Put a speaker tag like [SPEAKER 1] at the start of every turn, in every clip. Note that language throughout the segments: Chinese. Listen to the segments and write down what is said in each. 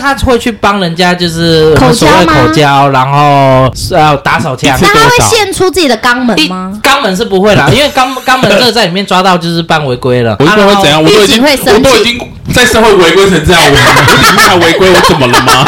[SPEAKER 1] 他会去帮人家，就是呃
[SPEAKER 2] 口交
[SPEAKER 1] 所谓口
[SPEAKER 2] 吗
[SPEAKER 1] 交，然后是要打手枪
[SPEAKER 2] 那。他
[SPEAKER 3] 多
[SPEAKER 2] 会
[SPEAKER 3] 少
[SPEAKER 2] 献出自己的肛门
[SPEAKER 1] 一
[SPEAKER 2] 吗？
[SPEAKER 1] 肛门是不会啦，因为肛肛门这个在里面抓到就是犯违规了。
[SPEAKER 3] 我一
[SPEAKER 1] 啊
[SPEAKER 3] 般
[SPEAKER 1] 然
[SPEAKER 3] 会
[SPEAKER 1] 后
[SPEAKER 3] 怎样？我都已
[SPEAKER 2] 立即
[SPEAKER 3] 经，
[SPEAKER 2] 会生
[SPEAKER 3] 我都
[SPEAKER 2] 气
[SPEAKER 3] 已经在社会违规成这样，我我已经在违规，我怎么了吗？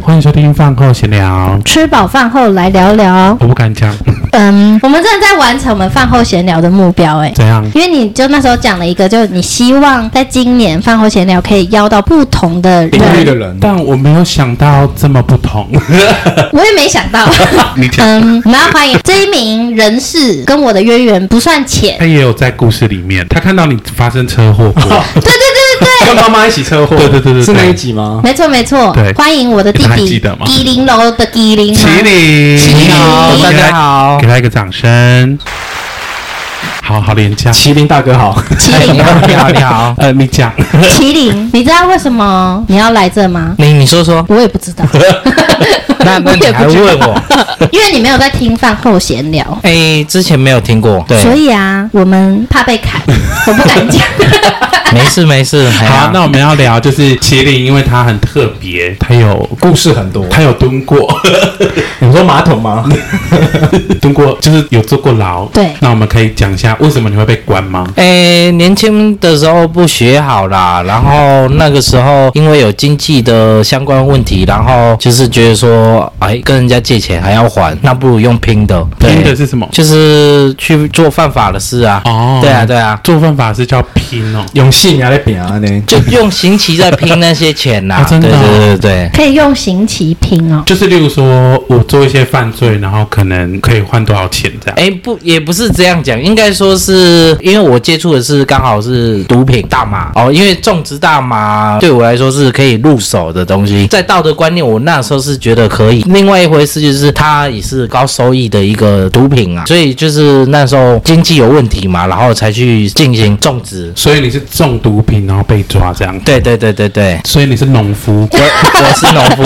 [SPEAKER 3] 欢迎收听饭后闲聊，
[SPEAKER 2] 吃饱饭后来聊聊。
[SPEAKER 3] 我不敢讲
[SPEAKER 2] 嗯，我们正在完成我们饭后闲聊的目标、哎。
[SPEAKER 3] 怎样。
[SPEAKER 2] 因为你就那时候讲了一个，就是你希望在今年饭后闲聊可以邀到不同的
[SPEAKER 4] 领域
[SPEAKER 2] 人，
[SPEAKER 4] 的人，
[SPEAKER 3] 但我没有想到这么不 同，
[SPEAKER 2] 我也没想 到。
[SPEAKER 3] 你讲，
[SPEAKER 2] 嗯，我们要欢迎这一名人士，跟我的渊源不算 浅。
[SPEAKER 3] 他也有在故事里面，他看到你发生车祸
[SPEAKER 1] 哦
[SPEAKER 3] 过，
[SPEAKER 2] 对对对对对，
[SPEAKER 4] 跟妈妈一起车祸，
[SPEAKER 3] 对对对对对
[SPEAKER 4] 是那一集吗？
[SPEAKER 2] 没错没错
[SPEAKER 3] 对。
[SPEAKER 2] 欢迎我的弟
[SPEAKER 3] 你们还
[SPEAKER 2] 弟
[SPEAKER 3] 记得吗
[SPEAKER 2] 吉林楼的吉林吗
[SPEAKER 3] 麒麟，
[SPEAKER 2] 麒麟
[SPEAKER 1] 好，大家好
[SPEAKER 3] 给，他一个掌声。好好廉价，
[SPEAKER 4] 麒麟大哥好，
[SPEAKER 2] 麒麟
[SPEAKER 1] 你 好，你好，
[SPEAKER 3] 呃，你讲，
[SPEAKER 2] 麒麟，你知道为什么你要来这吗？
[SPEAKER 1] 你你说 说，
[SPEAKER 2] 我也不知道，
[SPEAKER 1] 那那
[SPEAKER 2] 我
[SPEAKER 1] 你
[SPEAKER 2] 也
[SPEAKER 1] 还
[SPEAKER 2] 不知
[SPEAKER 1] 问
[SPEAKER 2] 道，
[SPEAKER 1] 我？
[SPEAKER 2] 因为你没有在听饭后闲聊，
[SPEAKER 1] 哎，之前没有听过，对，
[SPEAKER 2] 所以啊，我们怕被 砍，我不敢讲。
[SPEAKER 1] 没事没事。哎呀
[SPEAKER 3] 好，那我们要聊就是麒麟，因为它很特别，它有
[SPEAKER 4] 故事很多。
[SPEAKER 3] 它有蹲过，
[SPEAKER 4] 你说马桶吗？
[SPEAKER 3] 蹲过就是有坐过牢。
[SPEAKER 2] 对
[SPEAKER 3] 那我们可以讲一下为什么你会被关吗？
[SPEAKER 1] 诶，哎年轻的时候不学好啦，然后那个时候因为有经济的相关问题，然后就是觉得说，哎，跟人家借钱还要还，那不如用拼的。对
[SPEAKER 3] 拼的是什么
[SPEAKER 1] 就是去做犯法的事啊。
[SPEAKER 3] 哦
[SPEAKER 1] 对啊，对啊，
[SPEAKER 3] 做饭法是叫拼哦，
[SPEAKER 4] 用信啊来扁啊呢？
[SPEAKER 1] 就用刑期在拼那些钱呐、
[SPEAKER 3] 啊真的
[SPEAKER 1] 对
[SPEAKER 3] 哦
[SPEAKER 1] 对对对。
[SPEAKER 2] 可以用刑期拼哦。
[SPEAKER 3] 就是例如说我做一些犯罪，然后可能可以换多少钱这样。
[SPEAKER 1] 哎，不，也不是这样讲，应该说是因为我接触的是刚好是毒品大麻哦，因为种植大麻对我来说是可以入手的东西，在道德观念我那时候是觉得可以。另外一回事就是它也是高收益的一个毒品啊，所以就是那时候经济有问题嘛，然后才去进行种植。
[SPEAKER 3] 所以你是中毒品，然后被抓这样。
[SPEAKER 1] 对对对对对，
[SPEAKER 3] 所以你是农夫，
[SPEAKER 1] 我我是农夫，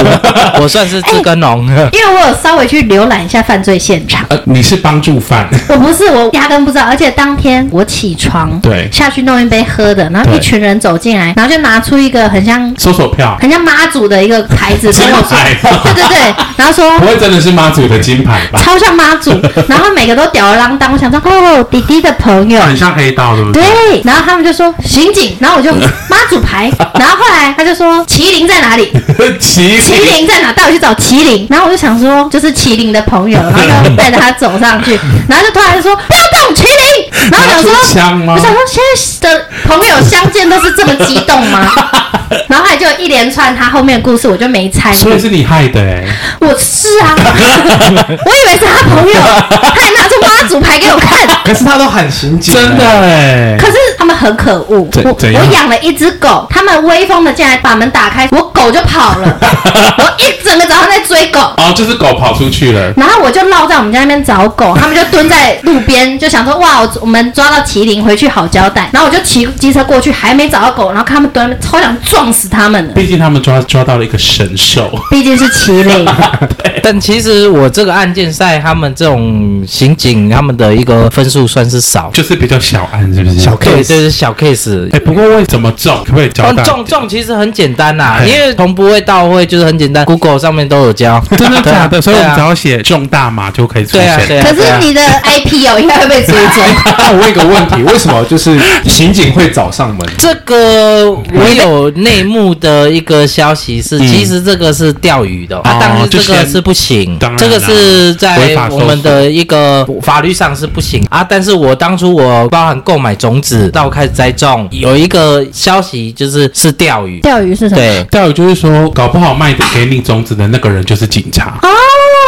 [SPEAKER 1] 我算是自耕农。
[SPEAKER 2] 因为我有稍微去浏览一下犯罪现场，
[SPEAKER 3] 呃，你是帮助犯。
[SPEAKER 2] 我不是我压根不知道，而且当天我起床，
[SPEAKER 3] 对
[SPEAKER 2] 下去弄一杯喝的，然后一
[SPEAKER 3] 对
[SPEAKER 2] 群人走进来，然后就拿出一个很像
[SPEAKER 3] 搜索票，
[SPEAKER 2] 很像妈祖的一个牌 子跟我说，
[SPEAKER 3] 金牌
[SPEAKER 2] 对对对，然后
[SPEAKER 3] 不
[SPEAKER 2] 说
[SPEAKER 3] 会真的是妈祖的金牌吧？
[SPEAKER 2] 超像妈祖，然后每个都吊儿郎当，我想说哦，弟弟的朋友，
[SPEAKER 3] 很像黑道，对不对？
[SPEAKER 2] 对，然后他们就说刑警，然后我 就妈祖牌，然后后来他就说麒麟在 哪里？
[SPEAKER 3] 麒
[SPEAKER 2] 麒
[SPEAKER 3] 麟，
[SPEAKER 2] 麟在哪？带我去找麒麟。然后我就想说，就是麒麟的朋 友，然后就带着他走上去，然后就突然说不要动麒麟。然后我
[SPEAKER 3] 拿
[SPEAKER 2] 想
[SPEAKER 3] 出
[SPEAKER 2] 说，
[SPEAKER 3] 枪吗
[SPEAKER 2] 我？想说现在的朋友相见都是这么激动 吗？然后后来就一连串他后面的故事，我就没参
[SPEAKER 3] 所以
[SPEAKER 2] 与。
[SPEAKER 3] 是你害的哎！
[SPEAKER 2] 我是啊， 我以为是他朋友，他还拿出妈祖牌给我看。
[SPEAKER 4] 可是他都喊刑警，
[SPEAKER 3] 真的。哎
[SPEAKER 2] 可！是他们很可恶，
[SPEAKER 3] 怎
[SPEAKER 2] 我
[SPEAKER 3] 怎样
[SPEAKER 2] 我养了一只狗，他们威风的进来把门打开，我狗就跑 了，我一整个早上在追狗。
[SPEAKER 3] 哦，就是狗跑出去了，
[SPEAKER 2] 然后我就绕在我们家那边找狗，他们就蹲在路边，就想说哇，我我们抓到麒麟回去好交代。然后我就骑机车过去，还没找到狗，然后看他们蹲在那边，超想撞死他们的，
[SPEAKER 3] 毕竟他们抓抓到了一个神兽。
[SPEAKER 2] 毕竟是麒 麟。
[SPEAKER 1] 但其实我这个案件在他们这种刑警他们的一个分数算是少，
[SPEAKER 3] 就是比较小案，是不是？
[SPEAKER 4] 小
[SPEAKER 1] 对，
[SPEAKER 4] case
[SPEAKER 1] 这是小 case。
[SPEAKER 3] 哎，不过为怎么中？可不可以交
[SPEAKER 1] 哦
[SPEAKER 3] 代？
[SPEAKER 1] 中中其实很简单啦，
[SPEAKER 3] 嘿
[SPEAKER 1] 因为从不会到会就是很简单，Google 上面都有教。
[SPEAKER 3] 真的假
[SPEAKER 1] 对啊
[SPEAKER 3] 的？所以我们只
[SPEAKER 1] 对啊
[SPEAKER 3] 要写中大马就可以出
[SPEAKER 1] 对啊对
[SPEAKER 3] 现。
[SPEAKER 1] 啊。
[SPEAKER 2] 可
[SPEAKER 1] 对
[SPEAKER 2] 是
[SPEAKER 1] 啊
[SPEAKER 2] 你的 IP 哦，应该会被追踪。
[SPEAKER 4] 那我问一个问题，为什么 就是刑警会找上门？
[SPEAKER 1] 这个我有内幕的一个消息是，其实这个是钓鱼的，啊，
[SPEAKER 3] 嗯哦
[SPEAKER 1] 当然这
[SPEAKER 3] 就
[SPEAKER 1] 个
[SPEAKER 3] 先
[SPEAKER 1] 是不行
[SPEAKER 3] 当然，啦
[SPEAKER 1] 这个是在
[SPEAKER 3] 违法
[SPEAKER 1] 我们
[SPEAKER 3] 搜索
[SPEAKER 1] 的一个法律上是不行啊。但是我当初我包含购买种子到开始栽种，有一个消息就是是钓鱼，
[SPEAKER 2] 钓鱼是什么？
[SPEAKER 1] 对。
[SPEAKER 3] 再有就是说，搞不好卖的给你种子的那个人就是警察。
[SPEAKER 2] 哦，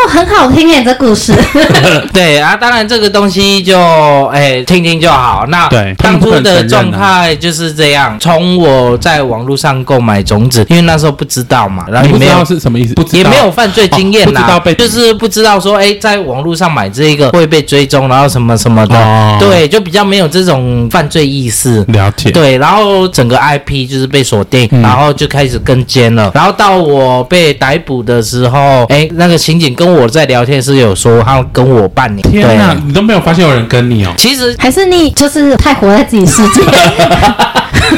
[SPEAKER 2] 很好听耶，这故事。
[SPEAKER 1] 对啊，当然这个东西就哎、听听就好。那
[SPEAKER 3] 对他
[SPEAKER 1] 当
[SPEAKER 3] 们不
[SPEAKER 1] 初
[SPEAKER 3] 肯承
[SPEAKER 1] 的
[SPEAKER 3] 认啊
[SPEAKER 1] 状态就是这样，从我在网络上购买种子，因为那时候不知道嘛，然后也
[SPEAKER 3] 你不
[SPEAKER 1] 没
[SPEAKER 3] 知道
[SPEAKER 1] 有。
[SPEAKER 3] 是什么意思？不知道
[SPEAKER 1] 也没有犯罪经验
[SPEAKER 3] 哦不
[SPEAKER 1] 啦、
[SPEAKER 3] 知道被
[SPEAKER 1] 就是不知道说，哎、在网络上买这个会被追踪，然后什么什么的，
[SPEAKER 3] 哦
[SPEAKER 1] 对，就比较没有这种犯罪意识。
[SPEAKER 3] 了解。
[SPEAKER 1] 对，然后整个 IP 就是被锁定，
[SPEAKER 3] 嗯
[SPEAKER 1] 然后就开始跟监了。然后到我被逮捕的时候，哎，那个刑警跟我在聊天是有说他跟我半年，
[SPEAKER 3] 天哪，
[SPEAKER 1] 对
[SPEAKER 3] 你都没有发现有人跟你哦？
[SPEAKER 1] 其实
[SPEAKER 2] 还是你就是太活在自己世界，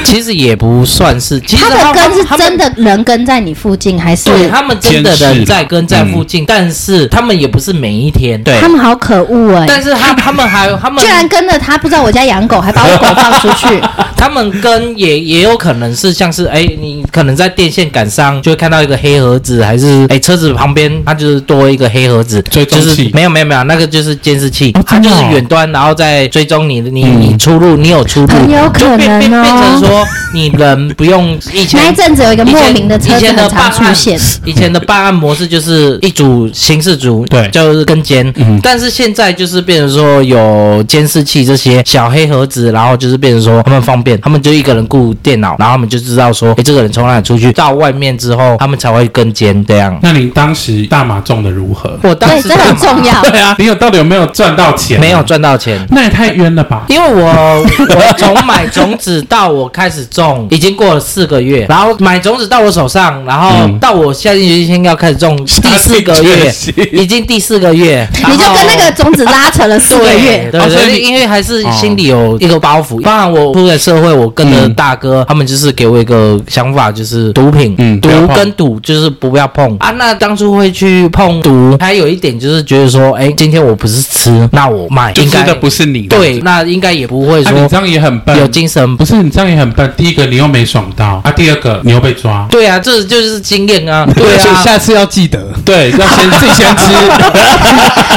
[SPEAKER 1] 其实也不算是，其实
[SPEAKER 2] 他的根是
[SPEAKER 1] 他们
[SPEAKER 2] 真的人跟在你附近，还是
[SPEAKER 1] 对他们真的
[SPEAKER 3] 监视
[SPEAKER 1] 人
[SPEAKER 3] 啦
[SPEAKER 1] 在跟在附近，但是他们也不是每一天，对
[SPEAKER 2] 他们好可恶哎、
[SPEAKER 1] 但是他他们还他们
[SPEAKER 2] 居然跟着他，不知道我家养狗，还把我狗放出 去。
[SPEAKER 1] 他们跟也也有可能是像是哎、你可能在电线杆上就会看到一个黑盒子，还是哎、车子旁边它就是多一个黑盒子，
[SPEAKER 3] 追踪
[SPEAKER 1] 就
[SPEAKER 3] 器
[SPEAKER 1] 是没有没有没有，那个就是监视器，
[SPEAKER 3] 哦
[SPEAKER 1] 它
[SPEAKER 3] 真
[SPEAKER 1] 就
[SPEAKER 3] 的哦嗯
[SPEAKER 1] 是远端然后再追踪你你、你出入，你有出入，
[SPEAKER 2] 很有可
[SPEAKER 1] 就变变
[SPEAKER 2] 能哦
[SPEAKER 1] 变成说你人不用以前
[SPEAKER 2] 那一阵子有一个莫名的车
[SPEAKER 1] 以
[SPEAKER 2] 子
[SPEAKER 1] 前
[SPEAKER 2] 很
[SPEAKER 1] 的
[SPEAKER 2] 常
[SPEAKER 1] 办
[SPEAKER 2] 出
[SPEAKER 1] 案
[SPEAKER 2] 现，
[SPEAKER 1] 以前的办案模式就是一组刑事组，
[SPEAKER 3] 对
[SPEAKER 1] 就是跟监。但是现在就是变成说有监视器这些小黑盒子，然后就是变成说他们方便，他们就一个人顾电脑，然后他们就知道说，哎，这个人从哪里出去，到外面之后，他们才会跟监这样。
[SPEAKER 3] 那你当时大麻中的如何？
[SPEAKER 1] 我当
[SPEAKER 2] 对，
[SPEAKER 1] 时
[SPEAKER 2] 这很
[SPEAKER 1] 干嘛
[SPEAKER 2] 重要。
[SPEAKER 3] 对啊，你有到底有没有赚到钱？啊
[SPEAKER 1] 没有，赚到钱。
[SPEAKER 3] 那也太冤了吧！
[SPEAKER 1] 因为我我从买种子到我开始 种，已经过了四个月，然后买种子到我手上，然后
[SPEAKER 3] 嗯
[SPEAKER 1] 到我下定决心要开始种第四个月
[SPEAKER 3] 下定，决心
[SPEAKER 1] 已经第四个 月，
[SPEAKER 2] 你就
[SPEAKER 1] 然后
[SPEAKER 2] 跟那个种子拉扯了四个
[SPEAKER 1] 对
[SPEAKER 2] 月，
[SPEAKER 1] 对
[SPEAKER 3] 哦所以
[SPEAKER 1] 对，
[SPEAKER 3] 你哦
[SPEAKER 1] 因为还是心里有一个包袱。当然，我出来社会，我跟着大哥，他们就是给我一个想法，就是毒品，
[SPEAKER 3] 嗯
[SPEAKER 1] 毒
[SPEAKER 3] 不要碰嗯
[SPEAKER 1] 跟赌就是不要碰啊。那当初会去碰毒，还有一点就是觉得说，哎，今天我不是吃，那我卖，
[SPEAKER 3] 就
[SPEAKER 1] 应
[SPEAKER 3] 吃
[SPEAKER 1] 该
[SPEAKER 3] 的不是你的啊
[SPEAKER 1] 对，，那应该也不会
[SPEAKER 3] 那你
[SPEAKER 1] 说
[SPEAKER 3] 这样也很
[SPEAKER 1] 有
[SPEAKER 3] 笨。
[SPEAKER 1] 精神
[SPEAKER 3] 不是你这样也很笨。第一个你又没爽到啊，第二个你又被抓。
[SPEAKER 1] 对啊，这就是经验 啊，对
[SPEAKER 4] 所以
[SPEAKER 1] 啊。
[SPEAKER 4] 下次要记得。
[SPEAKER 3] 对，要先自己先 吃，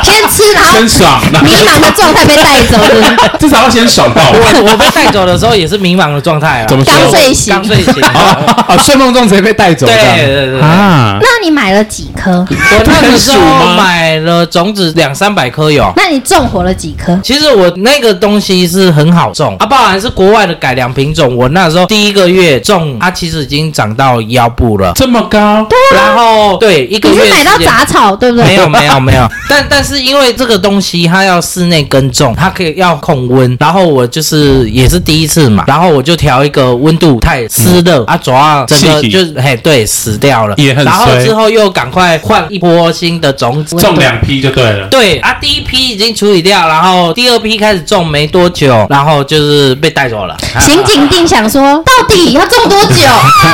[SPEAKER 2] 先吃，然后
[SPEAKER 3] 先爽，然后
[SPEAKER 2] 迷茫的状态被带走，是 不是
[SPEAKER 3] 至少要先爽到。
[SPEAKER 1] 我我被带走的时候也是迷茫的状态啊，
[SPEAKER 3] 怎么说
[SPEAKER 2] 刚睡醒
[SPEAKER 1] 刚睡醒。
[SPEAKER 4] 啊，睡梦中直接被带走
[SPEAKER 1] 对
[SPEAKER 4] 这样
[SPEAKER 1] 对对对，
[SPEAKER 3] 啊，
[SPEAKER 2] 那你买了几颗？
[SPEAKER 1] 我那个时
[SPEAKER 3] 不能数
[SPEAKER 1] 候
[SPEAKER 3] 吗
[SPEAKER 1] 买了种子两三百颗有。
[SPEAKER 2] 那你种活了几颗？
[SPEAKER 1] 其实我那个东西是很好种啊，包含是国外的改良品种。我那时候第一个月种，它其实已经长到腰部了。
[SPEAKER 3] 这么高，
[SPEAKER 1] 然后对一个
[SPEAKER 2] 你
[SPEAKER 1] 月
[SPEAKER 2] 是买到
[SPEAKER 1] 时间
[SPEAKER 2] 杂草，对不对？
[SPEAKER 1] 没 有没有没有，但但是因为这个东西它要室内耕种，它可以要控温，然后我就是也是第一次嘛，然后我就调一个温度太湿热、啊，主要整个
[SPEAKER 3] 细
[SPEAKER 1] 就
[SPEAKER 3] 体
[SPEAKER 1] 是嘿对死掉了，
[SPEAKER 3] 嗯也很
[SPEAKER 1] 然后
[SPEAKER 3] 衰
[SPEAKER 1] 之后又赶快换一波新的种子，
[SPEAKER 3] 中两批就对了。
[SPEAKER 1] 对啊，第一批已经处理掉，然后第二批开始种没多久，然后就是被带 走了。
[SPEAKER 2] 刑警定想说，到底要种多 久？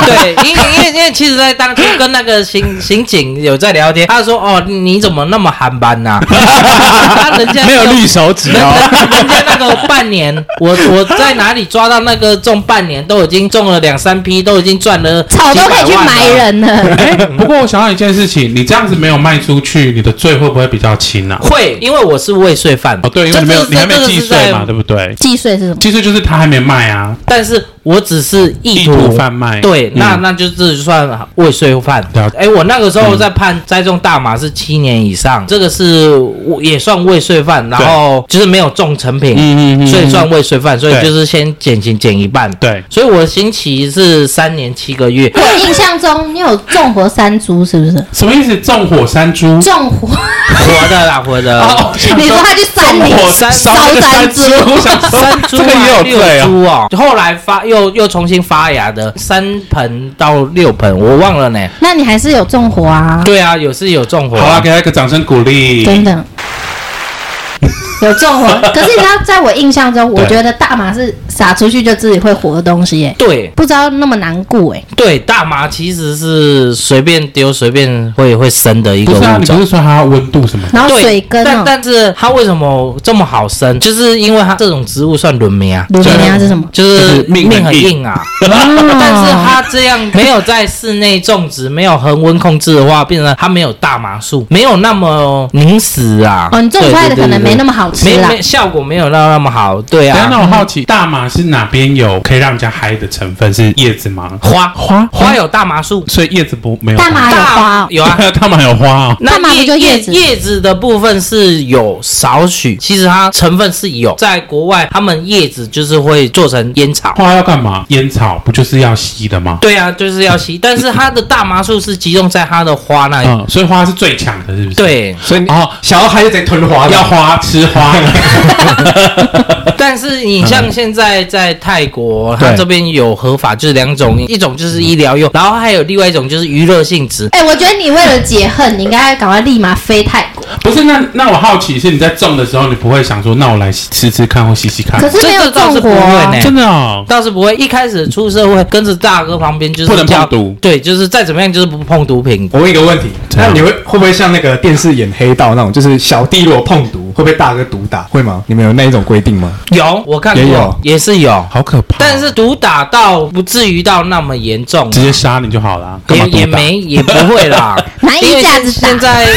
[SPEAKER 1] 对，因为因为因为其实，在当初跟那个 刑刑警有在聊天，他说：“哦，你怎么那么寒班呐、 啊？”人家
[SPEAKER 4] 没有绿手指
[SPEAKER 1] 人
[SPEAKER 4] 哦。
[SPEAKER 1] 人人家那个半年，我我在哪里抓到那个种半年，都已经种了两三批，都已经赚了
[SPEAKER 2] 草都可以去埋
[SPEAKER 1] 了。
[SPEAKER 2] 人了。
[SPEAKER 3] 哎，不过我想到一件事情，你这样子没有卖出去，你的罪会不会比较轻啊？
[SPEAKER 1] 会，因为我是未遂犯
[SPEAKER 3] 哦，，对，因为你没有，
[SPEAKER 1] 嗯这
[SPEAKER 3] 你还没
[SPEAKER 1] 这这
[SPEAKER 3] 计
[SPEAKER 1] 个是
[SPEAKER 3] 税
[SPEAKER 1] 在
[SPEAKER 3] 嘛，对不对？
[SPEAKER 2] 计税是什么？
[SPEAKER 3] 计税就是他还没卖啊，
[SPEAKER 1] 但是我只是意
[SPEAKER 3] 意
[SPEAKER 1] 图
[SPEAKER 3] 图贩卖。
[SPEAKER 1] 对，那
[SPEAKER 3] 嗯
[SPEAKER 1] 那就是算未遂犯
[SPEAKER 3] 了。嗯
[SPEAKER 1] 哎，我那个时候在判栽种大麻是七年以上，这个是我也算未遂犯，然后就是没有种成品，
[SPEAKER 3] 嗯嗯嗯，
[SPEAKER 1] 所以算未遂犯，所以
[SPEAKER 3] 对
[SPEAKER 1] 就是先减刑减一半。
[SPEAKER 3] 对
[SPEAKER 1] 所以我的刑期是三年七个月。
[SPEAKER 2] 我印象中你有种活三株，是不是？
[SPEAKER 3] 什么意思？纵火山猪？
[SPEAKER 2] 种活，
[SPEAKER 1] 活的啦，活的。
[SPEAKER 3] 哦
[SPEAKER 2] 你说他去山里
[SPEAKER 1] 种活
[SPEAKER 2] 烧
[SPEAKER 1] 山
[SPEAKER 2] 三株，
[SPEAKER 3] 我想说
[SPEAKER 1] 三株、啊、
[SPEAKER 3] 这个也有罪
[SPEAKER 1] 六
[SPEAKER 3] 啊。
[SPEAKER 1] 株哦，后来发又又重新发芽的三盆到六盆，我忘了呢。
[SPEAKER 2] 那你还是有种活啊？
[SPEAKER 1] 对啊，有是有种活、
[SPEAKER 3] 好啊，给他一个掌声鼓
[SPEAKER 1] 嗯
[SPEAKER 3] 励。
[SPEAKER 2] 真的。有种活， 可是你知道，在我印象中，我觉得大麻是撒出去就自己会活的东西耶，
[SPEAKER 1] 对
[SPEAKER 2] 不知道那么难顾哎。
[SPEAKER 1] 对，大麻其实是随便丢随便会会生的一个
[SPEAKER 3] 不是啊，
[SPEAKER 1] 物
[SPEAKER 3] 你不
[SPEAKER 1] 种。
[SPEAKER 3] 是说它温度什么？
[SPEAKER 2] 然后
[SPEAKER 1] 对，啊
[SPEAKER 2] 水根
[SPEAKER 1] 但
[SPEAKER 2] 哦，
[SPEAKER 1] 但是它为什么这么好生？就是因为它这种植物算轮苗啊，
[SPEAKER 2] 鲁尼亚是什么？
[SPEAKER 1] 就是
[SPEAKER 3] 就是命很
[SPEAKER 1] 很
[SPEAKER 3] 硬
[SPEAKER 1] 硬啊。但是
[SPEAKER 2] 哦，
[SPEAKER 1] 它啊这样没有在室内种植，没有恒温控制的话，变成它没有大麻素，没有那么凝实啊。
[SPEAKER 2] 哦，你种出来的可能没那
[SPEAKER 1] 么
[SPEAKER 2] 么好吃啊
[SPEAKER 1] 没
[SPEAKER 2] 啦。
[SPEAKER 1] 没效果没有到那么好，对
[SPEAKER 3] 等一下那
[SPEAKER 1] 啊。
[SPEAKER 3] 我好奇，大麻是哪边有可以让人家嗨的成分？是叶子吗？
[SPEAKER 1] 花
[SPEAKER 3] 花
[SPEAKER 1] 花，有大麻素，
[SPEAKER 3] 所以叶子不没有
[SPEAKER 2] 大麻有花
[SPEAKER 1] 大
[SPEAKER 2] 哦，
[SPEAKER 1] 有 啊，
[SPEAKER 3] 大麻有花哦。
[SPEAKER 1] 那
[SPEAKER 2] 大麻不
[SPEAKER 1] 叶
[SPEAKER 2] 就叶
[SPEAKER 1] 叶
[SPEAKER 2] 子
[SPEAKER 1] 叶子的部分是有少许，其实它成分是有，在国外他们叶子就是会做成烟草。
[SPEAKER 3] 花要干嘛？烟草不就是要吸的吗？
[SPEAKER 1] 对啊，就是要吸，但是它的大麻素是集中在它的花那里。
[SPEAKER 3] 嗯，所以花是最强的，是不是？，
[SPEAKER 1] 哎对，
[SPEAKER 4] 所以你
[SPEAKER 3] 哦
[SPEAKER 4] 想要嗨就得吞花
[SPEAKER 3] 要
[SPEAKER 4] 掉。
[SPEAKER 3] 花吃花。
[SPEAKER 1] 但是就是你像现在在泰国，它
[SPEAKER 4] 对
[SPEAKER 1] 这边有合法，就是两种，一种就是医疗用，然后还有另外一种就是娱乐性质。
[SPEAKER 2] 哎、我觉得你为了解恨，你应该赶快立马飞泰国。
[SPEAKER 1] 啊
[SPEAKER 3] 不是，那那我好奇是你在种的时候，你不会想说，那我来吃吃看或吸吸看
[SPEAKER 2] 可？是没有
[SPEAKER 1] 这倒
[SPEAKER 2] 中
[SPEAKER 1] 是不哎
[SPEAKER 2] 国、啊，
[SPEAKER 1] 会呢，
[SPEAKER 3] 真的哦，
[SPEAKER 1] 倒是不会，一开始出社会跟着大哥旁边就是
[SPEAKER 3] 不能
[SPEAKER 1] 叫
[SPEAKER 3] 碰毒
[SPEAKER 1] 对，就是再怎么样就是不碰毒品。
[SPEAKER 4] 我问一个问题，
[SPEAKER 3] 怎
[SPEAKER 4] 那
[SPEAKER 3] 样
[SPEAKER 4] 你会会不会像那个电视演黑道那种，就是小弟如果碰毒会被大哥毒打，嗯会吗？你们有那一种规定吗？
[SPEAKER 1] 有，我看过，
[SPEAKER 4] 也有
[SPEAKER 1] 也是有，
[SPEAKER 3] 好可怕哦！
[SPEAKER 1] 但是毒打到不至于到那么严重啊，
[SPEAKER 3] 直接杀你就好啦，干嘛
[SPEAKER 1] 也
[SPEAKER 3] 毒打
[SPEAKER 1] 也没也不会啦
[SPEAKER 2] 拿衣
[SPEAKER 1] 因为
[SPEAKER 2] 架子打
[SPEAKER 1] 现在，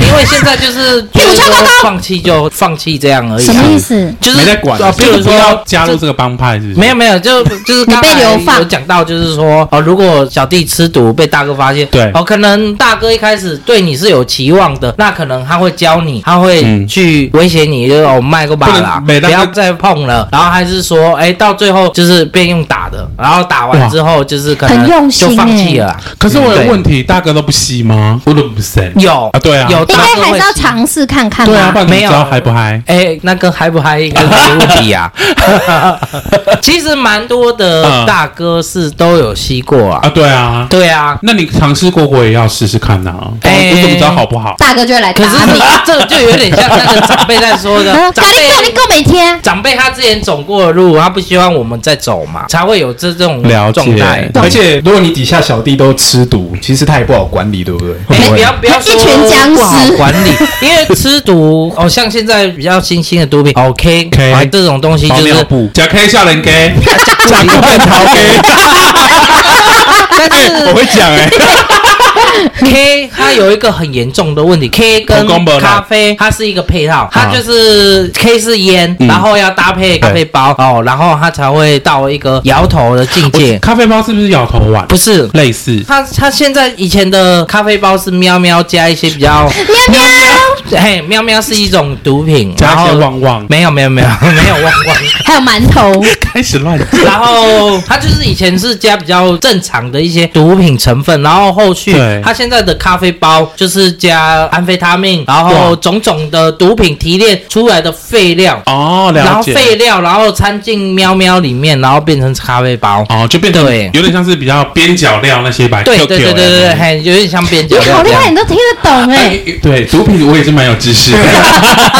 [SPEAKER 1] 因为现在就是
[SPEAKER 2] 屁股
[SPEAKER 1] 就是
[SPEAKER 2] 翘高
[SPEAKER 1] 说
[SPEAKER 2] 高
[SPEAKER 1] 放弃就放弃这样而已、
[SPEAKER 2] 什
[SPEAKER 1] 啊
[SPEAKER 2] 么，意思？
[SPEAKER 1] 就是
[SPEAKER 4] 没在管
[SPEAKER 1] 啊比如
[SPEAKER 3] 就不要
[SPEAKER 1] 说
[SPEAKER 3] 加入
[SPEAKER 1] 就
[SPEAKER 3] 这个帮派，是不是？
[SPEAKER 1] 没有没有，就就是刚才
[SPEAKER 2] 你被流放
[SPEAKER 1] 有讲到，就是说哦，如果小弟吃毒被大哥发现，
[SPEAKER 3] 对
[SPEAKER 1] 哦，可能大哥一开始对你是有期望的，那可能他会教你，他会
[SPEAKER 3] 嗯
[SPEAKER 1] 去威胁你，就是哦卖个把啦，
[SPEAKER 3] 不能每
[SPEAKER 1] 不
[SPEAKER 3] 当
[SPEAKER 1] 要
[SPEAKER 3] 个
[SPEAKER 1] 再碰了，然后还是说哎，到最后就是变用打的，然后打完
[SPEAKER 3] 哇
[SPEAKER 1] 之后就是可
[SPEAKER 2] 很用
[SPEAKER 1] 能
[SPEAKER 2] 心
[SPEAKER 1] 就放
[SPEAKER 2] 欸
[SPEAKER 1] 弃了啊。
[SPEAKER 3] 可是我
[SPEAKER 1] 嗯对啊
[SPEAKER 3] 有问题，大哥都不吸吗？我都不吸。
[SPEAKER 1] 有
[SPEAKER 3] 啊对啊
[SPEAKER 1] 有
[SPEAKER 2] 应
[SPEAKER 1] 大
[SPEAKER 2] 该
[SPEAKER 1] 哥
[SPEAKER 2] 还
[SPEAKER 1] 会
[SPEAKER 2] 是要
[SPEAKER 1] 吸
[SPEAKER 2] 尝试看看
[SPEAKER 3] 对啊，不
[SPEAKER 2] 吧。
[SPEAKER 3] 然你
[SPEAKER 1] 没有
[SPEAKER 3] 知道嗨不嗨？
[SPEAKER 1] 哎、那跟嗨不嗨跟没问题 啊。其实蛮多的
[SPEAKER 3] 嗯
[SPEAKER 1] 大哥是都有吸过啊。
[SPEAKER 3] 啊，对啊，
[SPEAKER 1] 对啊，
[SPEAKER 3] 那你尝试过，我也要试试看呐。哦
[SPEAKER 1] 哎
[SPEAKER 3] 我怎么知道好不好？
[SPEAKER 2] 大哥就会来打
[SPEAKER 1] 可是
[SPEAKER 2] 你
[SPEAKER 1] 你，这就有点像那个长辈在说 的
[SPEAKER 2] 啊，
[SPEAKER 1] 长
[SPEAKER 2] 咖喱咖喱
[SPEAKER 1] 辈。
[SPEAKER 2] 够每天。
[SPEAKER 1] 长辈他之前走过的路，他不希望我们再走嘛，才会有这这种
[SPEAKER 3] 了解
[SPEAKER 1] 状态。
[SPEAKER 3] 对
[SPEAKER 4] 而且如果你底下小弟都吃毒，其实他也不好管理，对 不对？
[SPEAKER 1] 哎、
[SPEAKER 4] 会
[SPEAKER 1] 不
[SPEAKER 4] 会
[SPEAKER 1] 要不要说
[SPEAKER 2] 一群僵尸
[SPEAKER 1] 不好管理，因为吃毒哦，像现在比较新兴的毒品哦 K
[SPEAKER 3] K
[SPEAKER 1] 这种东西就
[SPEAKER 3] 包
[SPEAKER 1] 是
[SPEAKER 3] 尿布，假 K 笑人 K，
[SPEAKER 4] 讲快逃 给，但是我会讲哎，
[SPEAKER 1] K 它有一个很严重的问题，K 跟
[SPEAKER 3] 同工不同
[SPEAKER 1] 咖啡它是一个配套，它
[SPEAKER 3] 啊
[SPEAKER 1] 就是 K 是烟，
[SPEAKER 3] 嗯
[SPEAKER 1] 然后要搭配咖啡包哦，然后它才会到一个摇头的境界。
[SPEAKER 3] 咖啡包是不是摇头丸？
[SPEAKER 1] 不是，
[SPEAKER 3] 类似，
[SPEAKER 1] 它它现在以前的咖啡包是喵喵加一些比较，
[SPEAKER 2] 喵喵，
[SPEAKER 1] 嘿，喵喵是一种毒品，然
[SPEAKER 3] 加一些
[SPEAKER 1] 后
[SPEAKER 3] 旺旺，
[SPEAKER 1] 没有没有 没有没有旺旺，
[SPEAKER 2] 还有馒头，
[SPEAKER 3] 开始乱讲。
[SPEAKER 1] 然后它就是以前是加比较正常的一些毒品成分，然后后续
[SPEAKER 3] 对
[SPEAKER 1] 它现在的咖啡包就是加安非他命，然后
[SPEAKER 3] 哇
[SPEAKER 1] 种种的毒品提炼出来的废料，
[SPEAKER 3] 哦，
[SPEAKER 1] 然
[SPEAKER 3] 了
[SPEAKER 1] 后
[SPEAKER 3] 解。
[SPEAKER 1] 废料，然后掺进喵喵里面，然后变成咖啡包。
[SPEAKER 3] 哦，就变成
[SPEAKER 1] 对
[SPEAKER 3] 有点像是比较边角料那些吧。
[SPEAKER 1] 对
[SPEAKER 3] Q
[SPEAKER 1] 对
[SPEAKER 3] Q
[SPEAKER 1] 对对对对，
[SPEAKER 3] 的那种。
[SPEAKER 1] 还有点像边角
[SPEAKER 2] 你
[SPEAKER 1] 料
[SPEAKER 2] 好
[SPEAKER 1] 这
[SPEAKER 2] 厉害，
[SPEAKER 1] 样
[SPEAKER 2] 你。都听得懂哎。
[SPEAKER 3] 哎对，毒品我也是蛮有知识的。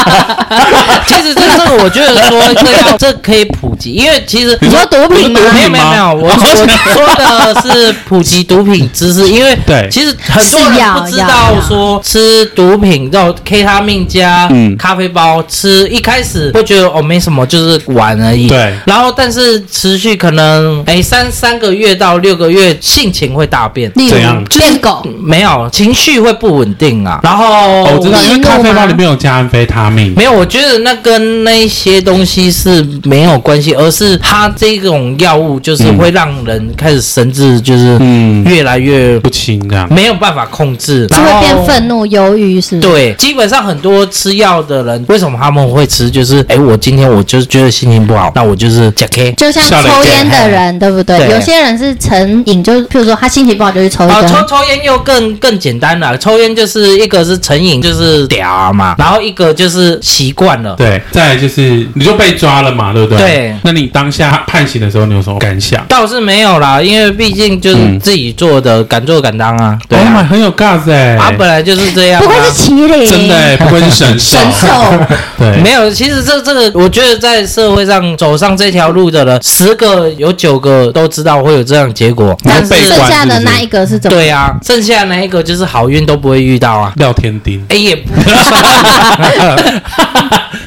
[SPEAKER 1] 其实这这个我觉得说这要这可以普及，因为其实
[SPEAKER 2] 你说毒品吗？
[SPEAKER 1] 没有
[SPEAKER 3] 吗
[SPEAKER 1] 没有没有，我我 说的是普及毒品知识，因为
[SPEAKER 3] 对
[SPEAKER 1] 其实很多
[SPEAKER 2] 是
[SPEAKER 1] 人
[SPEAKER 2] 要
[SPEAKER 1] 不知道说吃毒品，然后 K 他命加
[SPEAKER 3] 嗯
[SPEAKER 1] 咖啡包吃，一开始会觉得哦没什么，就是玩而已。
[SPEAKER 3] 对
[SPEAKER 1] 然后但是持续可能哎三三个月到六个月，性情会大变。
[SPEAKER 2] 例
[SPEAKER 3] 怎样
[SPEAKER 2] 如变狗，
[SPEAKER 1] 没有，情绪会不稳定啊。然后、
[SPEAKER 3] 哦我知道，因为
[SPEAKER 2] 你有吗
[SPEAKER 3] 咖啡包里面有加安非他命。
[SPEAKER 1] 没有，我觉得那跟那些东西是没有关系，而是它这种药物就是会让人开始神志就是
[SPEAKER 3] 嗯
[SPEAKER 1] 越来越
[SPEAKER 3] 不清这样。
[SPEAKER 1] 没有办法控制，
[SPEAKER 2] 嗯就
[SPEAKER 1] 然
[SPEAKER 2] 会
[SPEAKER 1] 后
[SPEAKER 2] 变。愤怒、忧郁，是不是？
[SPEAKER 1] 对，基本上很多吃药的人，为什么他们会吃？就是，哎，我今天我就是觉得心情不好，那我就是假 K，
[SPEAKER 2] 就像
[SPEAKER 3] 吓了一跳
[SPEAKER 2] 抽烟的人，对不对？
[SPEAKER 1] 对
[SPEAKER 2] 有些人是成瘾，就譬如说他心情不好就去抽一
[SPEAKER 1] 哦，抽
[SPEAKER 2] 根，
[SPEAKER 1] 抽烟又更更简单了，抽烟就是一个是成瘾，就是屌啊嘛，然后一个就是习惯了，
[SPEAKER 3] 对，再来就是你就被抓了嘛，对不对？
[SPEAKER 1] 对
[SPEAKER 3] 那你当下判刑的时候，你有什么感想？
[SPEAKER 1] 倒是没有啦，因为毕竟就是
[SPEAKER 3] 嗯
[SPEAKER 1] 自己做的，敢做敢当啊，对
[SPEAKER 3] Oh
[SPEAKER 1] 啊
[SPEAKER 2] 哦
[SPEAKER 3] my，。很有 gas 哎、
[SPEAKER 1] 啊，本来就是这样、啊。
[SPEAKER 2] 不愧是麒麟，
[SPEAKER 3] 真的、欸，不愧是 神兽。
[SPEAKER 2] 神兽，
[SPEAKER 3] 对，
[SPEAKER 1] 没有，其实这这个，我觉得在社会上走上这条路的人，十个有九个都知道会有这样的结果。
[SPEAKER 3] 你
[SPEAKER 1] 但
[SPEAKER 3] 说被
[SPEAKER 1] 是
[SPEAKER 3] 关
[SPEAKER 2] 剩下的那一个是怎么？
[SPEAKER 1] 对啊，剩下那一个就是好运都不会遇到啊。
[SPEAKER 3] 廖天丁。
[SPEAKER 1] 哎、也不 算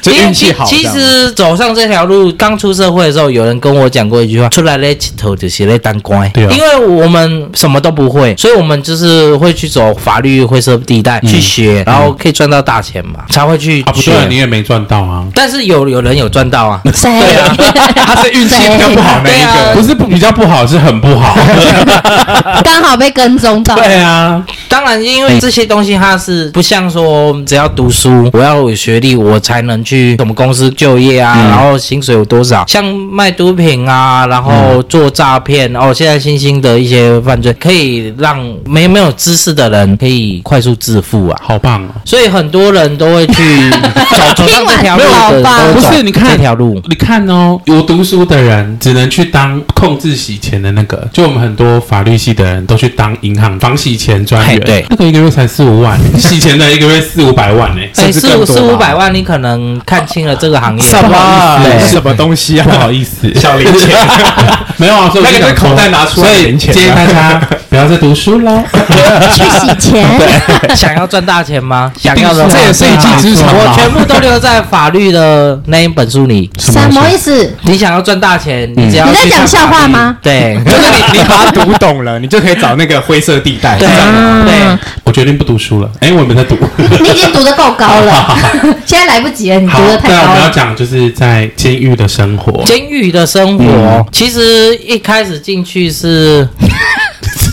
[SPEAKER 4] 就运气好。
[SPEAKER 1] 其实走上这条路，刚出社会的时候，有人跟我讲过一句话：出来嘞，起头就是嘞当官。
[SPEAKER 3] 对啊
[SPEAKER 1] 因为我们什么都不会，所以我们就是会去走法律灰色地带、去学，然后可以赚到大钱嘛，才会去学。
[SPEAKER 3] 嗯啊，不对，你也没赚到啊。
[SPEAKER 1] 但是有有人有赚到 啊，
[SPEAKER 2] 谁？
[SPEAKER 4] 他是运气比较不好那一
[SPEAKER 1] 对啊
[SPEAKER 4] 个，
[SPEAKER 3] 不是不比较不好，是很不好。
[SPEAKER 2] 刚好被跟踪到。
[SPEAKER 3] 对啊，
[SPEAKER 1] 当然，因为这些东西它是不像说只要读书，我要有学历，我才能去什么公司就业啊，
[SPEAKER 4] 嗯
[SPEAKER 1] 然后薪水有多少？像卖毒品啊，然后做诈骗、哦，现在新兴的一些犯罪，可以让没没有知识的人可以快速致富 啊。
[SPEAKER 3] 好棒哦！
[SPEAKER 1] 所以很多人都会去走走上这条路的，
[SPEAKER 2] 听完
[SPEAKER 1] 都
[SPEAKER 3] 不
[SPEAKER 1] 走
[SPEAKER 3] 是，你看
[SPEAKER 1] 这条路，
[SPEAKER 3] 你看哦，有读书的人只能去当控制洗钱的那个，就我们很多法律系的人都去当银行防洗钱专员，
[SPEAKER 1] 嘿对
[SPEAKER 3] 那个一个月才四五万， 洗钱的一个月四五百万呢、
[SPEAKER 1] 哎，
[SPEAKER 4] 甚至
[SPEAKER 1] 四
[SPEAKER 4] 更
[SPEAKER 1] 五
[SPEAKER 4] 多
[SPEAKER 1] 四五
[SPEAKER 4] 吧
[SPEAKER 1] 百万，你可能看清了这个行业。
[SPEAKER 4] 什么
[SPEAKER 1] 对
[SPEAKER 4] 什么东西啊？
[SPEAKER 3] 不好意思，
[SPEAKER 4] 小零 钱，
[SPEAKER 3] 没有啊，所以我
[SPEAKER 4] 那个
[SPEAKER 3] 就想
[SPEAKER 4] 是口
[SPEAKER 3] 说
[SPEAKER 4] 袋拿出来的
[SPEAKER 3] 所以
[SPEAKER 4] 零钱啊
[SPEAKER 3] 建议大家不要再读书喽。
[SPEAKER 2] 去洗钱，
[SPEAKER 1] 想要赚大钱吗？想要的话，
[SPEAKER 4] 这也 是一技之长
[SPEAKER 1] 我
[SPEAKER 4] 啊。嗯
[SPEAKER 1] 全部都留在法律的那一 本书里。
[SPEAKER 2] 什么意思？
[SPEAKER 1] 你想要赚大钱，你只要
[SPEAKER 2] 你在
[SPEAKER 1] 去
[SPEAKER 2] 讲
[SPEAKER 1] 上
[SPEAKER 2] 笑
[SPEAKER 1] 法
[SPEAKER 2] 话
[SPEAKER 1] 律
[SPEAKER 2] 吗？
[SPEAKER 1] 对
[SPEAKER 4] 就是你你把它读懂了，你就可以找那个灰色地带。
[SPEAKER 1] 对对
[SPEAKER 2] 啊，
[SPEAKER 3] 我决定不读书了，哎、我没在读。
[SPEAKER 2] 你已经读得够高了，现在来不及了，你
[SPEAKER 3] 好
[SPEAKER 2] 读得，太
[SPEAKER 3] 对啊，我
[SPEAKER 2] 高
[SPEAKER 3] 们要
[SPEAKER 2] 了。
[SPEAKER 3] 讲就是在监狱的生活，
[SPEAKER 1] 监狱的生
[SPEAKER 4] 嗯
[SPEAKER 1] 活，其实一开始进去是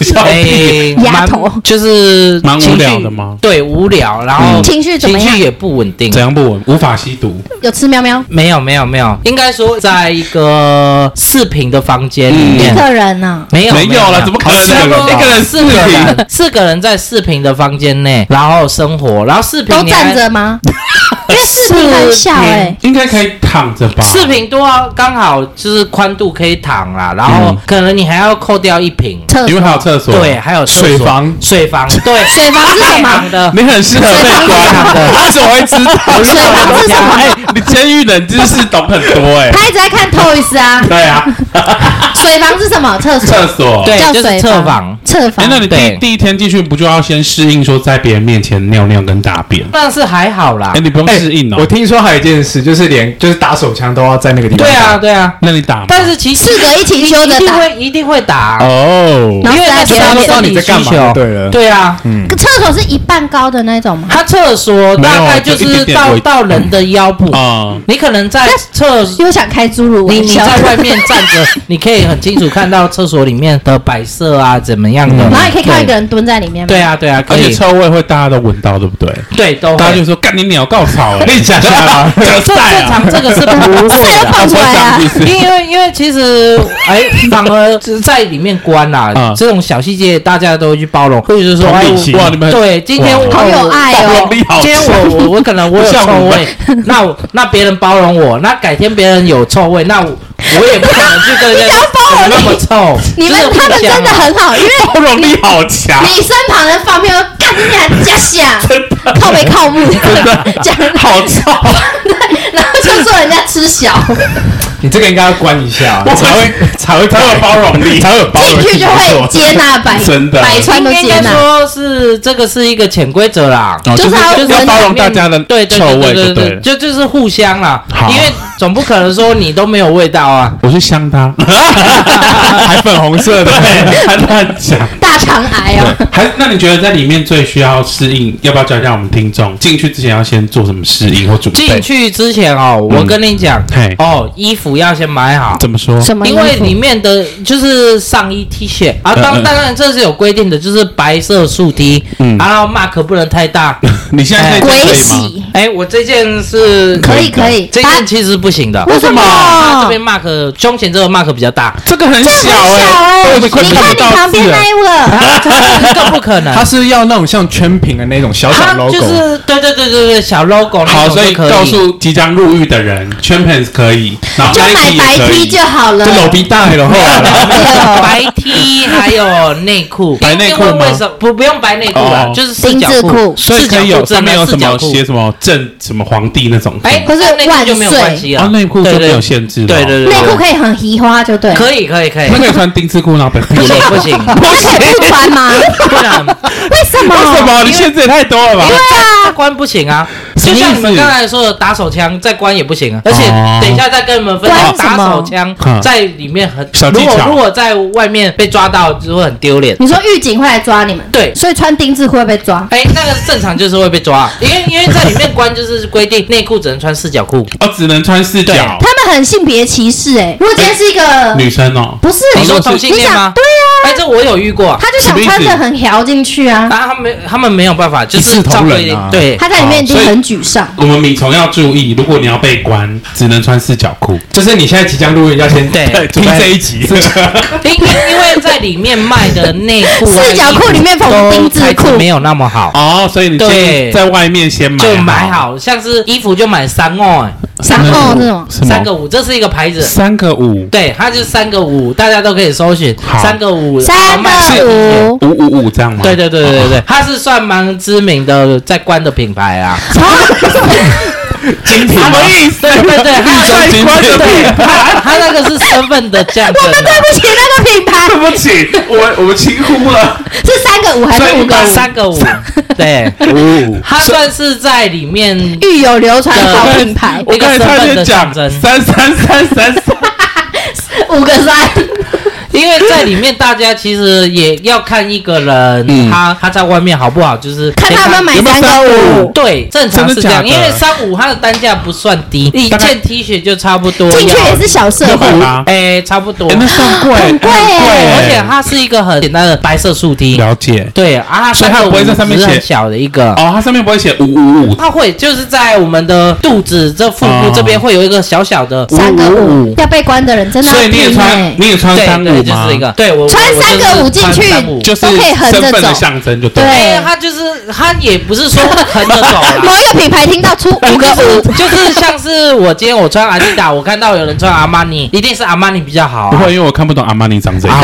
[SPEAKER 3] 笑屁
[SPEAKER 1] 哎
[SPEAKER 2] 丫
[SPEAKER 1] 蛮
[SPEAKER 2] 头
[SPEAKER 1] 就是
[SPEAKER 3] 蛮无
[SPEAKER 1] 情绪
[SPEAKER 3] 聊的吗
[SPEAKER 1] 对，无聊，然后
[SPEAKER 2] 嗯情绪怎么样
[SPEAKER 1] 情绪也不稳定
[SPEAKER 3] 怎。样不稳，无法吸毒。
[SPEAKER 2] 有吃喵喵，
[SPEAKER 1] 没有没有没有，应该说在一个四平的房间里
[SPEAKER 2] 一
[SPEAKER 1] 面，
[SPEAKER 2] 个人啊呢？
[SPEAKER 1] 没有
[SPEAKER 3] 没有了怎么可能
[SPEAKER 1] 四
[SPEAKER 3] 一个人
[SPEAKER 1] 一个人四个
[SPEAKER 3] 四
[SPEAKER 1] 人，四个人在四平的房间内，然后生活，然后四平
[SPEAKER 2] 都
[SPEAKER 1] 你还
[SPEAKER 2] 站 着吗？因为视频很小哎，
[SPEAKER 3] 应该可以躺着吧？
[SPEAKER 1] 四平多啊，刚好就是宽度可以躺啦，然后可能你还要扣掉一平，
[SPEAKER 2] 厕
[SPEAKER 3] 因为
[SPEAKER 2] 所
[SPEAKER 3] 还有厕所，
[SPEAKER 1] 对，，还有厕所
[SPEAKER 4] 水房
[SPEAKER 1] 水房，对，
[SPEAKER 2] 水房是什
[SPEAKER 1] 太
[SPEAKER 2] 么
[SPEAKER 1] 行？的，
[SPEAKER 4] 你很适合被关 的，他怎么会知道？
[SPEAKER 2] 水 房是什么？
[SPEAKER 3] 你监狱人知识懂很多哎、
[SPEAKER 2] 他一直在看 Toys 啊。
[SPEAKER 3] 对啊，
[SPEAKER 2] 水房是什么？厕所。
[SPEAKER 3] 厕所。
[SPEAKER 1] 对
[SPEAKER 2] 叫
[SPEAKER 1] 就是
[SPEAKER 2] 水
[SPEAKER 1] 侧
[SPEAKER 2] 房
[SPEAKER 1] 房。
[SPEAKER 2] 侧
[SPEAKER 3] 哎、
[SPEAKER 2] 房。
[SPEAKER 3] 那你第
[SPEAKER 1] 对
[SPEAKER 3] 第一天进去不就要先适应说在别人面前尿尿跟大便？
[SPEAKER 1] 但是还好啦
[SPEAKER 3] 哎、，你不用适应哦、
[SPEAKER 4] 我听说还有一件事，就是连就是打手枪都要在那个地方。
[SPEAKER 1] 对啊，对啊，
[SPEAKER 3] 那你打吗？
[SPEAKER 1] 但是其实
[SPEAKER 2] 四个一起揪
[SPEAKER 1] 一
[SPEAKER 2] 着
[SPEAKER 1] 定
[SPEAKER 2] 打，
[SPEAKER 1] 会一定会打，
[SPEAKER 3] 哦
[SPEAKER 2] 然后
[SPEAKER 1] 因为那
[SPEAKER 2] 塞
[SPEAKER 1] 是
[SPEAKER 2] 在
[SPEAKER 1] 他
[SPEAKER 2] 别
[SPEAKER 1] 们
[SPEAKER 2] 人
[SPEAKER 1] 生
[SPEAKER 4] 你
[SPEAKER 1] 理
[SPEAKER 4] 在干
[SPEAKER 1] 需
[SPEAKER 4] 嘛
[SPEAKER 1] 求
[SPEAKER 4] 就，对了
[SPEAKER 1] 对啊，
[SPEAKER 2] 嗯厕所是一半高的那种吗？
[SPEAKER 1] 他厕所大概就
[SPEAKER 3] 没有
[SPEAKER 1] 是
[SPEAKER 3] 就一点点
[SPEAKER 1] 到
[SPEAKER 3] 我
[SPEAKER 1] 到人的腰部，
[SPEAKER 3] 啊、
[SPEAKER 1] 你可能在厕所。
[SPEAKER 2] 又想开侏儒
[SPEAKER 1] 你
[SPEAKER 2] 微
[SPEAKER 1] 你
[SPEAKER 2] 笑，
[SPEAKER 1] 在外面站着，你可以很清楚看到厕所里面的摆设啊，怎么样的。
[SPEAKER 2] 然后你可以看到一个
[SPEAKER 1] 对
[SPEAKER 2] 人蹲在里面吗？
[SPEAKER 1] 对，啊，对啊，
[SPEAKER 3] 而
[SPEAKER 1] 可
[SPEAKER 3] 且
[SPEAKER 1] 以。哦
[SPEAKER 3] 臭味会大家都闻到，对不对？
[SPEAKER 1] 对，都
[SPEAKER 3] 大家
[SPEAKER 1] 会
[SPEAKER 3] 就说干你鸟告草、欸，
[SPEAKER 4] 你讲下 吧
[SPEAKER 1] 这正常这个是不会
[SPEAKER 2] 塞都
[SPEAKER 1] 的。
[SPEAKER 2] 放出来啊
[SPEAKER 3] 我！
[SPEAKER 1] 因为因为其 实哎，反而只在里面关啦、
[SPEAKER 3] 嗯
[SPEAKER 1] 这种小细节大家都会去包容，或者是说
[SPEAKER 3] 同
[SPEAKER 1] 哎
[SPEAKER 3] 理
[SPEAKER 1] 我
[SPEAKER 3] 心哇你们
[SPEAKER 1] 对今天我
[SPEAKER 2] 好有爱哦
[SPEAKER 3] 暴力好
[SPEAKER 1] 今天我我我可能我有
[SPEAKER 3] 不像
[SPEAKER 1] 臭
[SPEAKER 3] 我们
[SPEAKER 1] 味， 那我那别人包容我，那改天别人有臭味，那我我也不可能去跟人
[SPEAKER 2] 你
[SPEAKER 1] 家
[SPEAKER 2] 想要包容
[SPEAKER 1] 那么臭，
[SPEAKER 2] 你们
[SPEAKER 1] 就是互
[SPEAKER 2] 他们
[SPEAKER 1] 相
[SPEAKER 2] 真的
[SPEAKER 1] 啊
[SPEAKER 2] 很好，因为
[SPEAKER 3] 包容力好强，
[SPEAKER 2] 你身旁人放屁，我说干你娘加 下，靠没靠木，讲
[SPEAKER 3] 好臭，
[SPEAKER 2] 对，然后就说人家吃小，
[SPEAKER 4] 你这个应该要关一下，
[SPEAKER 3] 我才会才会才有包容力，才会有包
[SPEAKER 2] 进去就会接纳百
[SPEAKER 3] 哦真的
[SPEAKER 2] 百川都
[SPEAKER 1] 应
[SPEAKER 2] 接
[SPEAKER 1] 该
[SPEAKER 2] 纳。
[SPEAKER 1] 说是这个是一个潜规则啦，
[SPEAKER 3] 哦
[SPEAKER 2] 啊就是要
[SPEAKER 3] 要
[SPEAKER 2] 闻
[SPEAKER 3] 包容大家的
[SPEAKER 1] 对对
[SPEAKER 3] 臭
[SPEAKER 1] 对
[SPEAKER 3] 味，
[SPEAKER 1] 对
[SPEAKER 3] 对
[SPEAKER 1] 对，
[SPEAKER 3] 了。
[SPEAKER 1] 就就是互相啦
[SPEAKER 3] 好，
[SPEAKER 1] 因为总不可能说你都没有味道啊。
[SPEAKER 3] 我去香他，
[SPEAKER 4] 还粉红色的。
[SPEAKER 3] 对，还乱讲。
[SPEAKER 2] 大肠癌哦，
[SPEAKER 3] 还那你觉得在里面最需要适应？要不要教一下我们听众？进去之前要先做什么适应或准
[SPEAKER 1] 进
[SPEAKER 3] 备？
[SPEAKER 1] 去之前哦，我跟你讲
[SPEAKER 3] 嗯嘿，
[SPEAKER 1] 哦，衣服要先买好。
[SPEAKER 3] 怎么说？
[SPEAKER 2] 什么衣
[SPEAKER 1] 因
[SPEAKER 2] 服？
[SPEAKER 1] 为里面的就是上衣 T 恤啊，
[SPEAKER 3] 嗯
[SPEAKER 1] 当
[SPEAKER 3] 嗯
[SPEAKER 1] 当然这是有规定的，就是白色竖 T，
[SPEAKER 3] 嗯
[SPEAKER 1] 然后 mark 不能太 大。
[SPEAKER 3] 你现在
[SPEAKER 1] 哎
[SPEAKER 3] 可
[SPEAKER 2] 鬼
[SPEAKER 3] 以可以吗？
[SPEAKER 2] 洗
[SPEAKER 1] 哎，我这件是
[SPEAKER 2] 可以可以，
[SPEAKER 1] 这
[SPEAKER 2] 把
[SPEAKER 1] 件其实不行的，啊
[SPEAKER 2] 为什么
[SPEAKER 1] 它这边 mark 胸前这个 mark 比较大，
[SPEAKER 3] 这个很
[SPEAKER 2] 这
[SPEAKER 3] 小
[SPEAKER 2] 很小
[SPEAKER 3] 哎，
[SPEAKER 2] 哎，
[SPEAKER 3] 我
[SPEAKER 2] 你
[SPEAKER 3] 都快
[SPEAKER 2] 看你
[SPEAKER 3] 看不到
[SPEAKER 2] 旁边
[SPEAKER 3] 字啊了
[SPEAKER 2] 那。一个。
[SPEAKER 1] 啊 这个不可能。
[SPEAKER 4] 它是要那种像圈屏的那种小小
[SPEAKER 1] 它
[SPEAKER 4] logo，
[SPEAKER 1] 就是对对对对对小 logo 那
[SPEAKER 3] 好，
[SPEAKER 1] 种
[SPEAKER 3] 所以
[SPEAKER 1] 就可
[SPEAKER 3] 告诉即将入狱的人 c h a m p i o n s 可以，然后
[SPEAKER 2] 就
[SPEAKER 3] Nike
[SPEAKER 2] 买
[SPEAKER 3] 也
[SPEAKER 2] 白
[SPEAKER 3] 可
[SPEAKER 2] T
[SPEAKER 3] 以
[SPEAKER 2] 就好了
[SPEAKER 4] 就。老逼大了，后来啦
[SPEAKER 1] 白 T 还有内裤，
[SPEAKER 3] 白内裤
[SPEAKER 1] 因为
[SPEAKER 3] 吗
[SPEAKER 1] 为什么不不用白内裤啦
[SPEAKER 3] 哦？
[SPEAKER 1] 就是四角
[SPEAKER 2] 丁字裤
[SPEAKER 3] 所以
[SPEAKER 1] 四
[SPEAKER 3] 可
[SPEAKER 1] 角
[SPEAKER 3] 以有
[SPEAKER 1] 裤
[SPEAKER 3] 上
[SPEAKER 1] 真
[SPEAKER 3] 面有
[SPEAKER 1] 的四
[SPEAKER 3] 什
[SPEAKER 1] 角
[SPEAKER 3] 么
[SPEAKER 1] 裤
[SPEAKER 3] 写。什么正什么皇帝那种，
[SPEAKER 1] 哎，
[SPEAKER 2] 或是
[SPEAKER 1] 那内裤就没有
[SPEAKER 2] 万岁
[SPEAKER 1] 关系
[SPEAKER 3] 啊
[SPEAKER 1] 啊，
[SPEAKER 3] 内裤就
[SPEAKER 1] 对
[SPEAKER 3] 没
[SPEAKER 1] 对
[SPEAKER 3] 有限制了，
[SPEAKER 1] 对对对，
[SPEAKER 2] 内裤
[SPEAKER 1] 对
[SPEAKER 2] 可以很移花就对，
[SPEAKER 1] 可以可以可以
[SPEAKER 3] 那，可以穿丁字裤然后被
[SPEAKER 1] 不
[SPEAKER 3] 不
[SPEAKER 1] 行 不行，
[SPEAKER 2] 那可以不穿吗？
[SPEAKER 1] 不
[SPEAKER 3] 啊
[SPEAKER 1] 能，
[SPEAKER 2] 为什么？
[SPEAKER 3] 为什么？你限制也太多了吧
[SPEAKER 1] 啊因？为在关不行啊。
[SPEAKER 3] 什
[SPEAKER 1] 就
[SPEAKER 3] 么意思
[SPEAKER 1] 像你们刚才说的打手枪，在关也不行啊。而且
[SPEAKER 3] 哦
[SPEAKER 1] 等一下再跟你们分
[SPEAKER 2] 关
[SPEAKER 1] 享，
[SPEAKER 2] 什么
[SPEAKER 1] 打手枪
[SPEAKER 3] 嗯
[SPEAKER 1] 在里面很
[SPEAKER 3] 小技
[SPEAKER 1] 如果
[SPEAKER 3] 巧
[SPEAKER 1] 如果在外面被抓到，就会很丢脸。
[SPEAKER 2] 你说狱警会来抓你们？
[SPEAKER 1] 对
[SPEAKER 2] 所以穿丁字裤会被抓。
[SPEAKER 1] 哎，那个正常就是 会被抓，因为因为在里面关就是规定内裤只能穿四角裤，
[SPEAKER 3] 哦，只能穿四角
[SPEAKER 1] 对，
[SPEAKER 2] 他们很性别歧视哎、如果今天是一个
[SPEAKER 3] 女生哦，
[SPEAKER 2] 不是
[SPEAKER 1] 你说
[SPEAKER 2] 你想
[SPEAKER 1] 同性恋吗
[SPEAKER 2] 对啊，
[SPEAKER 1] 哎，这我有遇过，
[SPEAKER 2] 他就想穿的很条进去啊，
[SPEAKER 1] 啊，他们他们没有办法，就
[SPEAKER 4] 一视
[SPEAKER 1] 是
[SPEAKER 4] 同
[SPEAKER 1] 照规
[SPEAKER 4] 仁啊
[SPEAKER 1] 定对，
[SPEAKER 2] 他在里面已经很沮丧。
[SPEAKER 3] 我们米虫要注意，如果你要被关，只能穿四角裤。
[SPEAKER 4] 就是你现在即将录音，要先
[SPEAKER 1] 对
[SPEAKER 4] 听这一集。
[SPEAKER 1] 因因为在里面卖的内裤、
[SPEAKER 2] 四角裤里面缝丁字裤
[SPEAKER 1] 都材质没有那么好，
[SPEAKER 3] 哦，所以你
[SPEAKER 1] 对
[SPEAKER 3] 先在外面先买，
[SPEAKER 1] 就买。好像是衣服就买三哦，哎
[SPEAKER 2] 三号那种
[SPEAKER 3] 什么
[SPEAKER 1] 三个五，这是一个牌子。
[SPEAKER 3] 三个五
[SPEAKER 1] 对，它就三个五，大家都可以搜寻
[SPEAKER 3] 好
[SPEAKER 1] 三个五，
[SPEAKER 2] 三
[SPEAKER 1] 然后卖
[SPEAKER 2] 个五，
[SPEAKER 3] 五五五这样吗？
[SPEAKER 1] 对对对对对对，它是算蛮知名的在关的品牌啊。
[SPEAKER 4] 精品
[SPEAKER 1] 什么？
[SPEAKER 4] 吗
[SPEAKER 1] 意思？对对对，它
[SPEAKER 4] 中精品
[SPEAKER 1] 对，它它那个是身份的象征
[SPEAKER 2] 我
[SPEAKER 1] 啊。
[SPEAKER 2] 们对不起那个品 牌，
[SPEAKER 3] 不起，我我们轻忽了。
[SPEAKER 2] 是三个五还是五个五？
[SPEAKER 1] 三个五，对，
[SPEAKER 3] 五，
[SPEAKER 1] 它算是在里面
[SPEAKER 2] 育有流传好品牌，
[SPEAKER 1] 一
[SPEAKER 3] 我刚
[SPEAKER 1] 个身
[SPEAKER 3] 才差
[SPEAKER 1] 份
[SPEAKER 3] 点
[SPEAKER 1] 的象
[SPEAKER 3] 讲
[SPEAKER 1] 征
[SPEAKER 3] 三，三三三三，
[SPEAKER 2] 五个三，
[SPEAKER 1] 因为在里面大家其实也要看一个人，
[SPEAKER 3] 嗯
[SPEAKER 1] 他他在外面好不好，就是
[SPEAKER 2] 看他们买
[SPEAKER 3] 有没有
[SPEAKER 2] 三个
[SPEAKER 3] 三
[SPEAKER 2] 五，
[SPEAKER 1] 对，正常是这样，
[SPEAKER 3] 真的假
[SPEAKER 1] 因
[SPEAKER 3] 的
[SPEAKER 1] 为三五它的单价不算低，一
[SPEAKER 3] 大概
[SPEAKER 1] 件 T 恤就差不多
[SPEAKER 2] 进去
[SPEAKER 1] 要
[SPEAKER 2] 也是小社
[SPEAKER 3] 六
[SPEAKER 2] 会
[SPEAKER 3] 百，八，
[SPEAKER 1] 哎，差不多，
[SPEAKER 3] 啊哎，那算贵，
[SPEAKER 2] 很贵
[SPEAKER 3] 很
[SPEAKER 2] 哎
[SPEAKER 1] 而且它是一个很简单的白色竖梯，
[SPEAKER 3] 了解
[SPEAKER 1] 对啊，它
[SPEAKER 3] 所以它不会在上面
[SPEAKER 1] 只是很
[SPEAKER 3] 写
[SPEAKER 1] 小的一个，
[SPEAKER 3] 哦，它上面不会写五五五，
[SPEAKER 1] 它会就是在我们的肚子这腹部
[SPEAKER 3] 哦
[SPEAKER 1] 这边会有一个小小的
[SPEAKER 2] 三个五，要被关的人真的
[SPEAKER 3] 所以
[SPEAKER 2] 要
[SPEAKER 3] 你也
[SPEAKER 2] 拼
[SPEAKER 3] 穿
[SPEAKER 2] 哎，
[SPEAKER 3] 你也穿
[SPEAKER 1] 对
[SPEAKER 3] 三
[SPEAKER 1] 对
[SPEAKER 3] 五
[SPEAKER 1] 就是一
[SPEAKER 3] 吗？
[SPEAKER 1] 个，对我
[SPEAKER 2] 穿
[SPEAKER 1] 我
[SPEAKER 2] 三
[SPEAKER 1] 就是
[SPEAKER 2] 个五进去
[SPEAKER 1] 穿三五
[SPEAKER 3] 就是
[SPEAKER 2] 都可以横着
[SPEAKER 3] 身份的
[SPEAKER 2] 走
[SPEAKER 3] 象征，就对了。
[SPEAKER 2] 对
[SPEAKER 1] 对，他就是他也不是说横着走
[SPEAKER 2] 某
[SPEAKER 1] 啦。
[SPEAKER 2] 一个品牌听到出
[SPEAKER 1] 哎
[SPEAKER 2] 五个五，
[SPEAKER 1] 就是像是我今天我穿阿迪达，我看到有人穿阿玛尼，一定是阿玛尼比较好、
[SPEAKER 3] 不
[SPEAKER 1] 啊。
[SPEAKER 3] 会，因为我看不懂阿玛尼长怎样。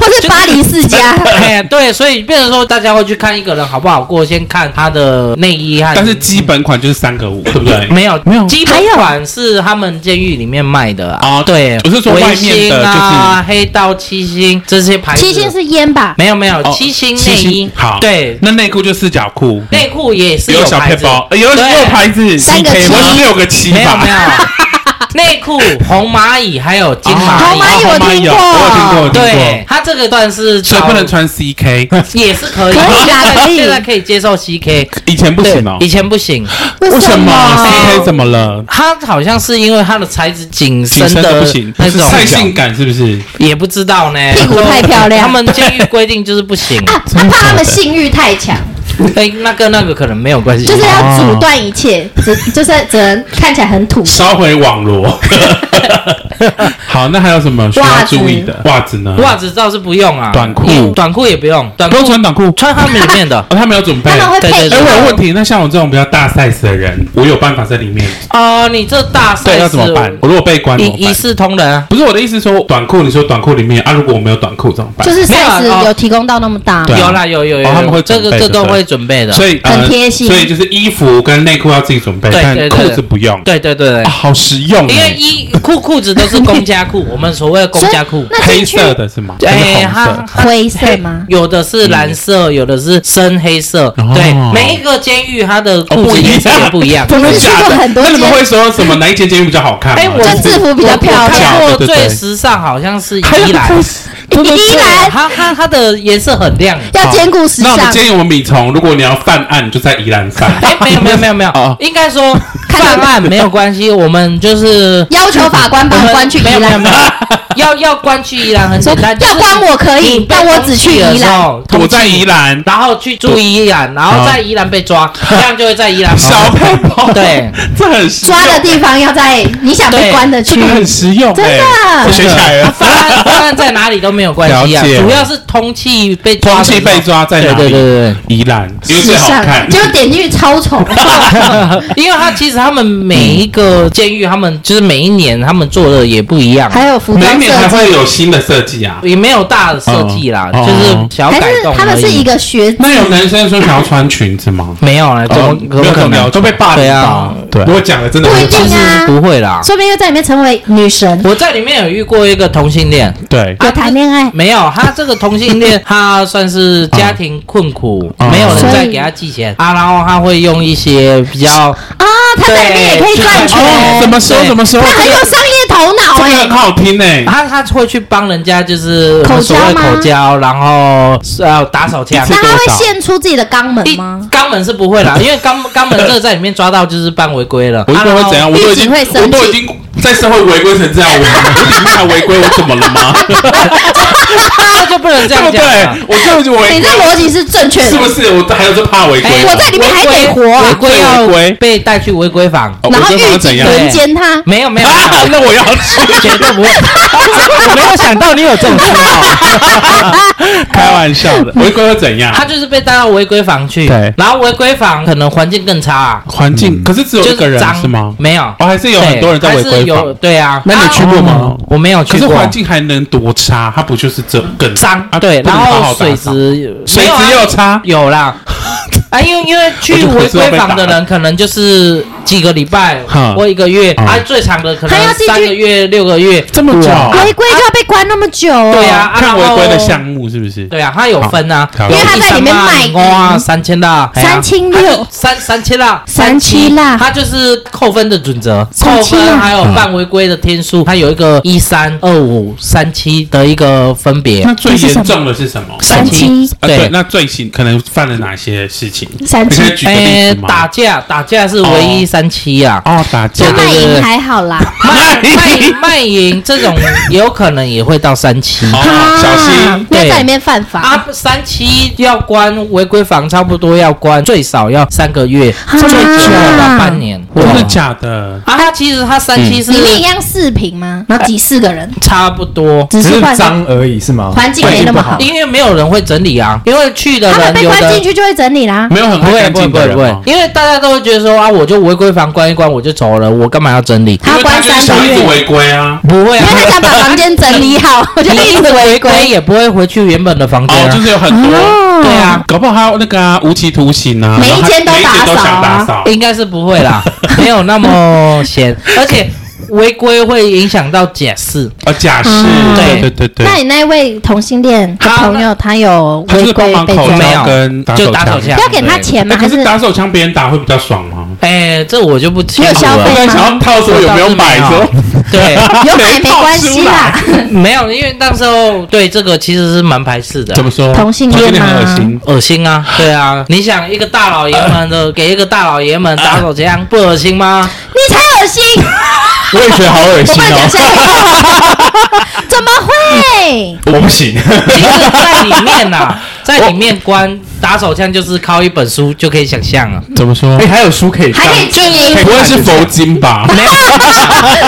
[SPEAKER 2] 或是巴黎世家，
[SPEAKER 1] 哎，对，所以变成说大家会去看一个人好不好过，先看他的内衣和。
[SPEAKER 3] 但是基本款就是三个五，对不对？
[SPEAKER 1] 没有
[SPEAKER 3] 没有
[SPEAKER 1] 基本款是他们监狱里面卖的啊。
[SPEAKER 3] 啊
[SPEAKER 1] 对，
[SPEAKER 3] 我是说外面的
[SPEAKER 1] 维新啊、黑道七星这些牌子。
[SPEAKER 2] 七星是烟吧？
[SPEAKER 1] 没有没有
[SPEAKER 3] 哦
[SPEAKER 1] 七星
[SPEAKER 3] 七
[SPEAKER 1] 内
[SPEAKER 3] 星
[SPEAKER 1] 衣，
[SPEAKER 3] 好
[SPEAKER 1] 对，
[SPEAKER 3] 那内裤就四角裤，
[SPEAKER 1] 内裤也是
[SPEAKER 3] 有小
[SPEAKER 1] 牌
[SPEAKER 3] 配
[SPEAKER 1] 子
[SPEAKER 3] 包，呃有
[SPEAKER 1] 对
[SPEAKER 3] 有牌子，
[SPEAKER 2] 三个
[SPEAKER 3] 我
[SPEAKER 2] 七
[SPEAKER 3] 是六个七
[SPEAKER 1] 没有
[SPEAKER 3] 吧
[SPEAKER 1] 没？有，内裤红蚂蚁还有金蚂
[SPEAKER 2] 红
[SPEAKER 1] 蚁，
[SPEAKER 2] 蚂蚁
[SPEAKER 3] 哦
[SPEAKER 2] 我
[SPEAKER 3] 红蚂蚁
[SPEAKER 2] 听
[SPEAKER 3] 有
[SPEAKER 2] 过
[SPEAKER 3] 我有听过，我有听
[SPEAKER 1] 对
[SPEAKER 3] 过，，
[SPEAKER 1] 它这个段是
[SPEAKER 3] 所以
[SPEAKER 1] 找
[SPEAKER 3] 不能，穿 CK，
[SPEAKER 1] 也是可以，
[SPEAKER 2] 可以啦
[SPEAKER 1] 现在
[SPEAKER 2] 可以
[SPEAKER 1] 现在可以接受 CK，
[SPEAKER 3] 以前不行哦
[SPEAKER 1] 以。前不行，
[SPEAKER 2] 啊
[SPEAKER 3] 为什么
[SPEAKER 1] 哎
[SPEAKER 3] CK 怎么了？
[SPEAKER 1] 它好像是因为它的材质紧
[SPEAKER 3] 紧
[SPEAKER 1] 身
[SPEAKER 3] 身
[SPEAKER 1] 的
[SPEAKER 3] 的不行，
[SPEAKER 1] 那
[SPEAKER 3] 是
[SPEAKER 1] 种，
[SPEAKER 3] 太性感是不 是？
[SPEAKER 1] 也不知道呢，
[SPEAKER 2] 屁股太漂亮
[SPEAKER 1] 他们监狱规定就是不 行，
[SPEAKER 2] 啊，他怕他们性欲太强，
[SPEAKER 1] 哎，那跟那个可能没有关系，
[SPEAKER 2] 就是要阻断一切，只
[SPEAKER 1] 嗯
[SPEAKER 2] 就是只能看起来很土。
[SPEAKER 3] 烧毁网罗。好，那还有什么需要注意的？袜子呢？
[SPEAKER 1] 袜子倒是不用啊，
[SPEAKER 3] 嗯短裤
[SPEAKER 1] 也短裤也不用，短
[SPEAKER 3] 不用
[SPEAKER 1] 裤
[SPEAKER 3] 穿短裤。
[SPEAKER 1] 穿他们里面
[SPEAKER 3] 。
[SPEAKER 1] 的
[SPEAKER 3] 哦，他没有准备。
[SPEAKER 2] 他们
[SPEAKER 3] 哎，
[SPEAKER 2] 会配
[SPEAKER 1] 对对对
[SPEAKER 3] 我有问题。那像我这种比较大 size 的人，我有办法在里面？
[SPEAKER 1] 哦，你这大 size
[SPEAKER 3] 对，要怎么办？我如果被关怎么
[SPEAKER 1] 一一
[SPEAKER 3] 办？
[SPEAKER 1] 视同仁啊。
[SPEAKER 3] 不是我的意思，说短裤，你说短裤里面啊，如果我没有短裤怎么办
[SPEAKER 2] 就？是
[SPEAKER 1] 没有啊
[SPEAKER 2] size
[SPEAKER 1] 哦
[SPEAKER 2] 有提供到那么大，
[SPEAKER 3] 对啊
[SPEAKER 1] 有啦，有有有，
[SPEAKER 3] 哦他们会
[SPEAKER 1] 这
[SPEAKER 3] 准备
[SPEAKER 1] 个这
[SPEAKER 3] 对
[SPEAKER 1] 都
[SPEAKER 3] 不对
[SPEAKER 1] 会准备的。
[SPEAKER 3] 所以呃
[SPEAKER 2] 很贴心
[SPEAKER 3] 所以就是衣服跟内裤要自己准备，
[SPEAKER 1] 对
[SPEAKER 3] 但
[SPEAKER 1] 对对
[SPEAKER 3] 裤
[SPEAKER 1] 对
[SPEAKER 3] 子不用。
[SPEAKER 1] 对对对
[SPEAKER 3] 啊，好实用欸。
[SPEAKER 1] 对，因为衣裤裤子都是公家 裤，我们所谓的公家裤。
[SPEAKER 2] 那
[SPEAKER 3] 黑
[SPEAKER 2] 进去
[SPEAKER 3] 色的是吗？还是
[SPEAKER 1] 哎，
[SPEAKER 3] 红
[SPEAKER 1] 它
[SPEAKER 3] 色？嗯
[SPEAKER 1] 它
[SPEAKER 2] 灰色吗
[SPEAKER 1] 嘿有的是蓝色，有的是深黑色。
[SPEAKER 3] 哦
[SPEAKER 1] 对，每一个监狱它的
[SPEAKER 3] 哦
[SPEAKER 1] 裤
[SPEAKER 3] 不
[SPEAKER 1] 子
[SPEAKER 3] 一样
[SPEAKER 1] 颜色也不一样。
[SPEAKER 2] 我 们去过很多
[SPEAKER 3] 那你们
[SPEAKER 2] 间，
[SPEAKER 3] 会说什么哪一间监狱比较好看吗？
[SPEAKER 1] 哎，我
[SPEAKER 2] 就制服比较漂
[SPEAKER 1] 我
[SPEAKER 2] 亮。
[SPEAKER 1] 看过
[SPEAKER 3] 对对
[SPEAKER 1] 最
[SPEAKER 3] 对
[SPEAKER 1] 时尚好像是
[SPEAKER 3] 还有
[SPEAKER 1] 依兰，
[SPEAKER 3] 真的
[SPEAKER 2] 依
[SPEAKER 3] 是
[SPEAKER 2] 兰
[SPEAKER 1] 它它它的颜色很亮。
[SPEAKER 2] 要兼顾时
[SPEAKER 3] 那我们
[SPEAKER 2] 尚，
[SPEAKER 3] 建议我们米虫，如果你要犯案，你就在宜兰 犯。
[SPEAKER 1] 哎，没有没有没有没有
[SPEAKER 3] 哦，
[SPEAKER 1] 应该说
[SPEAKER 2] 看到
[SPEAKER 1] 犯案没有关系，我们就是
[SPEAKER 2] 要求法官把我关去宜
[SPEAKER 1] 没有没有
[SPEAKER 2] 兰
[SPEAKER 1] 没，有，要要关去宜兰很简
[SPEAKER 2] 说
[SPEAKER 1] 单，
[SPEAKER 2] 要关我可以，但我只去宜兰。
[SPEAKER 1] 兰
[SPEAKER 3] 躲在宜， 兰，
[SPEAKER 1] 然后去住宜兰，然后在宜兰被抓，这样就会在宜兰
[SPEAKER 3] 小配包，
[SPEAKER 1] 对，
[SPEAKER 3] 这很实用
[SPEAKER 2] 抓的地方要在你想被关的区
[SPEAKER 3] 这
[SPEAKER 2] 域
[SPEAKER 3] 个，很实用，
[SPEAKER 2] 真的
[SPEAKER 3] 哎我学起来了。
[SPEAKER 1] 犯案犯案在哪里都没有关系啊，
[SPEAKER 3] 了解
[SPEAKER 1] 主要是通气被 抓
[SPEAKER 3] 空
[SPEAKER 1] 的时候
[SPEAKER 3] 气被，抓在
[SPEAKER 1] 对
[SPEAKER 3] 哪
[SPEAKER 1] 对对
[SPEAKER 3] 里？
[SPEAKER 1] 对
[SPEAKER 3] 宜兰，因为
[SPEAKER 2] 时
[SPEAKER 3] 最好
[SPEAKER 2] 尚，。
[SPEAKER 3] 看
[SPEAKER 2] 结果点进去 超丑。
[SPEAKER 1] 对，因为他其实他们每一个监狱，他们 就是每一年他们做的也不一样。
[SPEAKER 2] 还有服
[SPEAKER 3] 每一
[SPEAKER 2] 装
[SPEAKER 3] 年还
[SPEAKER 2] 设计，
[SPEAKER 3] 会有新的设计啊。
[SPEAKER 1] 也没有大的设计啦，
[SPEAKER 3] 哦
[SPEAKER 1] 就是小
[SPEAKER 2] 还
[SPEAKER 1] 改
[SPEAKER 2] 是
[SPEAKER 1] 动而已。
[SPEAKER 2] 他们是一个学
[SPEAKER 3] 那有男生说想要穿裙子吗？
[SPEAKER 1] 没有了，怎么
[SPEAKER 3] 哦
[SPEAKER 1] 怎
[SPEAKER 3] 没
[SPEAKER 1] 么
[SPEAKER 3] 有
[SPEAKER 1] 可
[SPEAKER 3] 这种
[SPEAKER 1] 能
[SPEAKER 3] 了？
[SPEAKER 4] 都被霸凌
[SPEAKER 1] 对
[SPEAKER 4] 到
[SPEAKER 1] 啊。
[SPEAKER 3] 对
[SPEAKER 4] 如果讲了，真的
[SPEAKER 2] 不一
[SPEAKER 4] 会
[SPEAKER 2] 定
[SPEAKER 1] 其实
[SPEAKER 2] 啊
[SPEAKER 1] 是不会啦。
[SPEAKER 2] 说不定又在里面成为女神，
[SPEAKER 1] 我在里面有遇过一个同性恋，
[SPEAKER 3] 对，
[SPEAKER 2] 有谈恋爱。
[SPEAKER 1] 没有他这个同性恋，他算是家庭困苦，
[SPEAKER 3] 啊
[SPEAKER 1] 没有人
[SPEAKER 2] 所以
[SPEAKER 1] 再给他寄钱啊，然后他会用一些比较
[SPEAKER 2] 啊，他在里面也可以赚
[SPEAKER 1] 对
[SPEAKER 2] 钱，
[SPEAKER 4] 哦
[SPEAKER 3] 怎么说
[SPEAKER 1] 对
[SPEAKER 3] 怎么说
[SPEAKER 2] 他？很有商业头脑哎
[SPEAKER 1] 这
[SPEAKER 3] 个很好听欸呢、
[SPEAKER 1] 他他会去帮人家，就是我
[SPEAKER 2] 口
[SPEAKER 1] 们所谓
[SPEAKER 2] 交吗
[SPEAKER 1] 口交，然后是要打手枪
[SPEAKER 3] 一
[SPEAKER 2] 那
[SPEAKER 3] 次是啊
[SPEAKER 2] 他
[SPEAKER 3] 多
[SPEAKER 2] 会
[SPEAKER 3] 少
[SPEAKER 2] 献出自己的肛门
[SPEAKER 1] 一
[SPEAKER 2] 吗？
[SPEAKER 1] 肛门是不会 啦，因为肛肛门这个在里面抓到就是犯违规了。
[SPEAKER 3] 我
[SPEAKER 1] 啊
[SPEAKER 3] 就会怎样？我都已
[SPEAKER 2] 狱警
[SPEAKER 3] 经，
[SPEAKER 2] 会生
[SPEAKER 3] 我都已经在社会违规成这样，我我还违规，我怎么了吗？
[SPEAKER 1] 然后啊就不能 这
[SPEAKER 3] 对
[SPEAKER 1] 样
[SPEAKER 3] 不
[SPEAKER 1] 讲啊。
[SPEAKER 3] 对？我就是违
[SPEAKER 2] 你这逻辑是正确的，
[SPEAKER 3] 规，是不是？我还有是怕违规
[SPEAKER 1] 哎
[SPEAKER 3] 吗，
[SPEAKER 2] 我在里面还得活啊
[SPEAKER 1] 违规要
[SPEAKER 3] 违规
[SPEAKER 1] 被带去违规房，
[SPEAKER 3] 哦
[SPEAKER 2] 然后
[SPEAKER 3] 我就想
[SPEAKER 2] 狱
[SPEAKER 3] 要怎
[SPEAKER 2] 警
[SPEAKER 3] 样
[SPEAKER 2] 轮奸他，
[SPEAKER 1] 没有没有，
[SPEAKER 3] 啊？ 那我要去，
[SPEAKER 1] 绝对不会。我没有想到你有这种嗜好，
[SPEAKER 3] 开玩笑 的，违规会怎样？
[SPEAKER 1] 他就是被带到违规房去
[SPEAKER 3] 对，
[SPEAKER 1] 然后违规房可能环境更差啊，
[SPEAKER 3] 环境可是只有
[SPEAKER 1] 就
[SPEAKER 3] 一个
[SPEAKER 1] 是
[SPEAKER 3] 人
[SPEAKER 1] 脏
[SPEAKER 3] 是吗？
[SPEAKER 1] 没有，
[SPEAKER 3] 哦，还是有
[SPEAKER 1] 对
[SPEAKER 3] 很多人在违
[SPEAKER 1] 还
[SPEAKER 3] 规
[SPEAKER 1] 是有
[SPEAKER 3] 吧？
[SPEAKER 1] 对啊。
[SPEAKER 3] 那你
[SPEAKER 1] 啊
[SPEAKER 3] 去过吗？
[SPEAKER 1] 我没有
[SPEAKER 3] 可
[SPEAKER 1] 去
[SPEAKER 3] 是
[SPEAKER 1] 过，
[SPEAKER 3] 环境还能多差？它不就是这更
[SPEAKER 1] 脏
[SPEAKER 3] 啊
[SPEAKER 1] 对，
[SPEAKER 3] 不
[SPEAKER 1] 然
[SPEAKER 3] 能好好
[SPEAKER 1] 后
[SPEAKER 3] 打
[SPEAKER 1] 水
[SPEAKER 3] 扫
[SPEAKER 1] 质
[SPEAKER 3] 水
[SPEAKER 1] 没有啊
[SPEAKER 3] 质又差，
[SPEAKER 1] 有 啦。啊，因为因为去违规房的人，可能就是几个礼拜
[SPEAKER 3] 哼
[SPEAKER 1] 或一个月，
[SPEAKER 3] 嗯
[SPEAKER 1] 啊，最长的可
[SPEAKER 2] 还要
[SPEAKER 1] 能
[SPEAKER 2] 进去
[SPEAKER 1] 三个月、六个月。
[SPEAKER 3] 这么久
[SPEAKER 1] 对啊
[SPEAKER 2] 违规就要被关那么久、哦。
[SPEAKER 1] 对啊，啊
[SPEAKER 3] 看违规的，
[SPEAKER 1] 然
[SPEAKER 3] 项
[SPEAKER 1] 后
[SPEAKER 3] 目是不是？
[SPEAKER 1] 对啊，他有分啊，
[SPEAKER 3] 好因为
[SPEAKER 2] 他在里面卖淫
[SPEAKER 1] 哇，三千啦，哎呀
[SPEAKER 2] 三千六
[SPEAKER 1] 三三千啦，
[SPEAKER 2] 三七啦
[SPEAKER 1] 它就是扣分的准则，
[SPEAKER 2] 三
[SPEAKER 1] 扣
[SPEAKER 2] 七啦
[SPEAKER 1] 分还有犯违规的天数，它有一个一三二五三七的一个分别。
[SPEAKER 3] 那最严重的是什么？
[SPEAKER 2] 嗯三七
[SPEAKER 3] 啊，对，
[SPEAKER 1] 对，
[SPEAKER 3] 那最新可能犯了哪些事情？
[SPEAKER 2] 三
[SPEAKER 3] 你
[SPEAKER 2] 七
[SPEAKER 3] 可以举个例
[SPEAKER 1] 哎
[SPEAKER 3] 子，吗？
[SPEAKER 1] 打架打架是唯一
[SPEAKER 3] 哦
[SPEAKER 1] 三七啊，
[SPEAKER 3] 哦，打架
[SPEAKER 1] 对
[SPEAKER 2] 那
[SPEAKER 1] 对
[SPEAKER 2] 卖淫还好啦，
[SPEAKER 1] 卖卖卖淫这种有可能也会到三期
[SPEAKER 3] 哦
[SPEAKER 2] 啊
[SPEAKER 3] 小心
[SPEAKER 2] 因为
[SPEAKER 1] 对
[SPEAKER 2] 在里面犯法。
[SPEAKER 1] 啊，三期要关违规房，差不多要关最少要三个月，
[SPEAKER 2] 啊
[SPEAKER 1] 最久要到半年。
[SPEAKER 3] 真的
[SPEAKER 1] 哇
[SPEAKER 3] 假的？
[SPEAKER 1] 啊，他其实他三期是
[SPEAKER 2] 里面一样四平
[SPEAKER 3] 啊
[SPEAKER 2] 吗？然后几四个人，
[SPEAKER 1] 差不多，
[SPEAKER 2] 只
[SPEAKER 4] 只是
[SPEAKER 2] 换
[SPEAKER 4] 脏而已是吗？
[SPEAKER 2] 环境没那么好，
[SPEAKER 1] 因为没有人会整理啊，因为去的
[SPEAKER 2] 他们
[SPEAKER 1] 人
[SPEAKER 2] 被
[SPEAKER 1] 有
[SPEAKER 2] 关
[SPEAKER 1] 的
[SPEAKER 2] 进。去就会整理啦。
[SPEAKER 3] 没有很
[SPEAKER 1] 不会
[SPEAKER 3] 干
[SPEAKER 1] 不会
[SPEAKER 3] 净
[SPEAKER 1] 不
[SPEAKER 3] 的
[SPEAKER 1] 会
[SPEAKER 3] 人
[SPEAKER 1] 不会
[SPEAKER 3] 哦，，
[SPEAKER 1] 因为大家都会觉得说啊，我就违规房关一关，我就走了，我干嘛要整理？
[SPEAKER 2] 他关
[SPEAKER 3] 因
[SPEAKER 2] 三
[SPEAKER 3] 为就是
[SPEAKER 2] 个
[SPEAKER 3] 想一直
[SPEAKER 2] 月，
[SPEAKER 3] 违规啊。
[SPEAKER 1] 不会
[SPEAKER 2] 因
[SPEAKER 1] 啊
[SPEAKER 2] 为，他想把房间整理 好，我就一
[SPEAKER 1] 你
[SPEAKER 2] 直
[SPEAKER 1] 规
[SPEAKER 2] 违规。
[SPEAKER 1] 也不会回去原本的房间啊
[SPEAKER 3] 哦，就。是有很多，
[SPEAKER 2] 哦
[SPEAKER 1] 对啊，
[SPEAKER 3] 搞不好还有那个啊无期徒刑啊，
[SPEAKER 2] 每一
[SPEAKER 3] 然后
[SPEAKER 2] 间都
[SPEAKER 3] 每一间都
[SPEAKER 2] 打扫啊
[SPEAKER 3] 想打扫，
[SPEAKER 1] 应该是不会 啦，没有那么闲，而且违规会影响到解释。
[SPEAKER 3] 啊，假释
[SPEAKER 2] 嗯，
[SPEAKER 1] 对
[SPEAKER 3] 对对对对，
[SPEAKER 2] 那你那位同性恋的
[SPEAKER 1] 他
[SPEAKER 2] 朋友，他有
[SPEAKER 3] 他就
[SPEAKER 2] 违
[SPEAKER 3] 是帮
[SPEAKER 2] 规
[SPEAKER 3] 忙
[SPEAKER 2] 被
[SPEAKER 3] 口
[SPEAKER 2] 抓
[SPEAKER 1] 没
[SPEAKER 2] 吗？
[SPEAKER 1] 有
[SPEAKER 3] 交跟打
[SPEAKER 1] 就打手
[SPEAKER 3] 枪
[SPEAKER 1] 枪。
[SPEAKER 2] 要给他钱吗？
[SPEAKER 3] 哎，
[SPEAKER 2] 还
[SPEAKER 3] 可是
[SPEAKER 2] 是
[SPEAKER 3] 打手枪别人打会比较爽吗？
[SPEAKER 1] 哎，这我就不清楚
[SPEAKER 2] 你有消
[SPEAKER 3] 我
[SPEAKER 2] 费
[SPEAKER 1] 了。
[SPEAKER 3] 在想要套说有没有买
[SPEAKER 1] 我
[SPEAKER 3] 说
[SPEAKER 1] 倒，啊对，
[SPEAKER 2] 有买没关系啦。
[SPEAKER 1] 没有，因为那时候对这个其实是蛮排斥的啊
[SPEAKER 3] 怎。么说？
[SPEAKER 2] 同性恋
[SPEAKER 3] 同
[SPEAKER 2] 吗
[SPEAKER 3] 很恶心，
[SPEAKER 1] 恶心啊，对啊，你想一个大老爷们的给一个大老爷们打手枪，不恶心吗？
[SPEAKER 2] 你才恶心！
[SPEAKER 4] 我也觉得好 恶
[SPEAKER 2] 我
[SPEAKER 4] 心
[SPEAKER 2] 帮你讲
[SPEAKER 4] 哦，
[SPEAKER 2] 下一个，怎么会？
[SPEAKER 4] 我不行，
[SPEAKER 1] 其实在里面呐，在里面关打手枪就是靠一本书就可以想象啊了。
[SPEAKER 3] 怎么说
[SPEAKER 4] 哎，？还有书可以看
[SPEAKER 2] 还，可以注意，
[SPEAKER 3] 不会是佛经吧？
[SPEAKER 1] 没有，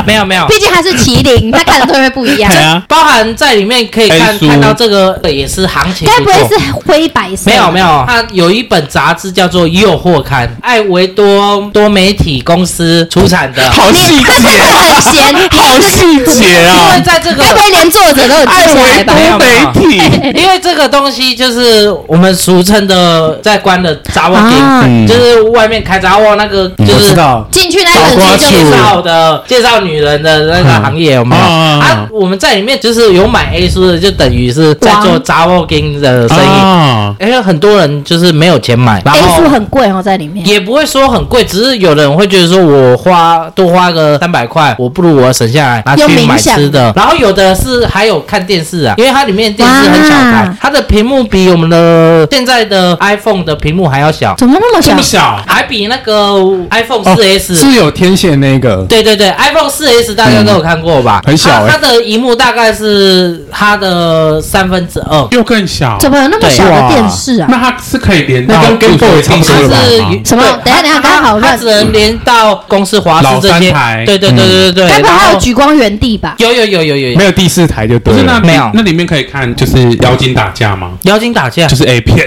[SPEAKER 1] 没有，没有，
[SPEAKER 2] 毕竟他是麒麟， 他看的特别不一样
[SPEAKER 3] 对。啊，
[SPEAKER 1] 包含在里面可以看
[SPEAKER 3] 黑书
[SPEAKER 1] 看到这个也是行情
[SPEAKER 2] 该不
[SPEAKER 1] 错。
[SPEAKER 2] 会是灰白色？
[SPEAKER 1] 没有没有，它有一本杂志叫做《诱惑刊》，艾维多多媒体公司出产的。
[SPEAKER 3] 好细
[SPEAKER 2] 他真的
[SPEAKER 3] 节，
[SPEAKER 2] 很闲，
[SPEAKER 3] 好细节
[SPEAKER 1] 因为
[SPEAKER 3] 啊！哎
[SPEAKER 1] 在这个
[SPEAKER 2] 该，不会连作者都有记
[SPEAKER 3] 爱
[SPEAKER 2] 下来
[SPEAKER 3] 维
[SPEAKER 2] 吧？
[SPEAKER 3] 多媒体，
[SPEAKER 1] 因为这个东西就是我们俗称的在关的杂货
[SPEAKER 2] 啊
[SPEAKER 1] 店，
[SPEAKER 4] 嗯
[SPEAKER 1] 就是外面开杂货那个，就
[SPEAKER 4] 我
[SPEAKER 1] 是
[SPEAKER 4] 知道，
[SPEAKER 2] 进去那本
[SPEAKER 4] 瓜
[SPEAKER 2] 书
[SPEAKER 1] 介
[SPEAKER 2] 就是
[SPEAKER 4] 树
[SPEAKER 1] 绍的介绍女人的那个行业有没有？
[SPEAKER 3] 嗯
[SPEAKER 1] 啊，我们在里面就是有买 A 书的，就等于是在做
[SPEAKER 2] 王
[SPEAKER 1] 杂货店的生意。
[SPEAKER 3] 啊，
[SPEAKER 1] 因为很多人就是没有钱
[SPEAKER 4] 哎
[SPEAKER 1] 买，然
[SPEAKER 2] A
[SPEAKER 1] 后
[SPEAKER 2] 书很贵哦，在里面。
[SPEAKER 1] 也不会说很贵，只是有的人会觉得说我花多花个三百块，我不如我省下来拿
[SPEAKER 2] 有
[SPEAKER 1] 去
[SPEAKER 2] 冥
[SPEAKER 1] 买
[SPEAKER 2] 想
[SPEAKER 1] 吃的。然后有的是还有看电视啊，因为它里面电视很小台
[SPEAKER 2] 哇，
[SPEAKER 1] 它的屏幕比我们的现在的 iPhone 的屏幕还要小，
[SPEAKER 2] 怎么那么
[SPEAKER 3] 这
[SPEAKER 2] 小
[SPEAKER 3] 么？小，
[SPEAKER 1] 还比那个 iPhone
[SPEAKER 4] 哦
[SPEAKER 1] 4 S、
[SPEAKER 4] 是有天线那个，
[SPEAKER 1] 对对对，iPhone 四 S 大家都有看过吧？
[SPEAKER 4] 嗯很小欸
[SPEAKER 1] 它它的荧幕大概是它的三分之二。
[SPEAKER 3] 又更小，
[SPEAKER 2] 怎么有那么小的电视啊？
[SPEAKER 3] 那它是可以连到
[SPEAKER 4] 那跟 Game Boy 差不
[SPEAKER 1] 它
[SPEAKER 4] 多
[SPEAKER 1] 是
[SPEAKER 4] 了吧
[SPEAKER 3] 啊
[SPEAKER 2] 哦什么
[SPEAKER 1] 对
[SPEAKER 2] 等一下等一
[SPEAKER 1] 它
[SPEAKER 2] 下刚刚好乱
[SPEAKER 1] 它只能连到公司华视
[SPEAKER 3] 老
[SPEAKER 1] 这
[SPEAKER 3] 三
[SPEAKER 1] 些
[SPEAKER 3] 台。
[SPEAKER 1] 对对对对对对。
[SPEAKER 2] 该不会
[SPEAKER 1] 然
[SPEAKER 2] 嗯还
[SPEAKER 1] 后
[SPEAKER 2] 有举光原地吧？
[SPEAKER 1] 有有有有有
[SPEAKER 4] 没
[SPEAKER 1] 有
[SPEAKER 4] 有第四台就
[SPEAKER 3] 不
[SPEAKER 4] 对
[SPEAKER 3] 是那
[SPEAKER 4] 了。
[SPEAKER 1] 没有哎
[SPEAKER 3] 那里面可以看就是妖精打架吗？
[SPEAKER 1] 妖精打架
[SPEAKER 3] 就，是 A 片，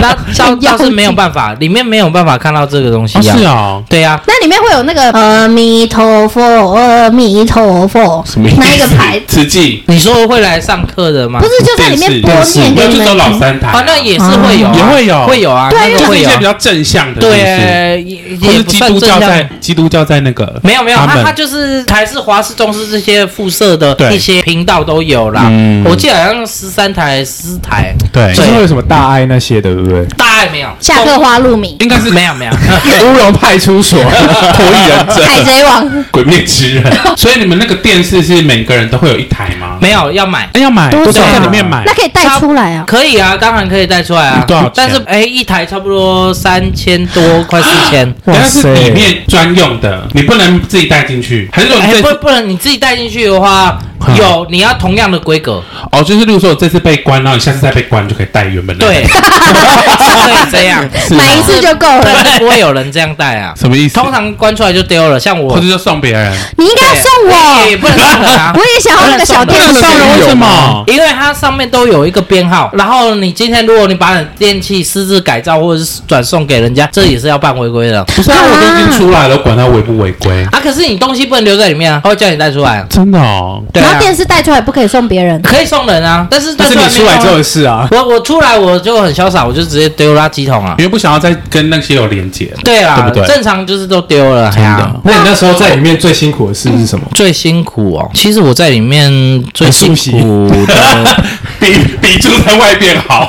[SPEAKER 1] 那 倒倒是没有办法，里面没有办法看到这个东西啊。
[SPEAKER 3] 是哦，
[SPEAKER 1] 对啊，
[SPEAKER 2] 那里面会有那个阿弥陀佛，阿弥陀佛，那一个牌？
[SPEAKER 3] 慈济
[SPEAKER 1] 你说会来上课的吗
[SPEAKER 2] 不？是就在里面播念
[SPEAKER 3] 没
[SPEAKER 2] 给
[SPEAKER 3] 有，
[SPEAKER 2] 你们
[SPEAKER 3] 就只有老
[SPEAKER 2] 听。
[SPEAKER 3] 三台，
[SPEAKER 1] 啊，那也是会有啊，
[SPEAKER 3] 也会有
[SPEAKER 1] 会有啊，
[SPEAKER 2] 对啊
[SPEAKER 1] 那
[SPEAKER 3] 就
[SPEAKER 1] 个
[SPEAKER 3] 是
[SPEAKER 1] 会
[SPEAKER 3] 一
[SPEAKER 1] 有
[SPEAKER 3] 些。比较正向的，是不是
[SPEAKER 1] 对，也
[SPEAKER 3] 或
[SPEAKER 1] 也
[SPEAKER 3] 是
[SPEAKER 1] 不
[SPEAKER 3] 基
[SPEAKER 1] 算
[SPEAKER 3] 督
[SPEAKER 1] 正
[SPEAKER 3] 教在
[SPEAKER 1] 向。
[SPEAKER 3] 基督教在那个
[SPEAKER 1] 没有没有，
[SPEAKER 3] 他
[SPEAKER 1] 他
[SPEAKER 3] 们
[SPEAKER 1] 他就是还是华视重视这些辐射的
[SPEAKER 3] 对
[SPEAKER 1] 一些频道都有啦。
[SPEAKER 3] 嗯
[SPEAKER 1] 我记得好像十三台、十台，
[SPEAKER 3] 对
[SPEAKER 4] 就是会有什么大爱那些的，对不对？
[SPEAKER 1] 大爱没有，
[SPEAKER 2] 下课花露米、
[SPEAKER 1] 应该是没有没有。
[SPEAKER 4] 乌龙派出 所，
[SPEAKER 3] 火影忍
[SPEAKER 2] 海
[SPEAKER 3] 者、
[SPEAKER 2] 贼王，
[SPEAKER 3] 鬼灭之刃。所以你们那个电视是每个人都会有一台吗？
[SPEAKER 1] 没有要买，
[SPEAKER 3] 哎要买，
[SPEAKER 2] 多
[SPEAKER 3] 都是
[SPEAKER 2] 少
[SPEAKER 3] 在
[SPEAKER 2] 啊
[SPEAKER 3] 里面买
[SPEAKER 2] 那。可以带出来啊。
[SPEAKER 1] 可以啊，当然可以带出来啊。
[SPEAKER 3] 多少钱
[SPEAKER 1] 但是哎、一台差不多三千多，快四千。
[SPEAKER 4] 哇
[SPEAKER 3] 等下是
[SPEAKER 4] 塞，
[SPEAKER 3] 里面专用的，你不能自己带进去。还是说你
[SPEAKER 1] 哎、
[SPEAKER 3] 这
[SPEAKER 1] 不
[SPEAKER 3] 次
[SPEAKER 1] 不能你自己带进去的话，
[SPEAKER 3] 嗯
[SPEAKER 1] 有你要同样的规格，
[SPEAKER 3] 哦，就是例如说我这次被关，然后你下次再被关就可以带原本的。
[SPEAKER 1] 对，，是可以这样，
[SPEAKER 3] 是吗
[SPEAKER 2] 买一次就够了。
[SPEAKER 1] 但是不会有人这样带啊。
[SPEAKER 3] 什么意思？
[SPEAKER 1] 通常关出来就丢了，像我
[SPEAKER 3] 或者就送别人。
[SPEAKER 2] 你应该要送
[SPEAKER 1] 对也
[SPEAKER 2] 我，
[SPEAKER 1] 不能送人啊
[SPEAKER 2] 我。也想要那个小电
[SPEAKER 4] 不能
[SPEAKER 2] 视
[SPEAKER 4] 送。人
[SPEAKER 3] 为什么？
[SPEAKER 1] 因为它上面都有一个编号，然后你今天如果你把你的电器私自改造或者是转送给人家，这也是要办违规的
[SPEAKER 3] 不是啊，我都已经出来了，管他违不违规。
[SPEAKER 1] 啊。可是你东西不能留在里面啊，他会叫你带出来啊。
[SPEAKER 3] 真的哦，
[SPEAKER 1] 对
[SPEAKER 2] 然
[SPEAKER 1] 啊
[SPEAKER 2] 后，电视带出来不可以送别人，
[SPEAKER 1] 可以送人啊，但是
[SPEAKER 4] 但是你出来之后的事啊，
[SPEAKER 1] 我我出来我就很潇洒，我就直接丢垃圾桶啊。
[SPEAKER 3] 因为不想要再跟那些有连接。
[SPEAKER 1] 对啦，
[SPEAKER 3] 对不对
[SPEAKER 1] 正常就是都丢了，哎呀
[SPEAKER 3] 的
[SPEAKER 4] 那你那时候在里面最辛苦的事是什么？
[SPEAKER 1] 最辛苦哦，其实我在里面最辛苦 的，
[SPEAKER 3] 比比住在外边好。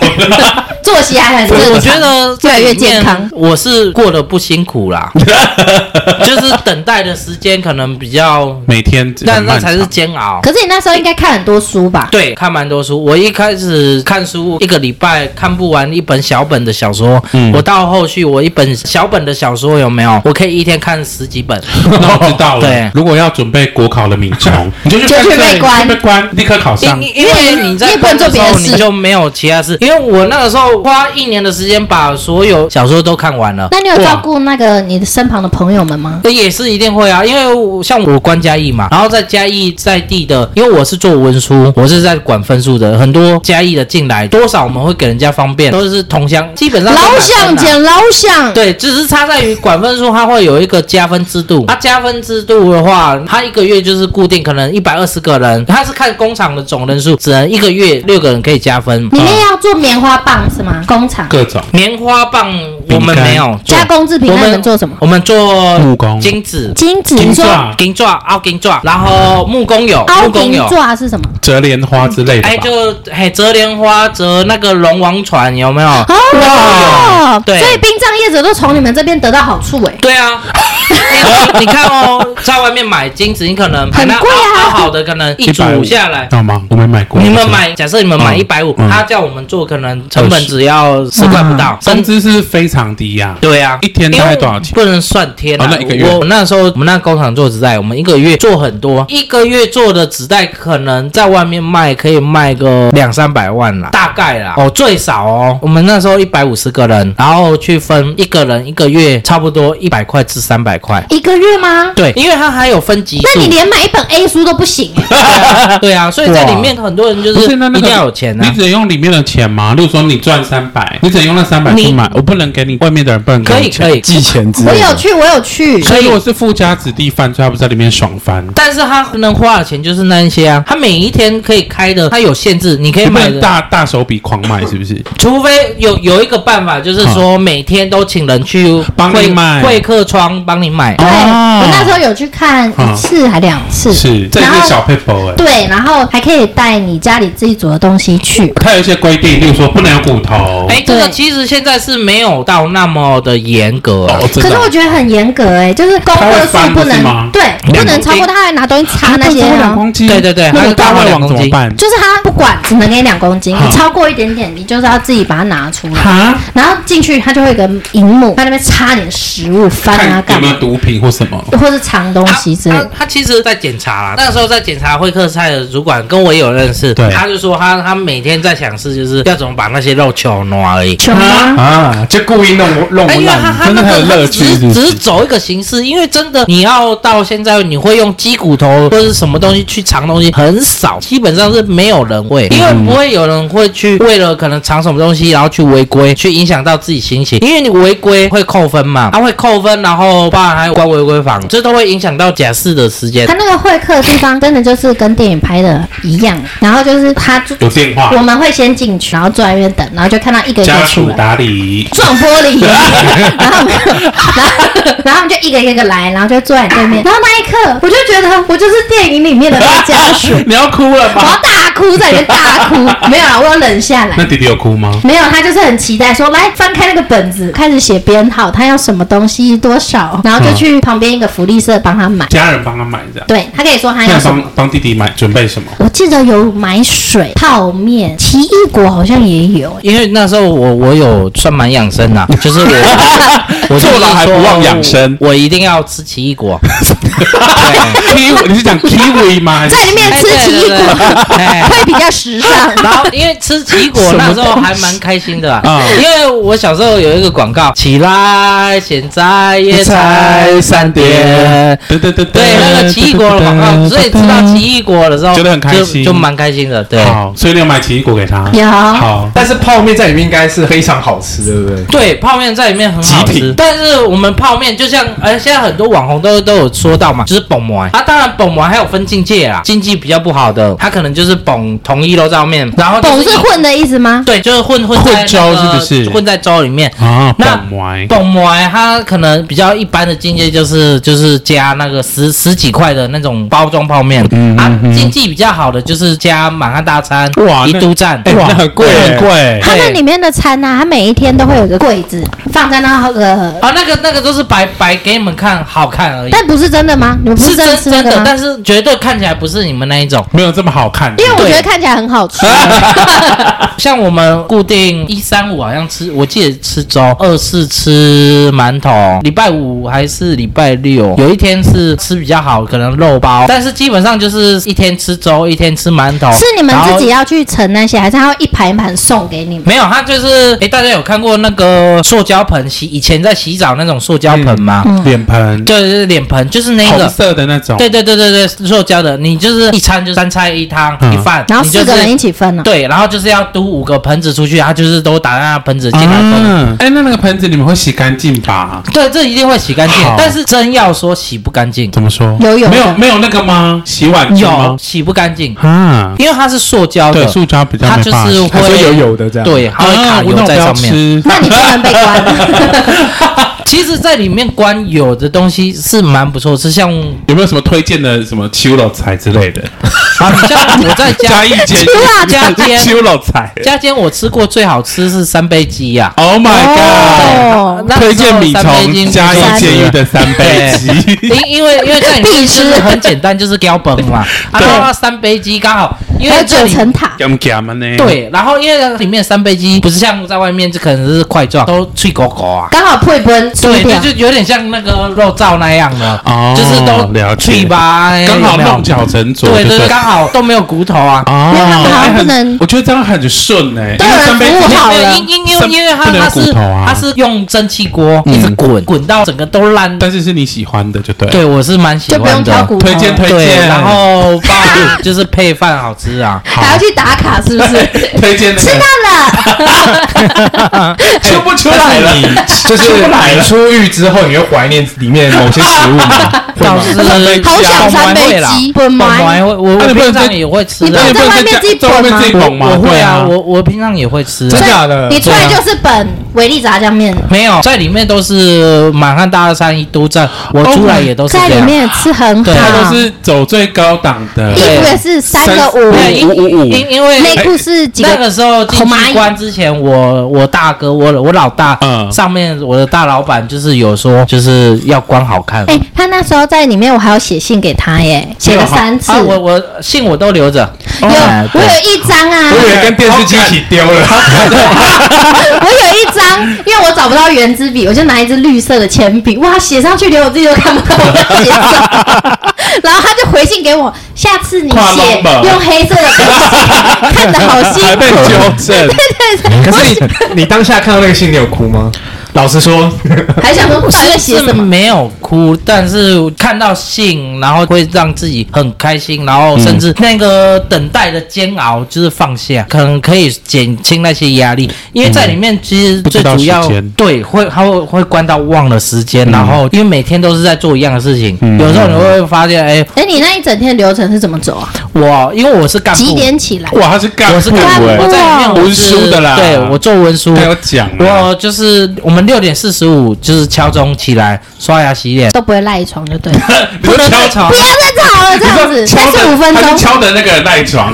[SPEAKER 2] 作息还很
[SPEAKER 1] 我
[SPEAKER 2] 正
[SPEAKER 1] 我觉
[SPEAKER 2] 常。
[SPEAKER 1] 得
[SPEAKER 2] 越来
[SPEAKER 1] 在
[SPEAKER 2] 越
[SPEAKER 1] 里面
[SPEAKER 2] 健康
[SPEAKER 1] 我是过得不辛苦啦， 就是等待的时间可能比较，
[SPEAKER 3] 每天
[SPEAKER 1] 那
[SPEAKER 3] 很啊
[SPEAKER 1] 那
[SPEAKER 3] 漫
[SPEAKER 1] 才是
[SPEAKER 3] 长
[SPEAKER 1] 煎熬。
[SPEAKER 2] 可是你那时候应该看很多书吧？
[SPEAKER 1] 哦对，看蛮多书。我一开始看书，一个礼拜看不完一本小本的小说。
[SPEAKER 3] 嗯
[SPEAKER 1] 我到后续，我一本小本的小说有没有？我可以一天看十几本。
[SPEAKER 3] 那我知道了
[SPEAKER 1] 对。
[SPEAKER 3] 如果要准备国考的米虫， 你就去
[SPEAKER 2] 就去
[SPEAKER 3] 看这
[SPEAKER 2] 被
[SPEAKER 3] 里
[SPEAKER 2] 关
[SPEAKER 3] 就被关，立刻考上
[SPEAKER 1] 因。因为你在
[SPEAKER 2] 你也不能做别的
[SPEAKER 1] 工作
[SPEAKER 2] 事
[SPEAKER 1] 时候你就没有其他事。因为我那个时候花一年的时间把所有小说都看完了。
[SPEAKER 2] 那你有照顾那个你的身旁的朋友们吗？
[SPEAKER 1] 也是一定会啊，因为我像我关嘉义嘛，然后在嘉义在地的，因为我是做文书，我是在管分数的，很多嘉义的进来，多少我们会给人家方便，都是同乡，基本上都
[SPEAKER 2] 老
[SPEAKER 1] 满分啊
[SPEAKER 2] 想捡老想，
[SPEAKER 1] 对，只是差在于管分数，它会有一个加分制度。它加分制度的话，它一个月就是固定，可能一百二十个人，它是看工厂的总人数，只能一个月六个人可以加分。
[SPEAKER 2] 里面要做棉花棒是吗？工厂
[SPEAKER 3] 各种
[SPEAKER 1] 棉花棒我们没有做
[SPEAKER 2] 加，工制品，
[SPEAKER 1] 我
[SPEAKER 2] 那你
[SPEAKER 1] 们
[SPEAKER 2] 们做什么？
[SPEAKER 1] 我们做
[SPEAKER 3] 木工啊
[SPEAKER 1] 金子、
[SPEAKER 2] 金子，
[SPEAKER 3] 金
[SPEAKER 2] 你说
[SPEAKER 3] 钻、
[SPEAKER 1] 金爪、凹金爪，然后木工有，
[SPEAKER 2] 凹
[SPEAKER 1] 木工
[SPEAKER 2] 金
[SPEAKER 1] 有。
[SPEAKER 2] 钻是什么？
[SPEAKER 3] 折莲花之类的
[SPEAKER 1] 哎，
[SPEAKER 3] 吧。
[SPEAKER 1] 就嘿折莲花，折那个龙王船有没
[SPEAKER 2] 啊
[SPEAKER 1] 有？
[SPEAKER 2] 哦，
[SPEAKER 1] 对
[SPEAKER 2] 所以殡葬业者都从你们这边得到好处哎。
[SPEAKER 1] 对 啊，你你看哦，在外面买金子，你可能
[SPEAKER 2] 很
[SPEAKER 1] 那
[SPEAKER 2] 贵啊
[SPEAKER 1] 凹凹好的可能一组
[SPEAKER 3] 150
[SPEAKER 1] 下来
[SPEAKER 3] 知，道吗？我没买过。
[SPEAKER 1] 你们
[SPEAKER 3] 我不知道。
[SPEAKER 1] 买，假设你们买
[SPEAKER 3] 啊嗯
[SPEAKER 1] 一百五，
[SPEAKER 3] 嗯
[SPEAKER 1] 他叫我们做，可能成本
[SPEAKER 3] 20
[SPEAKER 1] 只要十块不到，
[SPEAKER 3] 工
[SPEAKER 1] 甚至
[SPEAKER 3] 资是非常低呀、
[SPEAKER 1] 对啊，
[SPEAKER 3] 一天大概多少钱
[SPEAKER 1] 因为我不能算天啊
[SPEAKER 3] 哦，那一个月
[SPEAKER 1] 我我那时候我们那工厂做纸袋，我们一个月做很多，一个月做的纸袋可能在外面卖可以卖个两三百万啦，大概啦，哦，最少哦。我们那时候一百五十个人，然后去分一个人一个月差不多一百块至三百块。
[SPEAKER 2] 一个月吗？
[SPEAKER 1] 对，因为它还有分级
[SPEAKER 2] 那
[SPEAKER 1] 数
[SPEAKER 2] 你。连买一本 A 书都不行 哎。
[SPEAKER 1] 对啊，所以在里面很多人就
[SPEAKER 3] 不
[SPEAKER 1] 是
[SPEAKER 3] 是那那
[SPEAKER 1] 一
[SPEAKER 3] 个
[SPEAKER 1] 定要有钱啊
[SPEAKER 3] 你。只能用里面的钱吗？例如说你赚三百，你只能用那三百去
[SPEAKER 1] 你
[SPEAKER 3] 买，我不能给你外面的人不能给
[SPEAKER 1] 可以
[SPEAKER 3] 你钱
[SPEAKER 1] 可以，
[SPEAKER 4] 寄钱之
[SPEAKER 2] 我
[SPEAKER 4] 类
[SPEAKER 2] 有
[SPEAKER 4] 的。
[SPEAKER 2] 去，我有去。
[SPEAKER 1] 可以
[SPEAKER 3] 所以如果是富家子弟犯罪，他不是在里面爽翻？
[SPEAKER 1] 但是他能花的钱就是那一些啊，他每一天可以开的，他有限制，你可以
[SPEAKER 3] 你不
[SPEAKER 1] 买
[SPEAKER 3] 能
[SPEAKER 1] 的，
[SPEAKER 3] 大大手笔狂买，是不是？
[SPEAKER 1] 除非有有一个办法，就是说每天都请人去
[SPEAKER 3] 帮你
[SPEAKER 1] 会
[SPEAKER 3] 买
[SPEAKER 1] 会客窗帮你买
[SPEAKER 2] 对，，
[SPEAKER 3] 哦
[SPEAKER 2] 我那时候有去看一次还两次。
[SPEAKER 3] 是，这也
[SPEAKER 2] 然
[SPEAKER 3] 是
[SPEAKER 2] 后
[SPEAKER 3] 小 paper 哎、
[SPEAKER 2] 对，然后还可以带你家里自己煮的东西去。
[SPEAKER 3] 它有一些规定，例如说不能有骨头。
[SPEAKER 1] 哎、这个
[SPEAKER 2] 对
[SPEAKER 1] 其实现在是没有到那么的严格、啊
[SPEAKER 3] 哦，，真
[SPEAKER 2] 可是
[SPEAKER 3] 的
[SPEAKER 2] 我
[SPEAKER 3] 哦。
[SPEAKER 2] 觉得很严格哎、就是公
[SPEAKER 3] 他
[SPEAKER 2] 克
[SPEAKER 3] 会
[SPEAKER 2] 数
[SPEAKER 3] 翻
[SPEAKER 2] 不
[SPEAKER 3] 不是吗
[SPEAKER 2] 能对，
[SPEAKER 1] 嗯
[SPEAKER 2] 不能超过，他还拿东西
[SPEAKER 3] 啊
[SPEAKER 2] 擦那些
[SPEAKER 3] 大胃
[SPEAKER 2] 啊
[SPEAKER 3] 王。公斤
[SPEAKER 1] 对对对
[SPEAKER 3] 那
[SPEAKER 1] 还
[SPEAKER 3] 个
[SPEAKER 1] 有
[SPEAKER 3] 大
[SPEAKER 1] 大胃
[SPEAKER 3] 胃
[SPEAKER 1] 王
[SPEAKER 3] 王怎么
[SPEAKER 1] 公斤
[SPEAKER 3] 办？
[SPEAKER 2] 就是他不管，只能给你两公斤，
[SPEAKER 3] 嗯
[SPEAKER 2] 你超过一点点，你就是要自己把它拿出来。
[SPEAKER 3] 哈，
[SPEAKER 2] 然后进去，它就会有一个荧幕，在那边插你的食物，翻啊
[SPEAKER 3] 看有
[SPEAKER 2] 干
[SPEAKER 3] 没
[SPEAKER 2] 嘛
[SPEAKER 3] 有，毒品或什么？
[SPEAKER 2] 或是藏
[SPEAKER 3] 哦
[SPEAKER 2] 东
[SPEAKER 1] 他
[SPEAKER 2] 西之类
[SPEAKER 1] 他
[SPEAKER 2] 的。
[SPEAKER 1] 他哦其实在检查啦，那时候在检查会客菜的主管跟我也有认识，
[SPEAKER 3] 嗯对
[SPEAKER 1] 他就说他他每天在想事就是要怎么把那些肉敲烂而已。
[SPEAKER 2] 穷吗？
[SPEAKER 4] 啊，就故意弄我弄
[SPEAKER 1] 哎因
[SPEAKER 4] 我
[SPEAKER 1] 为
[SPEAKER 4] 烂
[SPEAKER 1] 他
[SPEAKER 4] 你，
[SPEAKER 1] 他
[SPEAKER 4] 真
[SPEAKER 1] 那
[SPEAKER 4] 的很
[SPEAKER 1] 个他
[SPEAKER 4] 有乐
[SPEAKER 1] 只
[SPEAKER 4] 趣
[SPEAKER 1] 是
[SPEAKER 4] 是不
[SPEAKER 1] 只
[SPEAKER 4] 是
[SPEAKER 1] 是走一个形式，因为真的你要到现在你会用鸡骨头或者什么东西去藏东西很少，基本上是没有人会，
[SPEAKER 4] 嗯
[SPEAKER 1] 因为不会有人会去为了可能藏什么东西，然后去违规，去影响到自己心情，因为你违规会扣分嘛，他、会扣分，然后包含还有关违规房，这都会影响到假释的时间
[SPEAKER 2] 他。那个会客的地方真的就是跟电影拍的一样，然后就是他就
[SPEAKER 3] 有电话
[SPEAKER 2] 我，们会先进去，然后坐在那边等，然后就看到一个一
[SPEAKER 3] 家
[SPEAKER 2] 个出
[SPEAKER 3] 属
[SPEAKER 2] 来。
[SPEAKER 3] 打理，
[SPEAKER 2] 撞玻璃， 然后没有然后然后他们就一个一个一个来，然后就坐在你对面，然后那一刻我就觉得我就是电影里面的那个家 属，
[SPEAKER 3] 你要哭了
[SPEAKER 2] 我要
[SPEAKER 3] 吧？
[SPEAKER 2] 大哭在里面大哭， 没有啦，啊我有忍下来
[SPEAKER 3] 那。弟弟有哭吗？
[SPEAKER 2] 没有，他就是很期待说，来翻开那个本子，开始写编号，他要什么东西多少， 然后就去旁边一个福利社帮他买。
[SPEAKER 3] 家人帮他买的，
[SPEAKER 2] 对他可以 说他要
[SPEAKER 3] 那
[SPEAKER 2] 哎什么。
[SPEAKER 3] 帮帮弟弟买准备什么？
[SPEAKER 2] 我记得有买水、泡面，奇异果好像也有。
[SPEAKER 1] 因为那时候我我有算蛮养生 啦、就是我我就是
[SPEAKER 4] 坐牢还不忘
[SPEAKER 1] 说
[SPEAKER 4] 养生
[SPEAKER 1] 我一定要吃奇异果。
[SPEAKER 3] kiwi，你是讲 kiwi 吗？还是
[SPEAKER 2] 在里面 吃奇异
[SPEAKER 1] 哎对对
[SPEAKER 2] 果
[SPEAKER 1] 对 哎
[SPEAKER 2] 会比较时尚。
[SPEAKER 1] 然后因为吃奇异果那时候还蛮开心的啊
[SPEAKER 3] 啊，
[SPEAKER 1] 因为我小时候有一个广告，起来，现在也
[SPEAKER 3] 啊
[SPEAKER 1] 才三点。
[SPEAKER 3] 对对对
[SPEAKER 1] 对，那个奇异果的广 告，所以吃到奇异果的时候，
[SPEAKER 3] 觉得很开心
[SPEAKER 1] 就就蛮开心的。对，
[SPEAKER 3] 好，所以你有买奇异果给他？
[SPEAKER 2] 有
[SPEAKER 3] 好，
[SPEAKER 4] 但是泡面在里面应该是非常好吃，对不对？
[SPEAKER 1] 对，泡面在里面很好
[SPEAKER 4] 极
[SPEAKER 1] 吃
[SPEAKER 4] 品，
[SPEAKER 1] 但是我们泡面就像，呃，现在很多网红都都有说到嘛，就是蹦馍啊，当然蹦馍还有分境界啦，经济比较不好的，他可能就是蹦同一肉燥面，然后哦就
[SPEAKER 2] 懂是混的意思吗？
[SPEAKER 1] 对，就是混混在
[SPEAKER 3] 混粥
[SPEAKER 1] 那个
[SPEAKER 3] 是不是
[SPEAKER 1] 混在粥里面，
[SPEAKER 3] 啊，
[SPEAKER 1] 那
[SPEAKER 3] 本歪
[SPEAKER 1] 蹦馍它可能比较一般的境界就是就是加那个十十几块的那种包装泡面，
[SPEAKER 4] 嗯
[SPEAKER 1] 啊，经济比较好的就是加满汉大餐，
[SPEAKER 3] 哇
[SPEAKER 1] 一
[SPEAKER 3] 那
[SPEAKER 1] 都站，
[SPEAKER 4] 哎那很贵耶
[SPEAKER 3] 很贵。
[SPEAKER 1] 哎
[SPEAKER 2] 他们里面的餐呐、啊，它每一天都会有一个柜子放在那个，
[SPEAKER 1] 啊，那个那个都是摆摆给你们看好看而已，
[SPEAKER 2] 但不是真的吗？你们不
[SPEAKER 1] 是
[SPEAKER 2] 真的
[SPEAKER 1] 真
[SPEAKER 2] 吃那
[SPEAKER 1] 真
[SPEAKER 2] 个
[SPEAKER 1] 的，
[SPEAKER 2] 吗？
[SPEAKER 1] 但是绝对看起来不是你们那一种。
[SPEAKER 3] 没有这么好看，
[SPEAKER 2] 因为我觉得看起来很 好吃，
[SPEAKER 1] 像我们固定一三五好像吃，我记得吃粥，二四吃馒头，礼拜五还是礼拜六，有一天是吃比较好，可能肉包，但是基本上就是一天吃粥，一天吃馒头。
[SPEAKER 2] 是你们自己
[SPEAKER 1] 然后？
[SPEAKER 2] 要去盛那些，还是他会一盘一盘送给你们？
[SPEAKER 1] 没有，它就是诶，大家有看过那个塑胶盆洗，以前在洗澡那种塑胶盆吗？
[SPEAKER 2] 嗯
[SPEAKER 3] 脸盆
[SPEAKER 1] 就是脸盆，就是那
[SPEAKER 3] 红
[SPEAKER 1] 个。
[SPEAKER 3] 色的那种，
[SPEAKER 1] 对对对对对，塑胶的，你就是一餐就三菜一汤、
[SPEAKER 3] 嗯
[SPEAKER 1] 一饭，
[SPEAKER 2] 然后
[SPEAKER 1] 你就
[SPEAKER 2] 四
[SPEAKER 1] 是
[SPEAKER 2] 个人一起分哦了、
[SPEAKER 1] 对，然后就是要嘟五个盆子出去，他就是都打在那盆子进来分。
[SPEAKER 3] 啊，哎，那那个盆子你们会洗干净吧？
[SPEAKER 1] 对，这一定会洗干净
[SPEAKER 3] 好，
[SPEAKER 1] 但是真要说洗不干净，
[SPEAKER 3] 怎么说？
[SPEAKER 2] 游泳的
[SPEAKER 3] 没有没有那个吗？洗碗巾
[SPEAKER 1] 有
[SPEAKER 3] 吗？
[SPEAKER 1] 洗不干净，
[SPEAKER 3] 啊，
[SPEAKER 1] 因为它是塑胶
[SPEAKER 3] 对，
[SPEAKER 1] 的，
[SPEAKER 3] 塑胶比较
[SPEAKER 1] 它
[SPEAKER 3] 没
[SPEAKER 1] 就
[SPEAKER 3] 办法
[SPEAKER 1] 是
[SPEAKER 3] 洗
[SPEAKER 4] 还说
[SPEAKER 1] 会
[SPEAKER 4] 有油的这样，
[SPEAKER 1] 对，它会
[SPEAKER 3] 啊
[SPEAKER 1] 卡
[SPEAKER 3] 我那
[SPEAKER 1] 油
[SPEAKER 3] 我
[SPEAKER 1] 在
[SPEAKER 3] 不要
[SPEAKER 1] 上面。
[SPEAKER 3] 吃
[SPEAKER 2] 那你不能被关。
[SPEAKER 1] 其实，在里面关有的东西是蛮不错，是 像
[SPEAKER 3] 有没有什么推荐的什么秋老菜之类的？
[SPEAKER 1] 啊，像我在
[SPEAKER 3] 嘉
[SPEAKER 1] 家
[SPEAKER 3] 义煎
[SPEAKER 1] 啊加煎
[SPEAKER 3] 秋老菜
[SPEAKER 1] 家间我吃过最好吃是三杯鸡呀、
[SPEAKER 3] ，Oh my
[SPEAKER 2] 哦，
[SPEAKER 1] 那时候
[SPEAKER 3] 推荐米
[SPEAKER 1] 三杯鸡
[SPEAKER 3] 虫嘉
[SPEAKER 1] 哎
[SPEAKER 3] 义监狱的三杯 鸡。
[SPEAKER 1] 因因为因为在里面就是很简单，就是标本嘛，啊，
[SPEAKER 3] 对
[SPEAKER 1] 然后它三杯鸡刚好，因
[SPEAKER 2] 还
[SPEAKER 1] 为
[SPEAKER 2] 有
[SPEAKER 1] 这
[SPEAKER 2] 九
[SPEAKER 1] 里
[SPEAKER 2] 层塔，
[SPEAKER 3] 干干嘛呢？，
[SPEAKER 1] 对，然后因为里面三杯鸡不是像在外面，这可能是块状，都脆狗狗啊。
[SPEAKER 2] 刚好配分出
[SPEAKER 1] 对，
[SPEAKER 2] 掉
[SPEAKER 1] 就。就有点像那个肉燥那样的，
[SPEAKER 3] 哦
[SPEAKER 1] 就是都
[SPEAKER 3] 了解
[SPEAKER 1] 脆吧，
[SPEAKER 3] 刚好
[SPEAKER 1] 有哎没有
[SPEAKER 3] 弄巧成拙，
[SPEAKER 1] 对，
[SPEAKER 3] 就
[SPEAKER 1] 就是
[SPEAKER 3] 对
[SPEAKER 1] 刚好都没有骨头啊。
[SPEAKER 3] 哦
[SPEAKER 2] 因为他们好像不能
[SPEAKER 3] 哎很我觉得这样很顺哎、欸，
[SPEAKER 2] 对
[SPEAKER 3] 因为三杯
[SPEAKER 2] 服务
[SPEAKER 3] 鸡
[SPEAKER 2] 好
[SPEAKER 1] 没有
[SPEAKER 2] 了
[SPEAKER 1] 因因因为
[SPEAKER 3] 三
[SPEAKER 1] 因为它
[SPEAKER 3] 不能有
[SPEAKER 1] 它是
[SPEAKER 3] 骨头啊
[SPEAKER 1] 它是用蒸汽锅一直滚滚到整个都烂。
[SPEAKER 3] 但是是你喜欢的就对。，
[SPEAKER 1] 对，我是蛮喜
[SPEAKER 2] 就不用
[SPEAKER 1] 欢
[SPEAKER 2] 挑
[SPEAKER 1] 的。
[SPEAKER 2] 骨头
[SPEAKER 3] 推
[SPEAKER 2] 了，
[SPEAKER 3] 荐推
[SPEAKER 1] 对，
[SPEAKER 3] 荐，
[SPEAKER 1] 然后包含就是配饭好吃啊。
[SPEAKER 2] 还要去打卡是不是？
[SPEAKER 3] 推荐 那
[SPEAKER 2] 吃
[SPEAKER 3] 个
[SPEAKER 2] 到了，
[SPEAKER 4] 出不出来了？你就是你出狱之后，你会怀念里面某些食物吗？会
[SPEAKER 1] 老
[SPEAKER 4] 吗？
[SPEAKER 1] 师
[SPEAKER 2] 好想三杯鸡
[SPEAKER 1] 本
[SPEAKER 2] 本来
[SPEAKER 1] 来会，我
[SPEAKER 2] 啊
[SPEAKER 3] 那
[SPEAKER 1] 我
[SPEAKER 3] 你不能
[SPEAKER 1] 平
[SPEAKER 3] 在
[SPEAKER 1] 常也会吃
[SPEAKER 2] 你
[SPEAKER 1] 的
[SPEAKER 2] 不。哎能在外面自己
[SPEAKER 3] 在外面自己
[SPEAKER 1] 我
[SPEAKER 3] 捧吗？
[SPEAKER 1] 我会
[SPEAKER 3] 对
[SPEAKER 1] 啊，我我平常也会吃啊、
[SPEAKER 4] 真假的
[SPEAKER 2] 你出来就是本维力炸酱面，
[SPEAKER 1] 没有在里面都是满汉大餐一都在，我出来也都是
[SPEAKER 2] 哦在
[SPEAKER 1] 这
[SPEAKER 2] 里
[SPEAKER 1] 样。
[SPEAKER 2] 面吃很
[SPEAKER 1] 对
[SPEAKER 3] 他
[SPEAKER 1] 它
[SPEAKER 2] 好
[SPEAKER 3] 都，是走最高档的
[SPEAKER 2] 衣，
[SPEAKER 1] 对
[SPEAKER 2] 服也是三个
[SPEAKER 3] 三
[SPEAKER 1] 对，
[SPEAKER 2] 五，
[SPEAKER 1] 因
[SPEAKER 3] 五五五
[SPEAKER 1] 因因为哎
[SPEAKER 2] 内裤是几
[SPEAKER 1] 那
[SPEAKER 2] 个
[SPEAKER 1] 个时候进
[SPEAKER 2] 红蚂
[SPEAKER 1] 去
[SPEAKER 2] 蚁
[SPEAKER 1] 关之前，我我大哥，我我老大，
[SPEAKER 3] 嗯
[SPEAKER 1] 上面我的大老板就是有说，就是要关好看。
[SPEAKER 2] 哎、他那时候在里面，我还有写信给他耶，写了三次。
[SPEAKER 1] 啊，我
[SPEAKER 2] 有，
[SPEAKER 1] 我信我都留着。
[SPEAKER 2] 我
[SPEAKER 1] 哎对
[SPEAKER 2] 有一张啊，
[SPEAKER 4] 我以为跟电视机一起丢了，
[SPEAKER 2] 我有一张，因为我找不到圆珠笔，我就拿一支绿色的铅笔，哇，写上去连我自己都看不到我在写什么。 然后他就回信给我，下次你
[SPEAKER 3] 跨
[SPEAKER 2] 写
[SPEAKER 3] 栏吧
[SPEAKER 2] 用黑色的笔写，看的好辛
[SPEAKER 3] 还被
[SPEAKER 2] 苦。
[SPEAKER 3] 纠正。
[SPEAKER 2] 对对对，
[SPEAKER 4] 可是你你当下看到那个信，你有哭吗？老实说，
[SPEAKER 2] 还想说
[SPEAKER 1] 我
[SPEAKER 2] 到底在写
[SPEAKER 1] 是
[SPEAKER 2] 什么？
[SPEAKER 1] 没有哭，但是看到信，然后会让自己很开心，然
[SPEAKER 2] 嗯
[SPEAKER 1] 后甚至那个等待的煎熬就是放下，可能可以减轻那些压力，因为在里面其实最主
[SPEAKER 3] 不知道
[SPEAKER 1] 要
[SPEAKER 3] 时间
[SPEAKER 1] 对会他会会关到忘了时
[SPEAKER 2] 嗯
[SPEAKER 1] 间，然后因为每天都是在做一样的事情，有时候你会发现，哎，
[SPEAKER 2] 哎，你那一整天流程是怎么走啊？
[SPEAKER 1] 我因啊为我是干部，
[SPEAKER 2] 几点起来？
[SPEAKER 3] 哇，他是干部
[SPEAKER 1] 我是干部，
[SPEAKER 3] 欸
[SPEAKER 1] 我在里面我是
[SPEAKER 3] 文书的啦
[SPEAKER 1] 对我做文书，
[SPEAKER 3] 他有讲啊，
[SPEAKER 1] 我就是我们六点四十五就是敲钟起来刷牙洗脸，
[SPEAKER 2] 都不会赖床就对了，
[SPEAKER 3] 你说
[SPEAKER 1] 不能再
[SPEAKER 3] 敲
[SPEAKER 1] 吵
[SPEAKER 2] 不要再吵了，这样子
[SPEAKER 3] 你说敲
[SPEAKER 2] 三
[SPEAKER 3] 的
[SPEAKER 2] 十五分
[SPEAKER 3] 他是
[SPEAKER 2] 钟
[SPEAKER 3] 敲的那个人 赖床，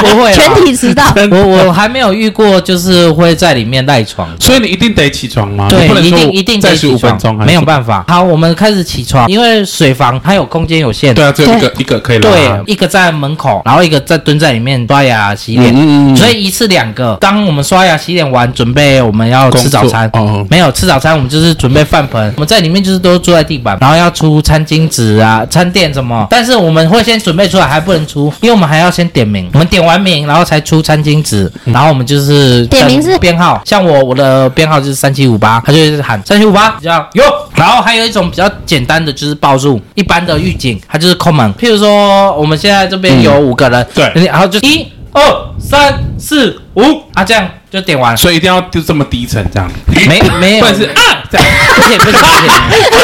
[SPEAKER 1] 不会啦
[SPEAKER 2] 全体迟到，
[SPEAKER 1] 我我还没有遇过，就是会在里面赖床。
[SPEAKER 3] 所以你一定得起床吗？
[SPEAKER 1] 对
[SPEAKER 3] 啊你不，能
[SPEAKER 1] 一
[SPEAKER 3] 说
[SPEAKER 1] 定一定
[SPEAKER 3] 再
[SPEAKER 1] 得
[SPEAKER 3] 十
[SPEAKER 1] 起
[SPEAKER 3] 五分
[SPEAKER 1] 床
[SPEAKER 3] 钟，还是
[SPEAKER 1] 没有
[SPEAKER 3] 什么
[SPEAKER 1] 办法。好，我们开始起床，因为水房它有空间有限，
[SPEAKER 3] 对啊，只有一个一个可以拉。
[SPEAKER 1] 对，一个在门口，然后一个在蹲在里面刷牙洗脸，
[SPEAKER 3] 嗯嗯嗯
[SPEAKER 1] 所以一次两个。当我们刷牙洗脸完，准备我们要吃早餐，
[SPEAKER 3] 工作哦
[SPEAKER 1] 没有吃早餐，我们就是准备饭盆。我们在里面就是都坐在地板，然后要出餐巾纸啊、餐垫什么，但是我们会先准备出来，还不能出，因为我们还要先点名。我们点完名，然后才出餐巾纸，
[SPEAKER 3] 嗯
[SPEAKER 1] 然后我们就是
[SPEAKER 2] 点名是
[SPEAKER 1] 编号，像我我的编号就是三七五八，他就一直喊三七五八，这样哟。然后还有一种比较简单的就是报数，一般的预警，它就是空门。譬如说我们现在这边有五个人，
[SPEAKER 3] 对
[SPEAKER 1] 然后就一二三四五啊，这样就点完了，
[SPEAKER 3] 所以一定要就这么低沉这样，
[SPEAKER 1] 没没有，
[SPEAKER 3] 不然是
[SPEAKER 1] 啊 这样，不行不行不行，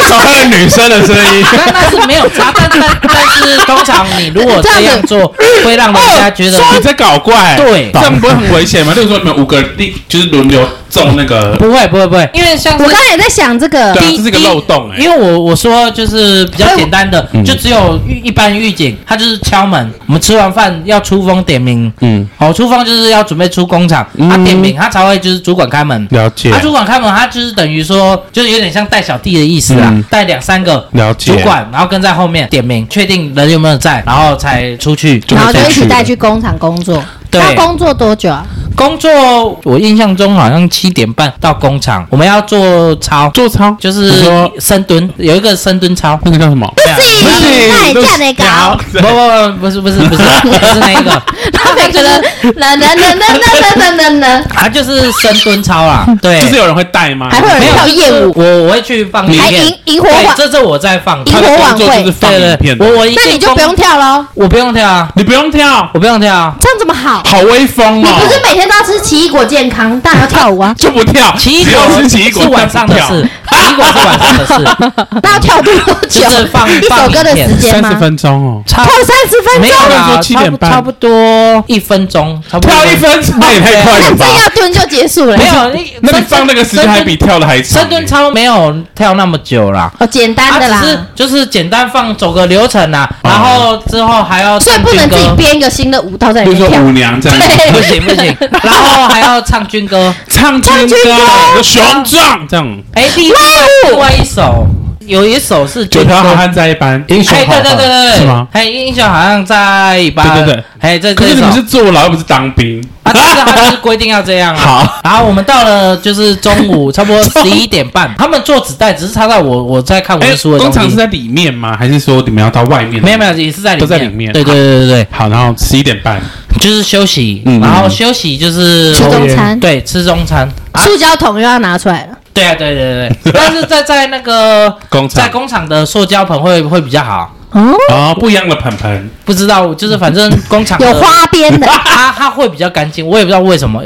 [SPEAKER 4] 找到了女生的声音。
[SPEAKER 1] 那那是没有差，但但但是通常你如果这样做，会让人家觉得
[SPEAKER 3] 你在搞怪，
[SPEAKER 1] 对
[SPEAKER 3] 这样不会很危险吗？例如说你们五个人就是轮流中那个，
[SPEAKER 1] 不会不会不会，因为像是
[SPEAKER 2] 我刚才也在想这个
[SPEAKER 3] 对，啊，
[SPEAKER 1] 第
[SPEAKER 3] 这是一个
[SPEAKER 1] 第
[SPEAKER 3] 漏洞哎
[SPEAKER 1] 因。为我我说就是比较简单
[SPEAKER 3] 嗯
[SPEAKER 1] 的，就只有预一般预警，它就是敲门。我们吃完饭要出风点名，
[SPEAKER 3] 嗯，
[SPEAKER 1] 好、出风就是要准备出工厂，他、点名他才会就是主管开门。啊
[SPEAKER 3] 了解
[SPEAKER 1] 他、主管开门，他就是等于说，就是有点像带小弟的意思啦，
[SPEAKER 3] 嗯
[SPEAKER 1] 带两三个
[SPEAKER 3] 了解
[SPEAKER 1] 主管，然后跟在后面点名，确定人有没有在，然后才出去。
[SPEAKER 2] 然后就一
[SPEAKER 3] 就
[SPEAKER 2] 起
[SPEAKER 3] 是
[SPEAKER 2] 带去工厂工作。
[SPEAKER 1] 对
[SPEAKER 2] 那工作多久啊？
[SPEAKER 1] 工作我印象中好像七点半到工厂，我们要做操，
[SPEAKER 3] 做操
[SPEAKER 1] 就是
[SPEAKER 3] 你说
[SPEAKER 1] 深蹲，有一个深蹲操。啊
[SPEAKER 3] 那个叫什么？
[SPEAKER 1] 这样
[SPEAKER 2] 不是那你这样得搞，
[SPEAKER 1] 不不不，不是不是不是不是那一 个，
[SPEAKER 2] 然后每个人，人人人人人人人人，
[SPEAKER 1] 他就是深蹲操啦，对，
[SPEAKER 3] 就是有人会带吗？
[SPEAKER 2] 还会有人跳
[SPEAKER 1] 就是
[SPEAKER 2] 夜舞，
[SPEAKER 1] 我我会去放影
[SPEAKER 2] 还
[SPEAKER 1] 片
[SPEAKER 2] 赢，赢火
[SPEAKER 1] 对，
[SPEAKER 2] 晚，
[SPEAKER 1] 这这我在放，
[SPEAKER 2] 赢
[SPEAKER 1] 对
[SPEAKER 2] 火晚
[SPEAKER 3] 工作就是
[SPEAKER 2] 会。
[SPEAKER 3] 放影
[SPEAKER 1] 对
[SPEAKER 3] 片，
[SPEAKER 1] 对，我我一
[SPEAKER 2] 那你
[SPEAKER 1] 定
[SPEAKER 2] 就不用
[SPEAKER 1] 工，
[SPEAKER 2] 跳喽，
[SPEAKER 1] 我不用跳啊，
[SPEAKER 3] 你不用跳，
[SPEAKER 1] 我不用跳啊，
[SPEAKER 2] 这样怎么好？
[SPEAKER 3] 好威风
[SPEAKER 2] 你不是
[SPEAKER 3] 哦！？
[SPEAKER 2] 每天都要吃奇异果健康，但还要跳舞啊
[SPEAKER 3] 就不跳，
[SPEAKER 1] 奇异
[SPEAKER 3] 只要
[SPEAKER 1] 果
[SPEAKER 3] 是奇异果
[SPEAKER 1] 是晚上的事，奇异果是晚上的事，
[SPEAKER 2] 那要跳多久？
[SPEAKER 1] 就是放
[SPEAKER 2] 一首歌的时间
[SPEAKER 3] 三
[SPEAKER 2] 吗
[SPEAKER 3] 十？分钟哦，
[SPEAKER 1] 差
[SPEAKER 2] 跳三十分
[SPEAKER 1] 啊没
[SPEAKER 2] 钟
[SPEAKER 1] 有，啊啦，
[SPEAKER 3] 说七
[SPEAKER 1] 差
[SPEAKER 3] 点
[SPEAKER 1] 不
[SPEAKER 3] 半
[SPEAKER 1] 差不多一分钟，差不多
[SPEAKER 3] 跳一分钟那也太快
[SPEAKER 2] 那
[SPEAKER 3] 了吧
[SPEAKER 2] 真？要蹲就结束了。
[SPEAKER 1] 没有，你
[SPEAKER 3] 那你放那个时间还比跳的还长
[SPEAKER 1] 深蹲操没有跳那么久啦。
[SPEAKER 2] 哦，简
[SPEAKER 1] 他
[SPEAKER 2] 单的啦
[SPEAKER 1] 啊只，是就是简单放走个流程啦、
[SPEAKER 3] 哦
[SPEAKER 1] 然后之后还要
[SPEAKER 2] 所以
[SPEAKER 1] 唱
[SPEAKER 2] 不能
[SPEAKER 1] 军
[SPEAKER 2] 自己
[SPEAKER 1] 歌，
[SPEAKER 2] 编一个新的舞蹈在
[SPEAKER 3] 比
[SPEAKER 2] 里
[SPEAKER 3] 如说
[SPEAKER 2] 面跳。
[SPEAKER 3] 舞娘这样子，
[SPEAKER 2] 对
[SPEAKER 1] 不行不行， 然后还要唱军歌。
[SPEAKER 3] 唱
[SPEAKER 2] 唱
[SPEAKER 3] 军
[SPEAKER 2] 军
[SPEAKER 3] 歌，
[SPEAKER 2] 歌
[SPEAKER 3] 雄壮这样，
[SPEAKER 1] 哎，另外
[SPEAKER 2] 哦
[SPEAKER 1] 另外一首有一首是
[SPEAKER 3] 九
[SPEAKER 1] 军
[SPEAKER 3] 条好
[SPEAKER 1] 歌。
[SPEAKER 3] 汉在一班，
[SPEAKER 1] 哎，
[SPEAKER 4] 英雄
[SPEAKER 1] 对
[SPEAKER 4] 好
[SPEAKER 1] 对对对
[SPEAKER 4] 汉，
[SPEAKER 1] 对，
[SPEAKER 3] 是吗
[SPEAKER 1] 哎，英雄好像在一般，
[SPEAKER 3] 对对对，
[SPEAKER 1] 哎，这
[SPEAKER 3] 可
[SPEAKER 1] 这
[SPEAKER 3] 是你们
[SPEAKER 1] 首
[SPEAKER 3] 是坐牢又不是当兵，
[SPEAKER 1] 啊，这 个他就是规定要这样啊。
[SPEAKER 3] 好，
[SPEAKER 1] 然后我们到了就是中午差不 多十一点半，他们做纸袋，只是插在我我在看
[SPEAKER 3] 哎，
[SPEAKER 1] 文书的
[SPEAKER 3] 工厂
[SPEAKER 1] 东
[SPEAKER 3] 是
[SPEAKER 1] 西，
[SPEAKER 3] 在里面吗？还是说你们要到外面？
[SPEAKER 1] 没有没有，也是在里面，
[SPEAKER 3] 都在里面
[SPEAKER 1] 对对对对对。
[SPEAKER 3] 好，然后十一点半，
[SPEAKER 1] 就是休息，
[SPEAKER 3] 嗯
[SPEAKER 1] 然后休息就是
[SPEAKER 2] 吃中餐，
[SPEAKER 1] 对吃中餐啊，
[SPEAKER 2] 塑胶桶又要拿出来了。
[SPEAKER 1] 对啊，对对 对对，但是在在那个
[SPEAKER 3] 工
[SPEAKER 1] 在
[SPEAKER 3] 厂
[SPEAKER 1] 工厂的塑胶盆会会比较好，
[SPEAKER 2] 哦，
[SPEAKER 3] 哦，不一样的盆盆，
[SPEAKER 1] 不知道就是反正工厂的
[SPEAKER 2] 嗯有，花边 的，
[SPEAKER 1] 它它会比较干净，我也不知道为什 么，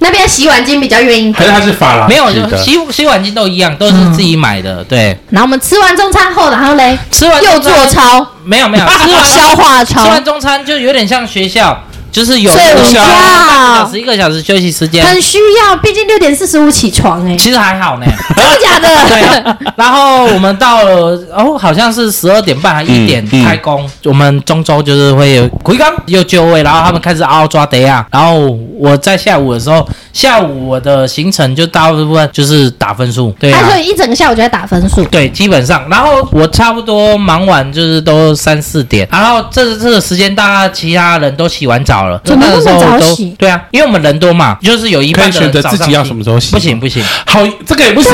[SPEAKER 2] 那边洗碗巾比较愿意
[SPEAKER 3] 还是它是珐琅
[SPEAKER 1] 没
[SPEAKER 3] 质
[SPEAKER 1] 有
[SPEAKER 3] 的？
[SPEAKER 1] 就洗洗碗巾都一样，都是自己买的，对，
[SPEAKER 2] 然后我们吃完中餐后，然后嘞，
[SPEAKER 1] 吃完
[SPEAKER 2] 嗯又
[SPEAKER 1] 中餐
[SPEAKER 2] 做操，
[SPEAKER 1] 没有没有吃 完
[SPEAKER 2] 消化
[SPEAKER 1] 吃
[SPEAKER 2] 操
[SPEAKER 1] 完，中餐就有点像学校，就是有
[SPEAKER 2] 睡午
[SPEAKER 3] 觉
[SPEAKER 1] 半个小时一个小时休息时间，
[SPEAKER 2] 很需要，毕竟六点四十五起床哎，
[SPEAKER 1] 其实还好呢。
[SPEAKER 2] 真的假的？
[SPEAKER 1] 呃对，啊然后我们到了，哦，好像是十二点半还啊一点
[SPEAKER 3] 嗯嗯
[SPEAKER 1] 开工。我们中州就是会有回岗有就位，然后他们开始嗷嗷抓贼啊。然后我在下午的时候，下午我的行程就大部分就是打分数，对啊
[SPEAKER 2] 他。所以一整个下午就在打分数，
[SPEAKER 1] 对，基本上，然后我差不多忙完就是都三四点，然后这这个时间大家其他人都洗完澡了，
[SPEAKER 2] 怎么
[SPEAKER 1] 那个
[SPEAKER 2] 那么
[SPEAKER 1] 时候
[SPEAKER 2] 早
[SPEAKER 1] 都
[SPEAKER 2] 洗
[SPEAKER 1] 对啊，因为我们人多嘛，就是有一
[SPEAKER 3] 可
[SPEAKER 1] 半
[SPEAKER 3] 以
[SPEAKER 1] 的
[SPEAKER 3] 选
[SPEAKER 1] 人
[SPEAKER 3] 择
[SPEAKER 1] 早
[SPEAKER 3] 自
[SPEAKER 1] 上
[SPEAKER 3] 己要什么时候洗，
[SPEAKER 1] 不行不啊行
[SPEAKER 3] 好，这个也不行。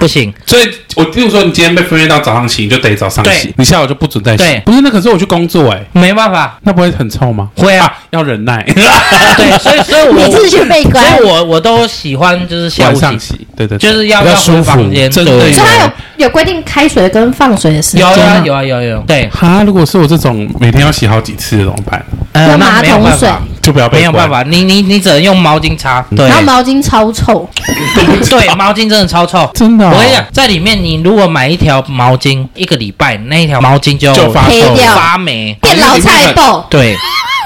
[SPEAKER 1] 不行，
[SPEAKER 3] 所以，我例如说，你今天被分配到早上洗，你就得早上洗
[SPEAKER 1] 对，
[SPEAKER 3] 你下午就不准再洗
[SPEAKER 1] 对。
[SPEAKER 3] 不是，那可是我去工作哎，
[SPEAKER 1] 没办法，
[SPEAKER 3] 那不会很臭吗？
[SPEAKER 1] 会啊
[SPEAKER 3] 要忍耐。
[SPEAKER 1] 啊对，所以所以我
[SPEAKER 2] 你自己被
[SPEAKER 1] 所
[SPEAKER 2] 关
[SPEAKER 1] 以，我我我都喜欢就是下
[SPEAKER 3] 晚
[SPEAKER 1] 午
[SPEAKER 3] 上
[SPEAKER 1] 洗，
[SPEAKER 3] 洗，对对，对
[SPEAKER 1] 就是要
[SPEAKER 4] 比较
[SPEAKER 1] 要
[SPEAKER 4] 舒
[SPEAKER 1] 回
[SPEAKER 4] 服
[SPEAKER 1] 房间，
[SPEAKER 3] 真的
[SPEAKER 1] 对
[SPEAKER 2] 所以它有有规定开水跟放水的时间
[SPEAKER 1] 有啊
[SPEAKER 2] 吗，
[SPEAKER 1] 有啊有啊有啊，对，
[SPEAKER 3] 哈，如果是我这种每天要洗好几次的怎么办？
[SPEAKER 1] 呃
[SPEAKER 2] 用
[SPEAKER 1] 那
[SPEAKER 2] 马
[SPEAKER 1] 没有
[SPEAKER 2] 桶
[SPEAKER 1] 办
[SPEAKER 2] 水，嗯
[SPEAKER 1] 法
[SPEAKER 3] 就不要被
[SPEAKER 1] 没有
[SPEAKER 3] 关
[SPEAKER 1] 办，法，你你你只能用毛巾擦，对啊
[SPEAKER 2] 然后毛巾超臭，
[SPEAKER 1] 对，毛巾真的超臭。
[SPEAKER 3] 真的哦。
[SPEAKER 1] 我跟你讲，在里面你如果买一条毛巾，一个礼拜那一条毛巾就
[SPEAKER 3] 就发
[SPEAKER 2] 黑
[SPEAKER 3] 臭
[SPEAKER 2] 掉
[SPEAKER 3] 了，
[SPEAKER 1] 发霉。
[SPEAKER 2] 变老菜豆。
[SPEAKER 1] 对，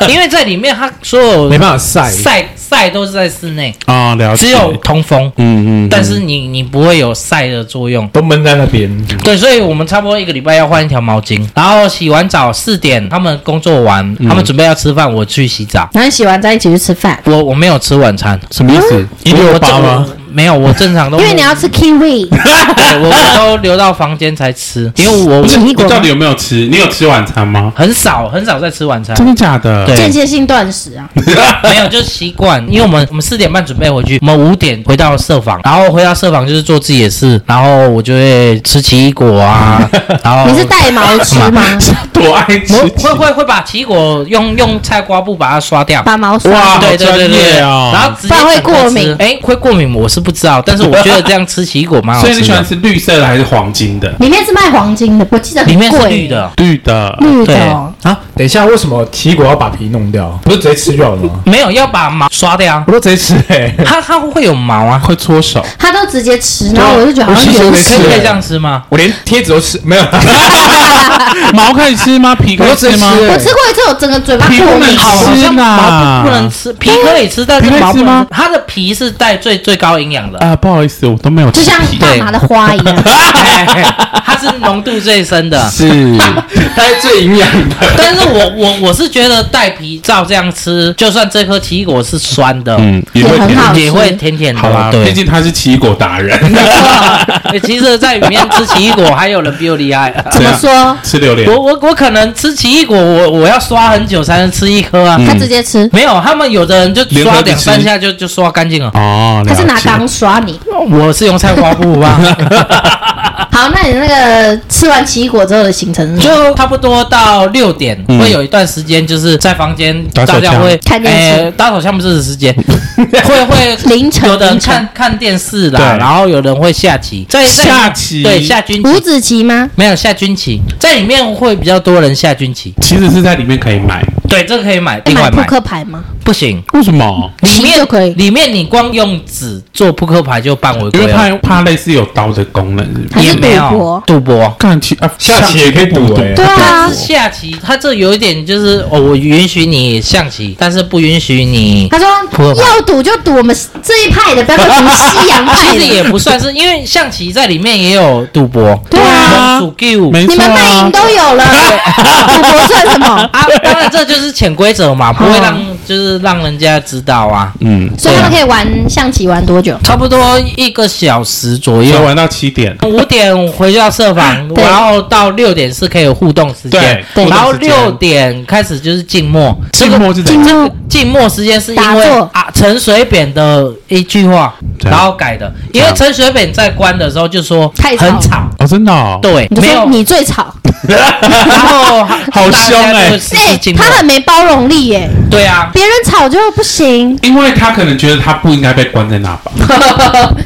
[SPEAKER 1] 因为在里面它所有
[SPEAKER 4] 没办法晒，
[SPEAKER 1] 晒晒都是在室内，
[SPEAKER 3] 啊，
[SPEAKER 2] 哦
[SPEAKER 3] 了解，
[SPEAKER 1] 只有通风，
[SPEAKER 3] 嗯嗯，
[SPEAKER 1] 但是你你不会有晒的作用。
[SPEAKER 4] 都闷在那边。
[SPEAKER 1] 对，所以我们差不多一个礼拜要换一条毛巾，然后洗完澡四点，他们工作完，他们准备要吃饭，我去洗澡。
[SPEAKER 2] 然后洗完再一起去吃饭，
[SPEAKER 1] 我我没有吃晚餐，
[SPEAKER 3] 什么意思？一
[SPEAKER 1] 我
[SPEAKER 3] 六
[SPEAKER 1] 我
[SPEAKER 3] 八
[SPEAKER 1] 正
[SPEAKER 3] 吗？？
[SPEAKER 1] 没有，我正 常都
[SPEAKER 2] 因为你要吃 kiwi，
[SPEAKER 1] 对我我都留到房间才吃，因为我
[SPEAKER 2] 不是
[SPEAKER 3] 你
[SPEAKER 2] 异国吗
[SPEAKER 3] 到底有没有吃？你有吃晚餐吗？
[SPEAKER 1] 很少很少在吃 晚餐，
[SPEAKER 3] 真的假的？
[SPEAKER 1] 啊 对
[SPEAKER 2] 间歇性断食啊。
[SPEAKER 1] 没有就是习惯，因为我们我们四点半准备回去，我们五点回到社房，然后回到社房就是做自己的事，然后我就会吃奇异果 啊，然后
[SPEAKER 2] 你是带毛吃吗？
[SPEAKER 3] 多爱吃
[SPEAKER 1] 我会会会把奇异果用用菜瓜布把它刷掉。
[SPEAKER 2] 把毛刷
[SPEAKER 3] 哇
[SPEAKER 2] 掉。
[SPEAKER 1] 对对对对
[SPEAKER 3] 好专
[SPEAKER 1] 对，
[SPEAKER 3] 业哦
[SPEAKER 1] 然后直接
[SPEAKER 2] 不然会过敏
[SPEAKER 1] 整个吃哎，会过敏我是不知道，但是我觉得这样吃奇异果蛮好
[SPEAKER 3] 所
[SPEAKER 1] 吃
[SPEAKER 3] 以
[SPEAKER 1] 的。
[SPEAKER 3] 你喜欢吃绿色的还是黄金的？
[SPEAKER 2] 里面是卖黄金的，我记得很
[SPEAKER 1] 里面是
[SPEAKER 2] 贵
[SPEAKER 1] 绿的，
[SPEAKER 3] 绿的，
[SPEAKER 2] 绿的
[SPEAKER 1] 对
[SPEAKER 2] 哦，
[SPEAKER 4] 啊，等一下，为什么奇异果要把皮弄掉？不是直接吃就好 了吗？
[SPEAKER 1] 没有要把毛刷掉，啊
[SPEAKER 4] 我都直接吃哎、欸，
[SPEAKER 1] 它它会有毛啊，
[SPEAKER 3] 会搓手。
[SPEAKER 2] 他都直接吃，然后我就觉得好像
[SPEAKER 4] 我
[SPEAKER 1] 可
[SPEAKER 2] 有
[SPEAKER 4] 其实没
[SPEAKER 1] 以
[SPEAKER 4] 吃
[SPEAKER 1] 可以
[SPEAKER 4] 欸
[SPEAKER 1] 这样吃吗？
[SPEAKER 4] 我连贴纸都吃没有，
[SPEAKER 3] 毛可以吃吗？皮可以吃吗？
[SPEAKER 2] 我吃欸过一次，我整个嘴巴
[SPEAKER 3] 皮
[SPEAKER 2] 过
[SPEAKER 3] 不能
[SPEAKER 2] 敏。哦
[SPEAKER 1] 好
[SPEAKER 3] 吃
[SPEAKER 1] 像毛
[SPEAKER 3] 啦
[SPEAKER 1] 不能吃，皮可以吃，但
[SPEAKER 3] 皮
[SPEAKER 1] 是
[SPEAKER 3] 可以
[SPEAKER 1] 毛不
[SPEAKER 3] 吃
[SPEAKER 1] 能
[SPEAKER 3] 吗
[SPEAKER 1] 吃。它的皮是带最最高营养的，
[SPEAKER 3] 啊，不好意思，我都没有
[SPEAKER 2] 就
[SPEAKER 3] 吃
[SPEAKER 2] 像
[SPEAKER 3] 皮。。
[SPEAKER 2] 大麻的花一 样，
[SPEAKER 1] 啊它是浓度最深的
[SPEAKER 3] 是，
[SPEAKER 4] 它是最营养的。
[SPEAKER 1] 但是我我我是觉得带皮照这样吃，就算这颗奇异果是酸的，
[SPEAKER 3] 嗯，也
[SPEAKER 2] 也
[SPEAKER 3] 会
[SPEAKER 2] 很
[SPEAKER 3] 甜。
[SPEAKER 2] 好吃
[SPEAKER 1] 也会甜甜
[SPEAKER 3] 嗯好
[SPEAKER 1] 的。
[SPEAKER 3] 啦，毕
[SPEAKER 1] 对，
[SPEAKER 3] 竟他是奇异果达人，
[SPEAKER 1] 欸 其实，在里面吃奇异果，还有人比我厉害。啊
[SPEAKER 2] 怎么
[SPEAKER 3] 这
[SPEAKER 2] 说？
[SPEAKER 3] 吃榴莲
[SPEAKER 1] 我我我可能吃奇异果，我我要刷很久才能吃一颗啊。
[SPEAKER 3] 嗯
[SPEAKER 2] 他直接吃，
[SPEAKER 1] 没有，他们有的人就
[SPEAKER 3] 连
[SPEAKER 1] 刷
[SPEAKER 3] 盒子
[SPEAKER 1] 两
[SPEAKER 3] 吃
[SPEAKER 1] 三下就就刷干净了。
[SPEAKER 3] 哦，
[SPEAKER 2] 他是拿
[SPEAKER 3] 了解
[SPEAKER 2] 钢刷你。
[SPEAKER 1] 我是用菜花布 吧。
[SPEAKER 2] 好，那你那个吃完奇异果之后的行程是什么？
[SPEAKER 1] 就差不多到六点，
[SPEAKER 3] 嗯
[SPEAKER 1] 会有一段时间就是在房间
[SPEAKER 3] 打手
[SPEAKER 1] 大家
[SPEAKER 3] 枪
[SPEAKER 1] 会
[SPEAKER 2] 看电视
[SPEAKER 1] 呃打手枪不是时 间，会会
[SPEAKER 2] 凌晨
[SPEAKER 1] 有的人
[SPEAKER 2] 凌晨
[SPEAKER 1] 看看电视啦，
[SPEAKER 3] 对
[SPEAKER 1] 然后有人会下棋，在在
[SPEAKER 3] 下棋
[SPEAKER 1] 对下军
[SPEAKER 2] 五
[SPEAKER 1] 棋
[SPEAKER 2] 子棋吗？
[SPEAKER 1] 没有下军棋，在里面会比较多人下军棋，
[SPEAKER 3] 其实是在里面可以买，
[SPEAKER 1] 对，这个可以买，
[SPEAKER 2] 哎
[SPEAKER 1] 另外
[SPEAKER 2] 买扑
[SPEAKER 1] 买
[SPEAKER 2] 克牌吗？
[SPEAKER 1] 不行。
[SPEAKER 3] 为什么？
[SPEAKER 1] 里面
[SPEAKER 2] 棋就可以
[SPEAKER 1] 里面你光用纸做扑克牌就犯违
[SPEAKER 3] 因
[SPEAKER 1] 规
[SPEAKER 3] 为
[SPEAKER 1] 了，
[SPEAKER 3] 怕怕类似有刀的功能，是不是
[SPEAKER 2] 还
[SPEAKER 1] 也
[SPEAKER 2] 是赌
[SPEAKER 1] 没有
[SPEAKER 2] 博
[SPEAKER 1] 赌博。
[SPEAKER 3] 看棋啊，
[SPEAKER 4] 下棋也可以赌欸
[SPEAKER 2] 对啊
[SPEAKER 1] 但是，下棋，它这有一点就是哦，我允许你象棋，但是不允许你
[SPEAKER 2] 他
[SPEAKER 1] 扑克
[SPEAKER 2] 说
[SPEAKER 1] 牌
[SPEAKER 2] 要赌就赌我们这一派的，不要说什么西洋派
[SPEAKER 1] 啊其实也
[SPEAKER 3] 啊
[SPEAKER 2] 的。
[SPEAKER 1] 不算是，因为象棋在里面也有赌博，
[SPEAKER 2] 对啊
[SPEAKER 1] 赌 g
[SPEAKER 2] 你
[SPEAKER 3] 没错
[SPEAKER 2] 们卖
[SPEAKER 3] 啊
[SPEAKER 2] 淫，都有了，赌博算什 么？
[SPEAKER 1] 啊，当然这就是潜规则嘛，不会让就是让人家知道啊。
[SPEAKER 3] 嗯，
[SPEAKER 2] 所以他们可以玩象棋玩多久？
[SPEAKER 1] 差不多一个小时左
[SPEAKER 3] 要
[SPEAKER 1] 右，
[SPEAKER 3] 玩到七点，
[SPEAKER 1] 五点回到社房，
[SPEAKER 2] 对
[SPEAKER 1] 然后到六点是可以有互动时间
[SPEAKER 3] 对，
[SPEAKER 2] 对
[SPEAKER 1] 然后
[SPEAKER 3] 互动时间
[SPEAKER 1] 六点开始就是静默，
[SPEAKER 3] 静默是怎
[SPEAKER 2] 静
[SPEAKER 3] 样？
[SPEAKER 2] 默
[SPEAKER 1] 静默时间是因为
[SPEAKER 2] 打坐
[SPEAKER 1] 啊陈水扁的一句话，
[SPEAKER 3] 对
[SPEAKER 1] 然后改的，因为陈水扁在关的时候就说
[SPEAKER 2] 太吵
[SPEAKER 1] 很吵，
[SPEAKER 3] 哦，真的哦，
[SPEAKER 1] 对，
[SPEAKER 2] 你就
[SPEAKER 1] 没
[SPEAKER 2] 说
[SPEAKER 1] 有
[SPEAKER 2] 你最吵，
[SPEAKER 1] 然后 大
[SPEAKER 3] 好
[SPEAKER 1] 家
[SPEAKER 3] 凶欸
[SPEAKER 1] 就实施
[SPEAKER 2] 哎、
[SPEAKER 1] 静默
[SPEAKER 2] 他很没包容力耶、
[SPEAKER 1] 对啊，
[SPEAKER 2] 别人吵就不行。
[SPEAKER 3] 因为他可能觉得他不应该被关在那吧。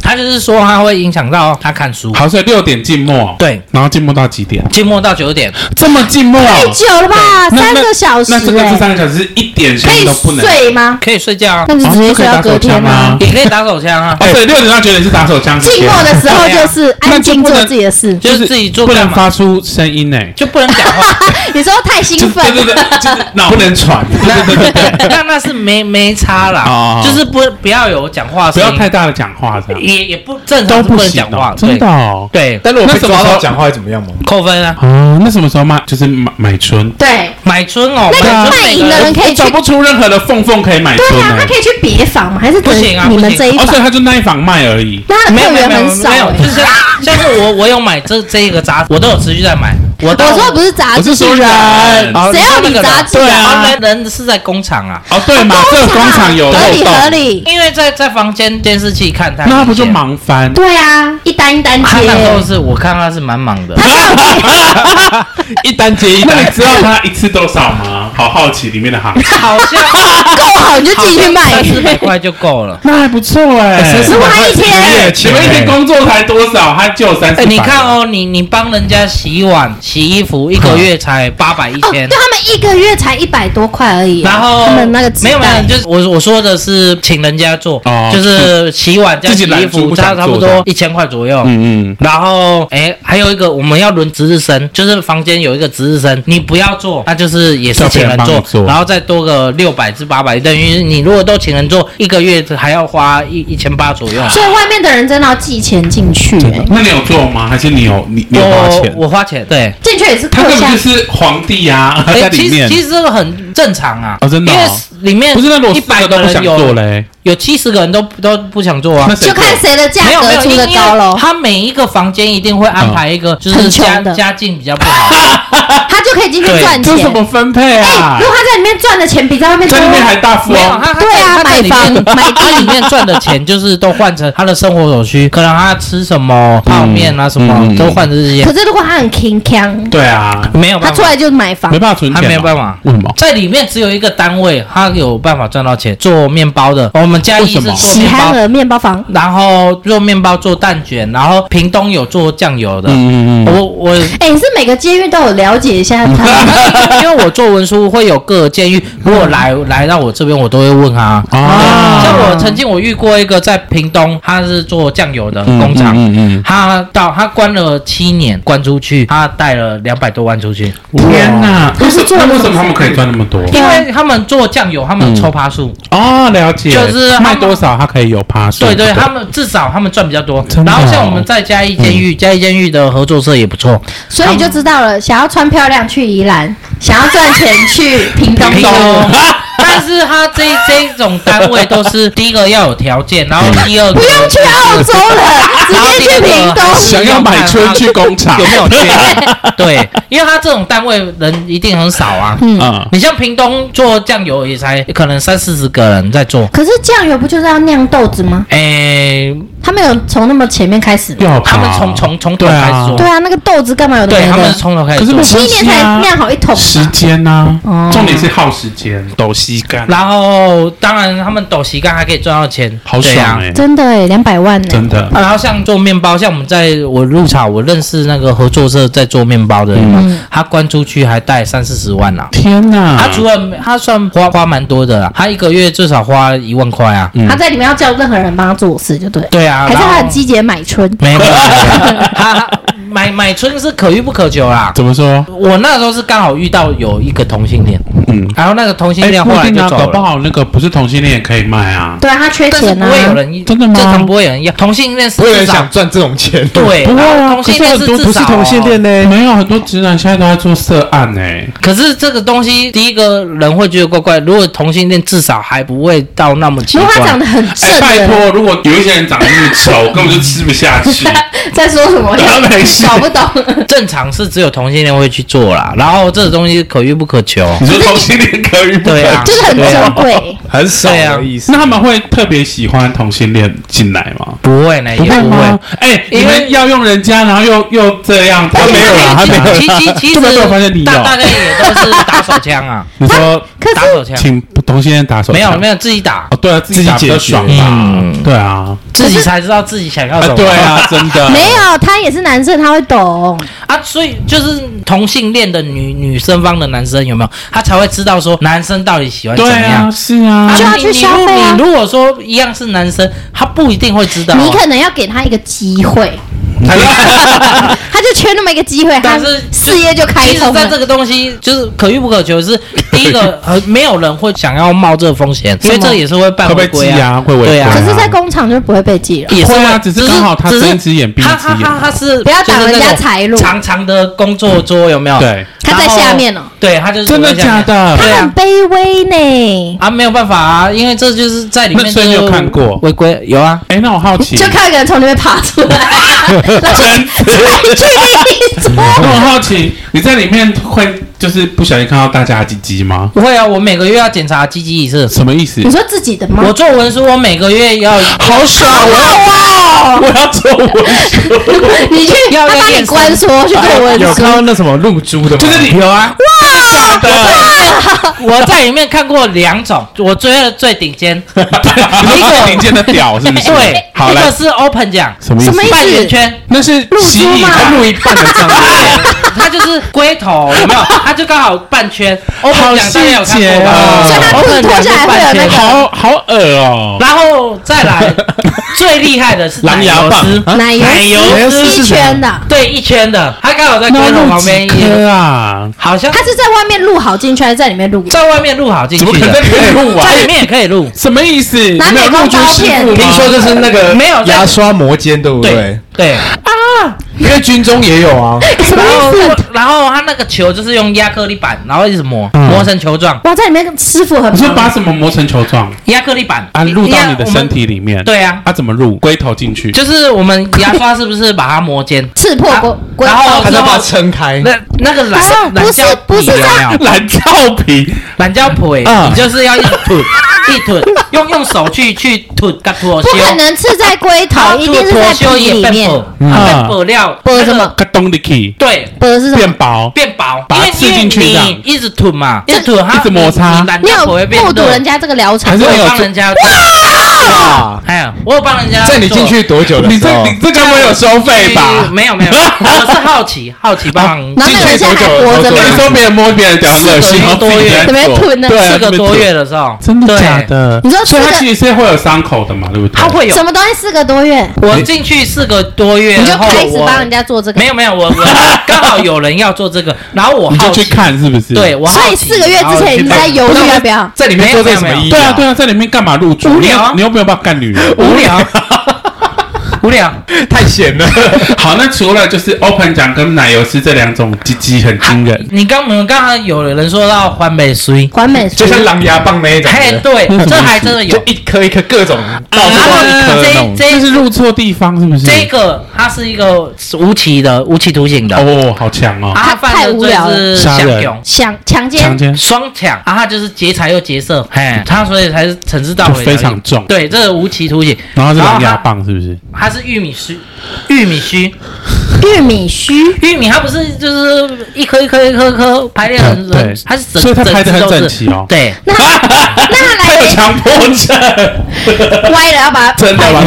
[SPEAKER 1] 他就是说他会影响到他看书，
[SPEAKER 3] 好，所以六点静默，
[SPEAKER 1] 对，
[SPEAKER 3] 然后静默到几点？
[SPEAKER 1] 静默到九点，
[SPEAKER 3] 这么静默，啊
[SPEAKER 2] 太久了吧，
[SPEAKER 3] 哦那
[SPEAKER 2] 三个小时、
[SPEAKER 3] 那
[SPEAKER 2] 哎，
[SPEAKER 3] 这个这三个小时一点声
[SPEAKER 2] 可
[SPEAKER 3] 音
[SPEAKER 2] 以
[SPEAKER 3] 都不能。
[SPEAKER 2] 睡吗？
[SPEAKER 1] 可以睡觉啊，
[SPEAKER 2] 那就直接睡到隔天啊
[SPEAKER 3] 哦。
[SPEAKER 1] 也可以打手枪啊，
[SPEAKER 3] 哦，所以六点到九点是打手枪时间，
[SPEAKER 2] 静默的时候就是
[SPEAKER 3] 啊那
[SPEAKER 2] 安
[SPEAKER 3] 就
[SPEAKER 2] 静
[SPEAKER 3] 不
[SPEAKER 2] 做
[SPEAKER 3] 能
[SPEAKER 2] 自己的事。
[SPEAKER 1] 就是自己做
[SPEAKER 3] 不
[SPEAKER 1] 干
[SPEAKER 3] 能
[SPEAKER 1] 嘛，
[SPEAKER 3] 发出声音呢，
[SPEAKER 1] 就不能讲话。
[SPEAKER 2] 你说太兴
[SPEAKER 3] 就
[SPEAKER 2] 奋
[SPEAKER 3] 对，对对，就是脑不能喘，对对对对 对，
[SPEAKER 1] 那那是没没差啦
[SPEAKER 3] 哦，
[SPEAKER 1] 就是不不要有讲话
[SPEAKER 3] 不
[SPEAKER 1] 声
[SPEAKER 3] 要
[SPEAKER 1] 音，
[SPEAKER 3] 太大的讲话，这样
[SPEAKER 1] 也也不正常
[SPEAKER 3] 都
[SPEAKER 1] 是不能
[SPEAKER 3] 行
[SPEAKER 1] 讲话
[SPEAKER 3] 哦，，真的哦。
[SPEAKER 1] 对，对
[SPEAKER 4] 但如果被
[SPEAKER 3] 那什么
[SPEAKER 4] 抓
[SPEAKER 3] 时
[SPEAKER 4] 到
[SPEAKER 3] 候
[SPEAKER 4] 讲话会怎么样吗？
[SPEAKER 1] 扣分啊，
[SPEAKER 3] 哦，那什么时候卖？就是买买春，
[SPEAKER 2] 对，
[SPEAKER 1] 买春哦，
[SPEAKER 2] 那
[SPEAKER 1] 买春
[SPEAKER 2] 个卖
[SPEAKER 1] 每
[SPEAKER 2] 淫的
[SPEAKER 1] 个
[SPEAKER 2] 人可以去
[SPEAKER 3] 找，不出任何的缝缝可以买春
[SPEAKER 2] 对啊，
[SPEAKER 3] 呢
[SPEAKER 2] 他。可以去别房吗？还是只
[SPEAKER 1] 不行啊
[SPEAKER 2] 你
[SPEAKER 1] 不
[SPEAKER 2] 们
[SPEAKER 1] 行
[SPEAKER 2] 这一
[SPEAKER 3] 哦，所以
[SPEAKER 2] 房？
[SPEAKER 3] 他就那一房卖而已。
[SPEAKER 2] 那他的
[SPEAKER 1] 没有
[SPEAKER 2] 客
[SPEAKER 1] 没有
[SPEAKER 2] 源
[SPEAKER 1] 没有
[SPEAKER 2] 很少
[SPEAKER 1] 没有，
[SPEAKER 2] 哎
[SPEAKER 1] 就。是像是我我有买这这一个杂，我都有持续在买，我到
[SPEAKER 2] 我说不是杂
[SPEAKER 3] 我
[SPEAKER 2] 志
[SPEAKER 3] 是说
[SPEAKER 2] 人，
[SPEAKER 3] 人
[SPEAKER 1] 哦你
[SPEAKER 2] 谁要
[SPEAKER 1] 说那
[SPEAKER 2] 理
[SPEAKER 1] 个
[SPEAKER 2] 杂
[SPEAKER 1] 人
[SPEAKER 2] 志
[SPEAKER 3] 对啊
[SPEAKER 1] 人人是在工厂啊，
[SPEAKER 3] 哦，对嘛，这个工厂有
[SPEAKER 2] 合
[SPEAKER 3] 漏
[SPEAKER 2] 理合
[SPEAKER 3] 洞，
[SPEAKER 2] 理，
[SPEAKER 1] 因为在在房间监视器看他，
[SPEAKER 3] 那他不就？忙翻？
[SPEAKER 2] 对啊，一单一单
[SPEAKER 1] 他
[SPEAKER 2] 接
[SPEAKER 1] 那时候是我看他是蛮忙的，
[SPEAKER 3] 一单接一单，那你知道他一次多少吗？好好奇里面的行情，
[SPEAKER 1] 好 像
[SPEAKER 2] 够好你就自己去卖。
[SPEAKER 1] 三四百块就够了。
[SPEAKER 4] 那还不错哎，
[SPEAKER 2] 十万一天，
[SPEAKER 3] 你们一天工作才多少？他就有 三
[SPEAKER 1] 哎、
[SPEAKER 3] 四百。
[SPEAKER 1] 你看，哦，你你帮人家洗碗、 洗衣服，一个月才八百一
[SPEAKER 2] 哦，
[SPEAKER 1] 千
[SPEAKER 2] 对。他们一个月才一百多块而已啊。
[SPEAKER 1] 然后
[SPEAKER 2] 他们那个纸
[SPEAKER 1] 没有没有，
[SPEAKER 2] 袋
[SPEAKER 1] 就是我我说的是请人家做，
[SPEAKER 3] 哦
[SPEAKER 1] 就是洗碗加
[SPEAKER 3] 自己
[SPEAKER 1] 洗
[SPEAKER 3] 懒
[SPEAKER 1] 衣
[SPEAKER 3] 猪
[SPEAKER 1] 服，
[SPEAKER 3] 不
[SPEAKER 1] 差
[SPEAKER 3] 想
[SPEAKER 1] 差不
[SPEAKER 3] 做这
[SPEAKER 1] 多
[SPEAKER 3] 样
[SPEAKER 1] 一千块左右。
[SPEAKER 3] 嗯嗯，
[SPEAKER 1] 然后，哎，还有一个我们要轮值日生，就是房间有一个值日生，你不要做，那就是也是
[SPEAKER 3] 叫
[SPEAKER 1] 请
[SPEAKER 3] 别人
[SPEAKER 1] 人
[SPEAKER 3] 帮
[SPEAKER 1] 做，
[SPEAKER 3] 你做
[SPEAKER 1] 然后再多个六百至八百，等于你如果都请人做，一个月还要花一一千八左右。
[SPEAKER 2] 所以外面的人真的要寄钱进去、欸，
[SPEAKER 3] 那你有做吗？还是你有你你有花钱？
[SPEAKER 1] 我我花钱，对。
[SPEAKER 2] 进去也是
[SPEAKER 3] 他
[SPEAKER 2] 特
[SPEAKER 3] 根
[SPEAKER 2] 价
[SPEAKER 3] 本就。是皇帝啊，
[SPEAKER 1] 哎
[SPEAKER 3] 在
[SPEAKER 1] 其
[SPEAKER 3] 里
[SPEAKER 1] 实
[SPEAKER 3] 面
[SPEAKER 1] 其实这个很正常啊，
[SPEAKER 3] 哦真的哦
[SPEAKER 1] 因为里面
[SPEAKER 3] 不是那裸
[SPEAKER 1] 一
[SPEAKER 3] 四
[SPEAKER 1] 百
[SPEAKER 3] 个都不想做
[SPEAKER 1] 有
[SPEAKER 3] 嘞，
[SPEAKER 1] 有七十个人都都不想做啊
[SPEAKER 3] 那，谁
[SPEAKER 2] 就
[SPEAKER 3] 做
[SPEAKER 2] 看谁的价
[SPEAKER 1] 没有没
[SPEAKER 2] 格
[SPEAKER 1] 有，
[SPEAKER 2] 出的
[SPEAKER 1] 因为
[SPEAKER 2] 高喽，
[SPEAKER 1] 他每一个房间一定会安排一
[SPEAKER 3] 哦
[SPEAKER 1] 个，就是
[SPEAKER 2] 很穷
[SPEAKER 1] 家
[SPEAKER 2] 的
[SPEAKER 1] 家境比较不 好，
[SPEAKER 2] 他就可以进去赚
[SPEAKER 3] 这
[SPEAKER 2] 钱。
[SPEAKER 3] 怎么分配
[SPEAKER 2] 哎、
[SPEAKER 3] 啊
[SPEAKER 2] 如？果他在里面赚的钱比在外面多
[SPEAKER 3] 在，里面还大富
[SPEAKER 1] 没有
[SPEAKER 3] 翁，
[SPEAKER 1] 他
[SPEAKER 2] 对啊
[SPEAKER 1] 他在里
[SPEAKER 2] 买
[SPEAKER 1] 面
[SPEAKER 2] 房买地
[SPEAKER 1] 他里面赚的钱就是都换成他的生活所需，可能他吃什么泡面啊什么
[SPEAKER 3] 嗯
[SPEAKER 1] 都换成这些
[SPEAKER 2] 可，是如果他很 king 强，
[SPEAKER 3] 对啊，
[SPEAKER 1] 没有
[SPEAKER 2] 他
[SPEAKER 1] 办
[SPEAKER 2] 出
[SPEAKER 1] 法，
[SPEAKER 2] 来就买房
[SPEAKER 3] 没，办法存
[SPEAKER 1] 他
[SPEAKER 3] 钱，啊
[SPEAKER 1] 没有办法。
[SPEAKER 3] 为什么？
[SPEAKER 1] 在里面只有一个单位，他有办法赚到钱，做面包的。哦我们嘉义
[SPEAKER 3] 为
[SPEAKER 1] 是
[SPEAKER 3] 什么
[SPEAKER 1] 做
[SPEAKER 2] 喜
[SPEAKER 1] 面包
[SPEAKER 2] 憨，儿面包房，
[SPEAKER 1] 然后做面包、做蛋卷，然后屏东有做酱油的。
[SPEAKER 3] 嗯嗯嗯，
[SPEAKER 1] 我我
[SPEAKER 2] 哎、你是每个监狱都有了解一下他，
[SPEAKER 1] 因为我做文书会有各个监狱，如果来来到我这边，我都会问他。
[SPEAKER 3] 啊
[SPEAKER 1] 像我曾经我遇过一个在屏东，他是做酱油的工厂。
[SPEAKER 3] 嗯嗯
[SPEAKER 1] 他到他关了七年，关出去，他带了两百多万出去，
[SPEAKER 3] 嗯，天哪！
[SPEAKER 2] 他是做
[SPEAKER 3] 那
[SPEAKER 2] 了
[SPEAKER 3] 为
[SPEAKER 2] 什
[SPEAKER 3] 什么他
[SPEAKER 2] 么？
[SPEAKER 3] 们可以赚那么多？
[SPEAKER 1] 因为他们做酱油，他们有抽趴数，
[SPEAKER 3] 哦，了解，
[SPEAKER 1] 就是他们
[SPEAKER 3] 卖多少他可以有趴数，
[SPEAKER 1] 对对，
[SPEAKER 3] 不
[SPEAKER 1] 他们至少他们赚比较多。
[SPEAKER 3] 真的
[SPEAKER 1] 然后像
[SPEAKER 3] 哦
[SPEAKER 1] 我们在嘉义监狱，嘉义监狱的合作社也不错，
[SPEAKER 2] 所以你就知道了，想要穿漂亮去宜兰，想要赚钱去屏东，
[SPEAKER 1] 屏 东。哦但是他这这种单位都是第一个要有条件，然后
[SPEAKER 3] 嗯
[SPEAKER 1] 第二个
[SPEAKER 2] 不用去澳洲了，直接去屏东。
[SPEAKER 3] 想要买春去工厂
[SPEAKER 1] 有没有缺？ 对，因为他这种单位人一定很少啊。
[SPEAKER 3] 嗯，
[SPEAKER 1] 你像屏东做酱油也才可能三四十个人在做，
[SPEAKER 2] 可是酱油不就是要酿豆子吗？
[SPEAKER 1] 诶、
[SPEAKER 2] 他们有从那么前面开始吗？
[SPEAKER 3] 要吧
[SPEAKER 1] 他们从从从头
[SPEAKER 3] 对啊
[SPEAKER 1] 开始做，
[SPEAKER 2] 对啊，那个豆子干嘛有的
[SPEAKER 1] 对
[SPEAKER 2] 没
[SPEAKER 1] 他们是
[SPEAKER 2] 的？
[SPEAKER 1] 从头开
[SPEAKER 3] 可
[SPEAKER 1] 始
[SPEAKER 3] 是
[SPEAKER 1] 做
[SPEAKER 3] 没有。
[SPEAKER 2] 七年才酿好一桶吧，啊
[SPEAKER 3] 时间呐
[SPEAKER 2] 哦，
[SPEAKER 3] 重点是耗时间，抖膝盖，
[SPEAKER 1] 然后，当然，他们抖旗杆还可以赚到钱，
[SPEAKER 3] 好
[SPEAKER 1] 对啊
[SPEAKER 3] 爽哎，
[SPEAKER 2] 真的哎，两百万呢。
[SPEAKER 3] 真的
[SPEAKER 1] 啊，然后像做面包，像我们在我入场，我认识那个合作社在做面包的人嘛，
[SPEAKER 3] 嗯
[SPEAKER 1] 他关出去还带三四十万啦、啊
[SPEAKER 3] 天
[SPEAKER 4] 嗯
[SPEAKER 3] 哪！
[SPEAKER 1] 他除了他算花花蛮多的啦，他一个月至少花一万块啊。
[SPEAKER 2] 他在里面要叫任何人帮他做事，就对。
[SPEAKER 1] 对啊，
[SPEAKER 2] 还是
[SPEAKER 1] 然后
[SPEAKER 2] 他很季节买春，
[SPEAKER 1] 没有，没有没有 他他买买春是可遇不可求啦。
[SPEAKER 3] 怎么说？
[SPEAKER 1] 我那时候是刚好遇到有一个同性恋，
[SPEAKER 3] 嗯，
[SPEAKER 1] 然后那个同性
[SPEAKER 3] 哎，
[SPEAKER 1] 恋后
[SPEAKER 3] 不
[SPEAKER 1] 来
[SPEAKER 3] 一定
[SPEAKER 1] 就
[SPEAKER 3] 啊，
[SPEAKER 1] 走
[SPEAKER 3] 搞不
[SPEAKER 1] 了。
[SPEAKER 3] 好那个不是同性恋也可以卖啊。
[SPEAKER 2] 对啊，他缺
[SPEAKER 1] 但是
[SPEAKER 2] 钱
[SPEAKER 1] 不
[SPEAKER 2] 啊。
[SPEAKER 1] 会有人
[SPEAKER 4] 真的吗
[SPEAKER 1] 正常不会有人要同性恋是
[SPEAKER 4] 不会有
[SPEAKER 1] 至
[SPEAKER 4] 人
[SPEAKER 1] 少
[SPEAKER 4] 想赚这种钱。
[SPEAKER 1] 对，
[SPEAKER 4] 不会
[SPEAKER 1] 然后
[SPEAKER 4] 啊，
[SPEAKER 1] 同
[SPEAKER 4] 可
[SPEAKER 1] 性
[SPEAKER 4] 是
[SPEAKER 1] 恋
[SPEAKER 4] 很多
[SPEAKER 1] 至
[SPEAKER 4] 不是
[SPEAKER 1] 少
[SPEAKER 4] 同性恋呢。
[SPEAKER 3] 没有很多直男现在都在做色案哎，
[SPEAKER 1] 可是这个东西，第一个人会觉得怪怪。如果同性恋，至少还不会到那么奇
[SPEAKER 2] 如
[SPEAKER 1] 怪
[SPEAKER 2] 果。他长得很正
[SPEAKER 3] 哎，拜
[SPEAKER 2] 的，
[SPEAKER 3] 托，如果有一些人长得那么 丑，根本就吃不下去。
[SPEAKER 2] 在说什么？
[SPEAKER 3] 他没事
[SPEAKER 2] 搞不懂。
[SPEAKER 1] 正常是只有同性恋会去做啦，然后这个东西可遇不可求。
[SPEAKER 3] 你说同性恋可以不可
[SPEAKER 1] 对啊
[SPEAKER 2] 就是很珍贵，
[SPEAKER 4] 很少
[SPEAKER 1] 对啊
[SPEAKER 4] 的意思
[SPEAKER 3] 那。他们会特别喜欢同性恋进来吗？
[SPEAKER 1] 不会呢，也不会。？
[SPEAKER 3] 哎，
[SPEAKER 1] 因
[SPEAKER 3] 你
[SPEAKER 1] 为哎
[SPEAKER 3] 们要用人家，然后又又这样，他
[SPEAKER 4] 没有啦他没有啦
[SPEAKER 1] 其其其
[SPEAKER 3] 就没有发啊现
[SPEAKER 1] 实
[SPEAKER 3] 你
[SPEAKER 1] 大
[SPEAKER 3] 有
[SPEAKER 1] 大家也都是打手枪啊，
[SPEAKER 3] 你说
[SPEAKER 2] 可
[SPEAKER 1] 打手
[SPEAKER 2] 是
[SPEAKER 1] 枪
[SPEAKER 3] 请同性恋打手
[SPEAKER 1] 没有没
[SPEAKER 3] 有
[SPEAKER 1] 有自己打
[SPEAKER 3] 哦，，对啊，自己打比较爽吧
[SPEAKER 1] 嗯？
[SPEAKER 3] 对啊，
[SPEAKER 1] 自己才知道自己想要什
[SPEAKER 3] 啊
[SPEAKER 1] 么。
[SPEAKER 3] 对啊，真
[SPEAKER 1] 呃
[SPEAKER 3] 的
[SPEAKER 2] 没有，他也是男生，他会懂。
[SPEAKER 1] 啊，所以就是同性恋的女女生方的男生有没有，他才会知道说男生到底喜欢怎
[SPEAKER 3] 对
[SPEAKER 1] 么样
[SPEAKER 3] 啊，。是啊
[SPEAKER 1] 啊，
[SPEAKER 2] 就要
[SPEAKER 1] 你
[SPEAKER 2] 去
[SPEAKER 1] 你
[SPEAKER 2] 消
[SPEAKER 1] 如
[SPEAKER 2] 费啊
[SPEAKER 1] 你如果说一样是男生，他不一定会知道啊。
[SPEAKER 2] 你可能要给他一个 机会，他就缺那么一个机会，他
[SPEAKER 1] 但是就
[SPEAKER 2] 事业就开
[SPEAKER 1] 其实
[SPEAKER 2] 通
[SPEAKER 1] 在
[SPEAKER 2] 了
[SPEAKER 1] 这。个东西就是可遇不可求， 是第一个呃，没有人会想要冒这个风 险，所以这也是会办
[SPEAKER 3] 会
[SPEAKER 1] 违
[SPEAKER 3] 被
[SPEAKER 1] 规
[SPEAKER 3] 羁
[SPEAKER 1] 啊，
[SPEAKER 3] 押，会违
[SPEAKER 1] 对
[SPEAKER 3] 规
[SPEAKER 1] 啊
[SPEAKER 3] 啊。
[SPEAKER 2] 可是，在工厂就不会被记了。
[SPEAKER 1] 也是
[SPEAKER 3] 会
[SPEAKER 1] 会，
[SPEAKER 3] 啊，只是刚好他
[SPEAKER 1] 只是
[SPEAKER 3] 睁一只眼闭一
[SPEAKER 1] 他他
[SPEAKER 3] 只眼，
[SPEAKER 1] 他他是
[SPEAKER 2] 不要挡
[SPEAKER 1] 就是那
[SPEAKER 2] 人家
[SPEAKER 1] 种
[SPEAKER 2] 财路
[SPEAKER 1] 长长的工作桌有没有？
[SPEAKER 3] 对，
[SPEAKER 2] 他在
[SPEAKER 1] 然后
[SPEAKER 2] 下面哦，
[SPEAKER 1] 对他就是
[SPEAKER 3] 真的假的
[SPEAKER 1] 躲在下面对
[SPEAKER 2] 他
[SPEAKER 1] 啊
[SPEAKER 2] 很。卑微呢，
[SPEAKER 1] 啊，没有办法啊，因为这就是在里面
[SPEAKER 3] 那
[SPEAKER 1] 就
[SPEAKER 3] 所以你有看过
[SPEAKER 1] 违规，有啊，
[SPEAKER 3] 哎，那我好奇，
[SPEAKER 2] 就看一个人从里面爬出来， 然后 去去另一桌。
[SPEAKER 3] 那我好奇，你在里面会就是不小心看到大家的鸡鸡吗？
[SPEAKER 1] 不会啊，我每个月要检查鸡鸡一次。
[SPEAKER 3] 什么意思
[SPEAKER 2] 你？说自己的吗
[SPEAKER 1] 我？做文书，我每个月 要
[SPEAKER 3] 好爽，啊我要我要做文书，
[SPEAKER 2] 你去，
[SPEAKER 1] 要啊
[SPEAKER 2] 他
[SPEAKER 1] 要
[SPEAKER 2] 把
[SPEAKER 1] 验
[SPEAKER 2] 你
[SPEAKER 1] 收
[SPEAKER 2] 关说去做文
[SPEAKER 4] 有
[SPEAKER 2] 书
[SPEAKER 4] 看，到那什么露珠的吗？
[SPEAKER 3] 就是你有啊，哇，真的假的？
[SPEAKER 1] 我在里面看过两种，我追了最顶尖，
[SPEAKER 3] 你说最顶尖的屌是不是？
[SPEAKER 1] 对，
[SPEAKER 3] 好
[SPEAKER 1] 一个
[SPEAKER 3] 来，
[SPEAKER 1] 是 open 奖，
[SPEAKER 3] 什么意
[SPEAKER 2] 什
[SPEAKER 3] 思
[SPEAKER 2] 么？意
[SPEAKER 1] 半圆
[SPEAKER 2] 思？
[SPEAKER 1] 圈，
[SPEAKER 3] 那是洗
[SPEAKER 2] 猪
[SPEAKER 3] 你
[SPEAKER 2] 嘛
[SPEAKER 3] 才录一半的账号，
[SPEAKER 1] 它就是龟头，有没有？它就刚好半圈
[SPEAKER 3] 好
[SPEAKER 1] ，open 奖大家有
[SPEAKER 3] 细
[SPEAKER 1] 看
[SPEAKER 3] 节
[SPEAKER 1] 过吧
[SPEAKER 3] 啊！
[SPEAKER 2] 所以它
[SPEAKER 1] ？open
[SPEAKER 2] 裤脱
[SPEAKER 1] 奖
[SPEAKER 2] 下
[SPEAKER 1] 是
[SPEAKER 2] 来会有
[SPEAKER 1] 半
[SPEAKER 2] 那
[SPEAKER 1] 圈
[SPEAKER 2] 个。
[SPEAKER 3] 好好恶哦。
[SPEAKER 1] 然后再 来最厉害的是
[SPEAKER 3] 狼牙棒
[SPEAKER 1] 奶油丝
[SPEAKER 3] 啊
[SPEAKER 2] 奶油
[SPEAKER 1] 奶油
[SPEAKER 2] 丝
[SPEAKER 5] 丝是
[SPEAKER 2] 一
[SPEAKER 5] 什么
[SPEAKER 2] 圈的，
[SPEAKER 1] 对，一圈的，它刚好在龟头
[SPEAKER 3] 那
[SPEAKER 1] 旁边
[SPEAKER 3] 几
[SPEAKER 1] 也，
[SPEAKER 3] 颗啊？
[SPEAKER 1] 好像
[SPEAKER 2] 它是在外面录好进去，还是在里面录？
[SPEAKER 1] 在外面录好进
[SPEAKER 3] 怎么
[SPEAKER 1] 去
[SPEAKER 3] 可能在
[SPEAKER 1] 的，
[SPEAKER 3] 里面录啊
[SPEAKER 1] 在？里面也可以录。
[SPEAKER 3] 什么意思？啊你
[SPEAKER 2] 拿
[SPEAKER 3] 没
[SPEAKER 2] 美
[SPEAKER 3] 有露
[SPEAKER 2] 工
[SPEAKER 3] 出
[SPEAKER 2] 刀
[SPEAKER 3] 师
[SPEAKER 2] 片
[SPEAKER 3] 傅
[SPEAKER 4] 听
[SPEAKER 3] 吗？
[SPEAKER 4] 说就是那个
[SPEAKER 1] 没有在
[SPEAKER 4] 牙刷磨尖，对不
[SPEAKER 1] 对
[SPEAKER 4] 对？
[SPEAKER 1] 对，
[SPEAKER 4] 因为军中也有啊，
[SPEAKER 2] 什么
[SPEAKER 1] 然后
[SPEAKER 2] 意思？
[SPEAKER 1] 然后它那个球就是用亚克力板，然后一直
[SPEAKER 3] 嗯
[SPEAKER 1] 磨磨成球状，
[SPEAKER 2] 哇，在里面师傅很
[SPEAKER 3] 你说
[SPEAKER 2] 忙
[SPEAKER 3] 把什么磨成球状
[SPEAKER 1] 亚克力板
[SPEAKER 3] 啊？入到你的。
[SPEAKER 1] 要我
[SPEAKER 3] 身
[SPEAKER 1] 们
[SPEAKER 3] 体里面？
[SPEAKER 1] 对啊，
[SPEAKER 3] 啊？怎么入？龟头进去？
[SPEAKER 1] 就是我们牙刷是不是把它磨 尖？
[SPEAKER 2] 刺破锅锅
[SPEAKER 1] 然后
[SPEAKER 4] 他
[SPEAKER 1] 然
[SPEAKER 4] 就
[SPEAKER 1] 后
[SPEAKER 4] 把它撑开。
[SPEAKER 1] 那那个懒
[SPEAKER 2] 啊
[SPEAKER 1] 懒
[SPEAKER 2] 不是
[SPEAKER 1] 胶
[SPEAKER 2] 不是
[SPEAKER 1] 皮有没
[SPEAKER 2] 这样
[SPEAKER 1] 有？
[SPEAKER 3] 蓝照皮，
[SPEAKER 1] 懒胶腿，
[SPEAKER 3] 啊
[SPEAKER 1] 你就是要一直吐 一吐，用用手去去吐，跟脱
[SPEAKER 2] 不
[SPEAKER 1] 修。
[SPEAKER 2] 可能刺在龟
[SPEAKER 1] 然后
[SPEAKER 2] 头，一定是
[SPEAKER 1] 脱
[SPEAKER 2] 在
[SPEAKER 1] 修
[SPEAKER 2] 皮
[SPEAKER 1] 也
[SPEAKER 2] 里
[SPEAKER 1] 变
[SPEAKER 2] 面。
[SPEAKER 1] 薄，
[SPEAKER 3] 嗯
[SPEAKER 1] 啊变薄料
[SPEAKER 2] 薄
[SPEAKER 1] 那
[SPEAKER 2] 什
[SPEAKER 1] 个
[SPEAKER 2] 么
[SPEAKER 3] 咔咚的 key
[SPEAKER 1] 对，
[SPEAKER 2] 不是什
[SPEAKER 3] 变
[SPEAKER 2] 么？
[SPEAKER 3] 薄。
[SPEAKER 1] 变薄，
[SPEAKER 3] 把它
[SPEAKER 1] 因为
[SPEAKER 3] 刺进去
[SPEAKER 1] 因为
[SPEAKER 3] 这样
[SPEAKER 1] 你一直吐嘛，一直吐，它
[SPEAKER 3] 一直摩擦
[SPEAKER 1] 你你懒
[SPEAKER 2] 你
[SPEAKER 1] 胶
[SPEAKER 2] 有
[SPEAKER 1] 腿会变
[SPEAKER 2] 目睹
[SPEAKER 1] 热
[SPEAKER 2] 人家这个疗程
[SPEAKER 3] 还是
[SPEAKER 1] 我
[SPEAKER 3] 你
[SPEAKER 1] 有
[SPEAKER 3] 有
[SPEAKER 1] 帮人家，
[SPEAKER 4] 啊
[SPEAKER 1] 哎呀，我有帮人家做。
[SPEAKER 4] 在你进去多久的
[SPEAKER 3] 你
[SPEAKER 4] 时
[SPEAKER 3] 这
[SPEAKER 4] 候？
[SPEAKER 3] 你这该不会有收费吧？啊
[SPEAKER 1] 没有没有，我是好奇好奇帮。
[SPEAKER 2] 然后那个人现在还
[SPEAKER 4] 进去多久
[SPEAKER 2] 活着
[SPEAKER 4] 多
[SPEAKER 3] 你
[SPEAKER 4] 久
[SPEAKER 2] 吗？
[SPEAKER 3] 说别人摸别人屌很恶心，然后自己在
[SPEAKER 2] 怎么
[SPEAKER 3] 做
[SPEAKER 2] 吞呢？
[SPEAKER 3] 对啊
[SPEAKER 1] 四个多月的时候，
[SPEAKER 3] 真的
[SPEAKER 1] 对
[SPEAKER 3] 假？的？
[SPEAKER 2] 你说
[SPEAKER 3] 所以它
[SPEAKER 2] 吃
[SPEAKER 3] 其实是会有伤口的嘛，对不对？
[SPEAKER 1] 它会有
[SPEAKER 2] 什，么东西四个多月，
[SPEAKER 1] 我进去四个多月，
[SPEAKER 2] 你
[SPEAKER 1] 哎
[SPEAKER 2] 就
[SPEAKER 1] 然后
[SPEAKER 2] 开始
[SPEAKER 1] 我
[SPEAKER 2] 帮人家做这个
[SPEAKER 1] 没？有没有，我我 刚好有人要做这个，然后我
[SPEAKER 3] 你
[SPEAKER 1] 好
[SPEAKER 3] 就去
[SPEAKER 1] 奇，
[SPEAKER 3] 看是不是？
[SPEAKER 1] 对我好
[SPEAKER 2] 所
[SPEAKER 1] 奇
[SPEAKER 2] 以四个月之前你在犹豫要不要？
[SPEAKER 4] 在里面做这个什么意义？
[SPEAKER 3] 对啊对啊，在里面干嘛入住？
[SPEAKER 1] 无聊
[SPEAKER 3] 你又你又没有办法干女人。
[SPEAKER 1] 无聊 无聊，
[SPEAKER 4] 对，太闲了。
[SPEAKER 3] 好，那除了就是 open 奖跟奶油丝这两种鸡鸡很惊人，
[SPEAKER 1] 啊你刚我们刚刚有人说到环美水，
[SPEAKER 2] 管美术
[SPEAKER 4] 就像狼牙棒那一种
[SPEAKER 1] 嘿，
[SPEAKER 4] 的，
[SPEAKER 1] 对
[SPEAKER 3] 那什么，意思
[SPEAKER 1] 这还真的有
[SPEAKER 4] 就。一颗一颗各种到处
[SPEAKER 1] 然后
[SPEAKER 4] 都啊一颗
[SPEAKER 3] 嗯
[SPEAKER 4] 那
[SPEAKER 1] 啊这
[SPEAKER 4] 种。
[SPEAKER 1] 这
[SPEAKER 3] 这是入错地方是不是？
[SPEAKER 1] 这个它是一个无期的无期徒刑的，
[SPEAKER 3] 哦，好强哦，
[SPEAKER 1] 啊，他犯的罪是
[SPEAKER 3] 杀
[SPEAKER 1] 强
[SPEAKER 3] 人
[SPEAKER 1] 勇。
[SPEAKER 2] 想强
[SPEAKER 3] 强
[SPEAKER 2] 奸，
[SPEAKER 3] 奸
[SPEAKER 1] 双抢啊，他就是劫财又劫色，嘿，他所以才是惩治到
[SPEAKER 3] 就
[SPEAKER 1] 位，
[SPEAKER 3] 非常重，嗯
[SPEAKER 1] 对，这个无期徒刑，
[SPEAKER 3] 然后是狼牙
[SPEAKER 1] 然后
[SPEAKER 3] 棒是不是？
[SPEAKER 1] 它是玉米须，玉米须，
[SPEAKER 2] 玉米须，
[SPEAKER 1] 玉米它不是就是一颗一颗一颗一颗排列很
[SPEAKER 3] 对
[SPEAKER 1] 很，它是整，
[SPEAKER 3] 所以它排得很
[SPEAKER 1] 整只都是
[SPEAKER 3] 整齐哦
[SPEAKER 1] 对，
[SPEAKER 2] 那 那
[SPEAKER 3] 他有
[SPEAKER 2] 来
[SPEAKER 3] 强迫症，
[SPEAKER 2] 歪了要把它，
[SPEAKER 3] 真的吗？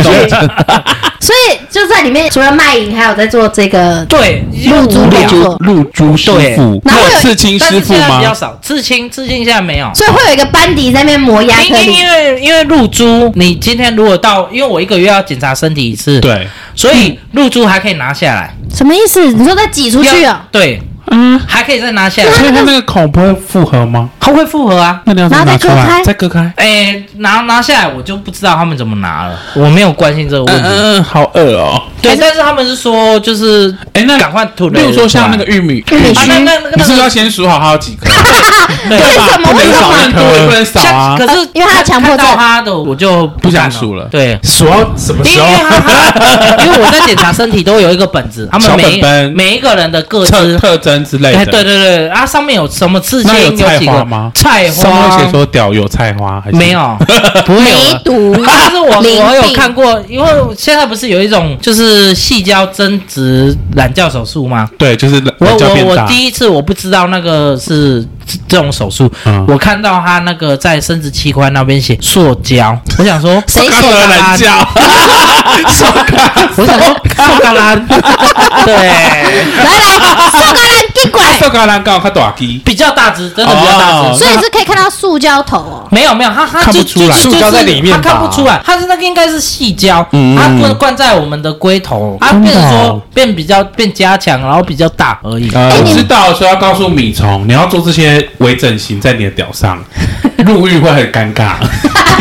[SPEAKER 2] 所以就在里面除了卖淫，还有在做这个
[SPEAKER 1] 对，
[SPEAKER 2] 露
[SPEAKER 1] 无
[SPEAKER 2] 珠工
[SPEAKER 1] 聊
[SPEAKER 2] 作，
[SPEAKER 3] 露珠师傅，
[SPEAKER 2] 然
[SPEAKER 3] 啊那
[SPEAKER 2] 后有
[SPEAKER 3] 有刺青
[SPEAKER 1] 但
[SPEAKER 3] 师
[SPEAKER 1] 是
[SPEAKER 3] 傅
[SPEAKER 1] 现在
[SPEAKER 3] 吗
[SPEAKER 1] 比？较少，刺青刺青现在没有。
[SPEAKER 2] 所以会有一个班底在那边磨牙
[SPEAKER 1] 因
[SPEAKER 2] 克
[SPEAKER 1] 因
[SPEAKER 2] 力。
[SPEAKER 1] 因为因为露珠，你今天如果到，因为我一个月要检查身体一次，，
[SPEAKER 3] 对，
[SPEAKER 1] 所以露珠还可以拿下来，
[SPEAKER 2] 什么意思？你说再挤出去哦，
[SPEAKER 1] 对，
[SPEAKER 3] 嗯，
[SPEAKER 1] 还可以再拿下来，
[SPEAKER 3] 哎所以他那个孔不会复合吗？
[SPEAKER 1] 它会复合啊。
[SPEAKER 3] 那你要怎么拿出
[SPEAKER 2] 然后
[SPEAKER 3] 来？
[SPEAKER 2] 再
[SPEAKER 3] 再割开。
[SPEAKER 1] 哎，拿拿下来我就不知道他们怎么拿了，我没有关心这个问
[SPEAKER 3] 嗯
[SPEAKER 1] 题。
[SPEAKER 3] 嗯，好饿哦。
[SPEAKER 1] 对，但是他们是说就是
[SPEAKER 3] 哎，那
[SPEAKER 1] 赶快吐了。
[SPEAKER 3] 例如说像那个玉米，
[SPEAKER 2] 玉米
[SPEAKER 1] 啊，
[SPEAKER 2] 须
[SPEAKER 1] 那那那个
[SPEAKER 3] 你
[SPEAKER 1] 那
[SPEAKER 3] 是不是要
[SPEAKER 1] 个，
[SPEAKER 3] 先数好它有几 颗？
[SPEAKER 2] 为
[SPEAKER 3] 对吧
[SPEAKER 2] 什么？
[SPEAKER 3] 不
[SPEAKER 2] 为
[SPEAKER 3] 能
[SPEAKER 2] 什
[SPEAKER 3] 少
[SPEAKER 2] 么
[SPEAKER 3] 很？多，也不能少啊。
[SPEAKER 1] 可是
[SPEAKER 2] 因为他有强迫
[SPEAKER 1] 看
[SPEAKER 2] 症
[SPEAKER 1] 到他的我就
[SPEAKER 3] 不想
[SPEAKER 1] 看
[SPEAKER 3] 数了
[SPEAKER 1] 对。
[SPEAKER 4] 数到什么
[SPEAKER 1] 因
[SPEAKER 4] 时
[SPEAKER 1] 为
[SPEAKER 4] 候？
[SPEAKER 1] 他 他因为我在检查身体都有一个本子，他们
[SPEAKER 3] 小
[SPEAKER 1] 每一
[SPEAKER 3] 本本
[SPEAKER 1] 每一个人的各
[SPEAKER 3] 特
[SPEAKER 1] 自，
[SPEAKER 3] 特征之类
[SPEAKER 1] 哎，
[SPEAKER 3] 的。
[SPEAKER 1] 对对对，啊，上面有什么刺青，
[SPEAKER 3] 那有菜
[SPEAKER 1] 几
[SPEAKER 3] 花
[SPEAKER 1] 个
[SPEAKER 3] 吗
[SPEAKER 1] 菜
[SPEAKER 3] 上面会写
[SPEAKER 1] 花
[SPEAKER 3] 说屌有菜花还是
[SPEAKER 1] 没？有， 不会有啊
[SPEAKER 2] 梅
[SPEAKER 1] 了。
[SPEAKER 2] 毒，
[SPEAKER 1] 但嗯是我
[SPEAKER 2] 淋病，
[SPEAKER 1] 我有看过，因为现在不是有一种就是细胶增殖染教手术吗？
[SPEAKER 3] 对，就是
[SPEAKER 1] 我
[SPEAKER 3] 比较
[SPEAKER 1] 我
[SPEAKER 3] 变
[SPEAKER 1] 我
[SPEAKER 3] 大
[SPEAKER 1] 第一次我不知道那个是这这种手术，
[SPEAKER 3] 嗯
[SPEAKER 1] 我看到他那个在生殖器官那边写塑胶，我想 说
[SPEAKER 2] 谁
[SPEAKER 3] 他
[SPEAKER 2] 写
[SPEAKER 3] 得
[SPEAKER 2] 的啊
[SPEAKER 3] 懒觉，受干
[SPEAKER 1] 我想说塑胶兰， 对，
[SPEAKER 2] 来来，瘦高兰给拐，
[SPEAKER 3] 受干烂 搞他短鸡，
[SPEAKER 1] 比较大只，真的比较大
[SPEAKER 3] 哦
[SPEAKER 1] 只。
[SPEAKER 2] 所以是可以看到塑胶头哦。
[SPEAKER 1] 没有没有，他他
[SPEAKER 3] 看
[SPEAKER 1] 就
[SPEAKER 3] 不出来
[SPEAKER 1] 就
[SPEAKER 4] 塑胶在里面
[SPEAKER 1] 就是他看
[SPEAKER 4] 吧
[SPEAKER 1] 不出来，他是那个应该是细胶，啊
[SPEAKER 3] 嗯
[SPEAKER 1] 它灌灌在我们的龟头，它
[SPEAKER 3] 真的
[SPEAKER 1] 变成
[SPEAKER 3] 哦
[SPEAKER 1] 说变比较变加强，然后比较大而已。
[SPEAKER 3] 呃，
[SPEAKER 2] 哎
[SPEAKER 3] 我
[SPEAKER 2] 你
[SPEAKER 3] 知道，所以要告诉米虫，你要做这些微整形在你的屌上，入狱会很 尴尬，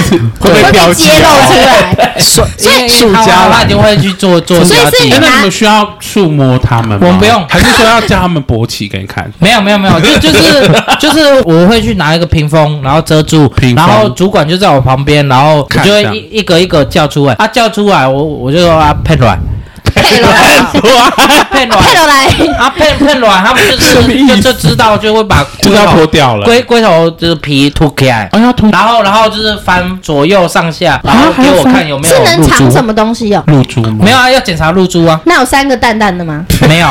[SPEAKER 4] 会不
[SPEAKER 2] 会
[SPEAKER 4] 会
[SPEAKER 2] 被
[SPEAKER 4] 标
[SPEAKER 2] 揭
[SPEAKER 4] 记
[SPEAKER 2] 露
[SPEAKER 4] 啊？
[SPEAKER 2] 出来，
[SPEAKER 4] 所
[SPEAKER 2] 所以
[SPEAKER 1] 因为他他一定啊会去做做
[SPEAKER 2] 所以
[SPEAKER 1] 加
[SPEAKER 2] 是
[SPEAKER 1] 剂
[SPEAKER 3] 哎
[SPEAKER 2] 你
[SPEAKER 3] 那你
[SPEAKER 2] 拿
[SPEAKER 3] 们需要触摸他们吗？
[SPEAKER 1] 我们不用
[SPEAKER 3] 还是说要叫他们勃起给你看？
[SPEAKER 1] 没有没有没有， 就就是就是我会去拿一个屏风，然后遮住
[SPEAKER 3] 屏，风
[SPEAKER 1] 然后主管就在我旁边，然后我
[SPEAKER 3] 看
[SPEAKER 1] 就会
[SPEAKER 3] 这 样
[SPEAKER 1] 一一个一个叫出来，啊叫出来，我我就说啊配卵，
[SPEAKER 2] 配了来，
[SPEAKER 1] 啊骗
[SPEAKER 2] 配
[SPEAKER 1] 卵
[SPEAKER 2] 了来，
[SPEAKER 1] 啊，骗骗卵，他们就
[SPEAKER 3] 什么
[SPEAKER 1] 是
[SPEAKER 3] 意思
[SPEAKER 1] 就就知道就会把 龟
[SPEAKER 3] 就是要
[SPEAKER 1] 头
[SPEAKER 3] 脱掉了。
[SPEAKER 1] 龟龟头就是皮凸起来，
[SPEAKER 3] 哎呀，脱
[SPEAKER 1] 然后然后就是翻左右上
[SPEAKER 3] 啊
[SPEAKER 1] 下，然后给我看有没有
[SPEAKER 2] 是能
[SPEAKER 1] 露
[SPEAKER 2] 藏
[SPEAKER 1] 珠
[SPEAKER 2] 什，么东西哦？
[SPEAKER 3] 露珠吗？
[SPEAKER 1] 没有，啊，要检查露珠啊，
[SPEAKER 2] 那有三个蛋蛋的吗？
[SPEAKER 1] 没有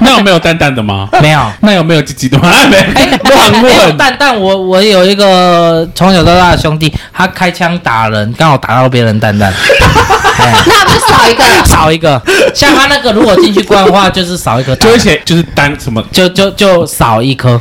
[SPEAKER 3] 那有没有淡淡的吗？
[SPEAKER 1] 没有。
[SPEAKER 3] 那有没有鸡鸡的 吗？没，哎乱
[SPEAKER 1] 没有
[SPEAKER 3] 问。
[SPEAKER 1] 但但我我有一个从小到大的兄弟，他开枪打人，刚好打到别人蛋 蛋，
[SPEAKER 2] 那不是少一个？
[SPEAKER 1] 少一个。像他那个如果进去关的话，就是少一颗
[SPEAKER 3] 就
[SPEAKER 1] 蛋
[SPEAKER 3] 会
[SPEAKER 1] 蛋，
[SPEAKER 3] 写就是单什么，
[SPEAKER 1] 就就就少一颗。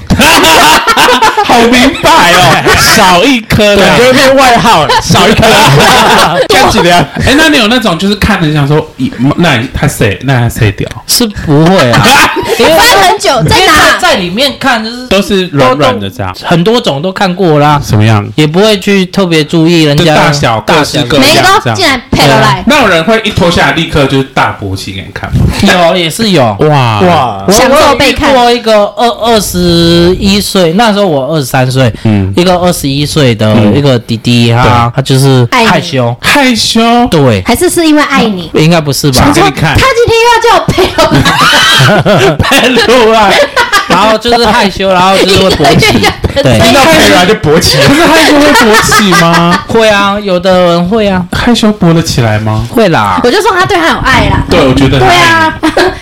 [SPEAKER 3] 好明白哦， 少一
[SPEAKER 4] 对，
[SPEAKER 3] 颗
[SPEAKER 4] 就
[SPEAKER 3] 的，
[SPEAKER 4] 会变外号，
[SPEAKER 3] 少一颗。
[SPEAKER 4] 看起 来
[SPEAKER 3] 哎，那你有那种就是看着想说，咦，那他谁，那他谁 屌，
[SPEAKER 1] 是不会啊， 因为
[SPEAKER 2] 翻很久，在
[SPEAKER 1] 因为
[SPEAKER 2] 哪？
[SPEAKER 1] 在里面看就是
[SPEAKER 3] 都是软软的这样，
[SPEAKER 1] 很多种都看过啦，
[SPEAKER 3] 什么样？
[SPEAKER 1] 也不会去特别注意人
[SPEAKER 3] 就
[SPEAKER 1] 家
[SPEAKER 3] 大小
[SPEAKER 1] 哎大
[SPEAKER 3] 各式
[SPEAKER 1] 小
[SPEAKER 3] 各
[SPEAKER 2] 每一个
[SPEAKER 3] 样，
[SPEAKER 2] 都
[SPEAKER 3] 这
[SPEAKER 2] 竟
[SPEAKER 3] 样。
[SPEAKER 2] 然配了来，
[SPEAKER 3] 那种人会一脱下来立刻就是大勃起给你看吗？
[SPEAKER 1] 有也是有。
[SPEAKER 3] 哇
[SPEAKER 4] 哇
[SPEAKER 1] 我
[SPEAKER 2] 享受
[SPEAKER 1] 我有
[SPEAKER 2] 被
[SPEAKER 1] 遇
[SPEAKER 2] 看
[SPEAKER 1] 过一个二二十一岁，那时候我二十三岁，
[SPEAKER 3] 嗯
[SPEAKER 1] 一个二十一岁的
[SPEAKER 3] 嗯
[SPEAKER 1] 一个弟弟，他他就是
[SPEAKER 2] 爱你
[SPEAKER 1] 害羞，
[SPEAKER 3] 害羞，
[SPEAKER 1] 对，
[SPEAKER 2] 还是是因为爱你？
[SPEAKER 1] 应该不是吧
[SPEAKER 3] 想？给你看
[SPEAKER 2] 他今天又要叫我配了来，
[SPEAKER 3] 太露了。
[SPEAKER 1] 然后就是害羞，然后就是会 勃
[SPEAKER 2] 一个
[SPEAKER 1] 起
[SPEAKER 2] 月，的
[SPEAKER 1] 对，
[SPEAKER 4] 听到佩来就勃起了，
[SPEAKER 3] 可是害羞会勃起吗？
[SPEAKER 1] 会啊，有的人会啊，
[SPEAKER 3] 害羞勃得起来吗？
[SPEAKER 1] 会啦，
[SPEAKER 2] 我就说他对他有爱啦。
[SPEAKER 3] 对，我觉得
[SPEAKER 2] 对啊，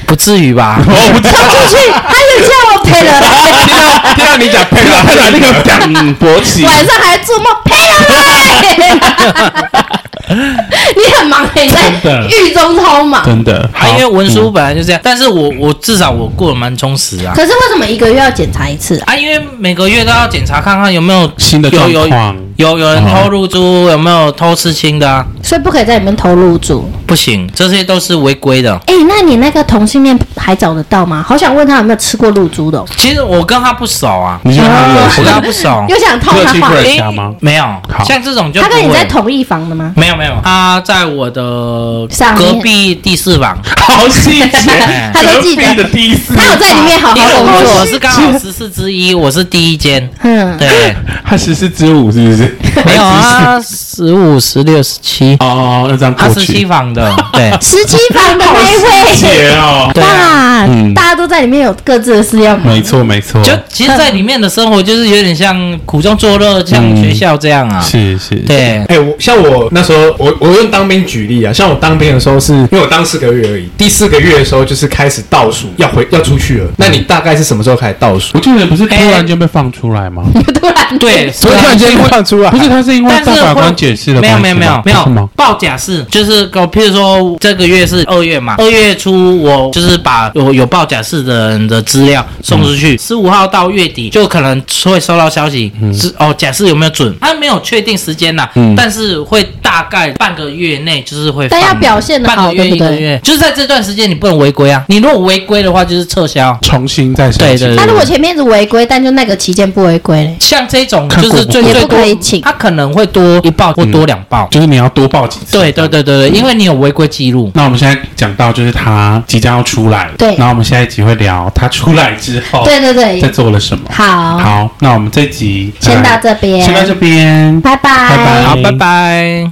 [SPEAKER 1] 不至于吧？
[SPEAKER 3] 我不知道。
[SPEAKER 2] 走出去，他又叫我配了来，
[SPEAKER 4] 听到听到你讲佩
[SPEAKER 3] 他
[SPEAKER 4] 来，
[SPEAKER 3] 来那个讲勃 起，
[SPEAKER 2] 晚上还做梦配了来。 你很忙，你在
[SPEAKER 3] 真的
[SPEAKER 2] 狱中超忙。
[SPEAKER 3] 真的，
[SPEAKER 1] 啊，因为
[SPEAKER 3] 好
[SPEAKER 1] 文书本来就这样，但是我我至少我过得蛮充实啊。
[SPEAKER 2] 可是为什么一个月要检查一次啊？
[SPEAKER 1] 啊，因为每个月都要检查看看有没有
[SPEAKER 3] 新的
[SPEAKER 1] 有
[SPEAKER 3] 状
[SPEAKER 1] 有
[SPEAKER 3] 况
[SPEAKER 1] 有有人偷入珠，有没有偷吃青的啊？
[SPEAKER 2] 所以不可以在里面偷露珠。
[SPEAKER 1] 不行，这些都是违规的。
[SPEAKER 2] 哎、那你那个同性恋还找得到吗？好想问他有没有吃过露珠的哦、，
[SPEAKER 1] 其实我跟他不熟啊，
[SPEAKER 3] 你觉得他
[SPEAKER 1] 我
[SPEAKER 3] 恶
[SPEAKER 1] 跟
[SPEAKER 3] 心？
[SPEAKER 1] 他不熟
[SPEAKER 2] 又想套他
[SPEAKER 3] 热气
[SPEAKER 2] 话
[SPEAKER 3] 棍，
[SPEAKER 1] 诶
[SPEAKER 3] 家嗯吗
[SPEAKER 1] 没有
[SPEAKER 3] 好，
[SPEAKER 1] 像这种就
[SPEAKER 2] 他
[SPEAKER 1] 不
[SPEAKER 2] 跟你在
[SPEAKER 1] 会。
[SPEAKER 2] 同一房的吗？
[SPEAKER 1] 没有没有，他在我的
[SPEAKER 2] 上面
[SPEAKER 1] 隔壁第四房，
[SPEAKER 3] 好细节，
[SPEAKER 2] 他都记得
[SPEAKER 3] 隔壁的第四，
[SPEAKER 2] 他有在里面好
[SPEAKER 1] 因为
[SPEAKER 2] 好工
[SPEAKER 1] 我
[SPEAKER 2] 作
[SPEAKER 1] 我。是刚好十四之
[SPEAKER 2] 哦
[SPEAKER 1] 一，我是第一间，
[SPEAKER 2] 嗯，
[SPEAKER 1] 对，
[SPEAKER 3] 他十四之五是不是？
[SPEAKER 1] 没有啊，十五、十六、十七，
[SPEAKER 3] 哦，那这样
[SPEAKER 1] 他
[SPEAKER 3] 过
[SPEAKER 1] 十七
[SPEAKER 3] 去，哦
[SPEAKER 1] 房的，对
[SPEAKER 2] 十七房的那一位，
[SPEAKER 3] 姐哦，
[SPEAKER 1] 对啊。
[SPEAKER 2] 哇
[SPEAKER 3] 嗯
[SPEAKER 2] 大家都在里面有各自的事要忙。
[SPEAKER 3] 没错没错，
[SPEAKER 1] 就其实，在里面的生活就是有点像苦中作乐，像学校这样啊。
[SPEAKER 3] 嗯是是，
[SPEAKER 1] 对，
[SPEAKER 4] 哎、我像我那时候，我我用当兵举例啊，像我当兵的时候是，因为我当四个月而已，第四个月的时候就是开始倒数，要回要出去了。那你大概是什么时候开始倒数？
[SPEAKER 3] 我记得不
[SPEAKER 1] 哎
[SPEAKER 3] 是突然间被放出来吗？
[SPEAKER 2] 突然，
[SPEAKER 1] 对，
[SPEAKER 4] 所以突然间看出来，
[SPEAKER 3] 不是，他是因为
[SPEAKER 1] 但是
[SPEAKER 3] 大法
[SPEAKER 1] 会
[SPEAKER 3] 官解释的
[SPEAKER 1] 没有
[SPEAKER 3] 关系
[SPEAKER 1] 没有没有
[SPEAKER 3] 吗
[SPEAKER 1] 没
[SPEAKER 3] 不
[SPEAKER 1] 有
[SPEAKER 3] 是吗，
[SPEAKER 1] 报假释就是我，譬如说这个月是二月嘛，二月初我就是把有有报假释的人的资料送出
[SPEAKER 3] 嗯
[SPEAKER 1] 去，十五、号到月底就可能会收到消息，是哦假释有没有准？他没有确定时间呐、
[SPEAKER 3] 嗯
[SPEAKER 1] 但是会大概半个月内就是会放
[SPEAKER 2] 但
[SPEAKER 1] 嘛。
[SPEAKER 2] 要表现的
[SPEAKER 1] 半
[SPEAKER 2] 好，
[SPEAKER 1] 个月
[SPEAKER 2] 对不
[SPEAKER 1] 一个
[SPEAKER 2] 对？
[SPEAKER 1] 月，就是在这段时间你不能违规啊！你如果违规的话，就是撤销。
[SPEAKER 3] 重新再申
[SPEAKER 1] 对
[SPEAKER 3] 请
[SPEAKER 1] 对
[SPEAKER 2] 他如果前面一直违规，但就那个期间不违规嘞，
[SPEAKER 1] 像这种
[SPEAKER 3] 看
[SPEAKER 1] 就
[SPEAKER 3] 过嗯
[SPEAKER 1] 是最
[SPEAKER 2] 也
[SPEAKER 1] 最
[SPEAKER 2] 不
[SPEAKER 1] 多
[SPEAKER 2] 可，以请。
[SPEAKER 1] 他可能会多一报或多两报。
[SPEAKER 3] 就是你要多报几次。
[SPEAKER 1] 对对对对对，因为你有违规记录。
[SPEAKER 3] 那我们现在讲到就是他即将要出来了，
[SPEAKER 2] 对
[SPEAKER 3] 然后我们下一集会聊他出来之后，
[SPEAKER 2] 对对对
[SPEAKER 3] 在，做了什么。
[SPEAKER 2] 好，
[SPEAKER 3] 好，那我们这集呃
[SPEAKER 2] 先到这
[SPEAKER 3] 先到这
[SPEAKER 2] 边，
[SPEAKER 3] 边，
[SPEAKER 2] 拜拜，
[SPEAKER 3] 拜拜
[SPEAKER 1] 好，拜拜。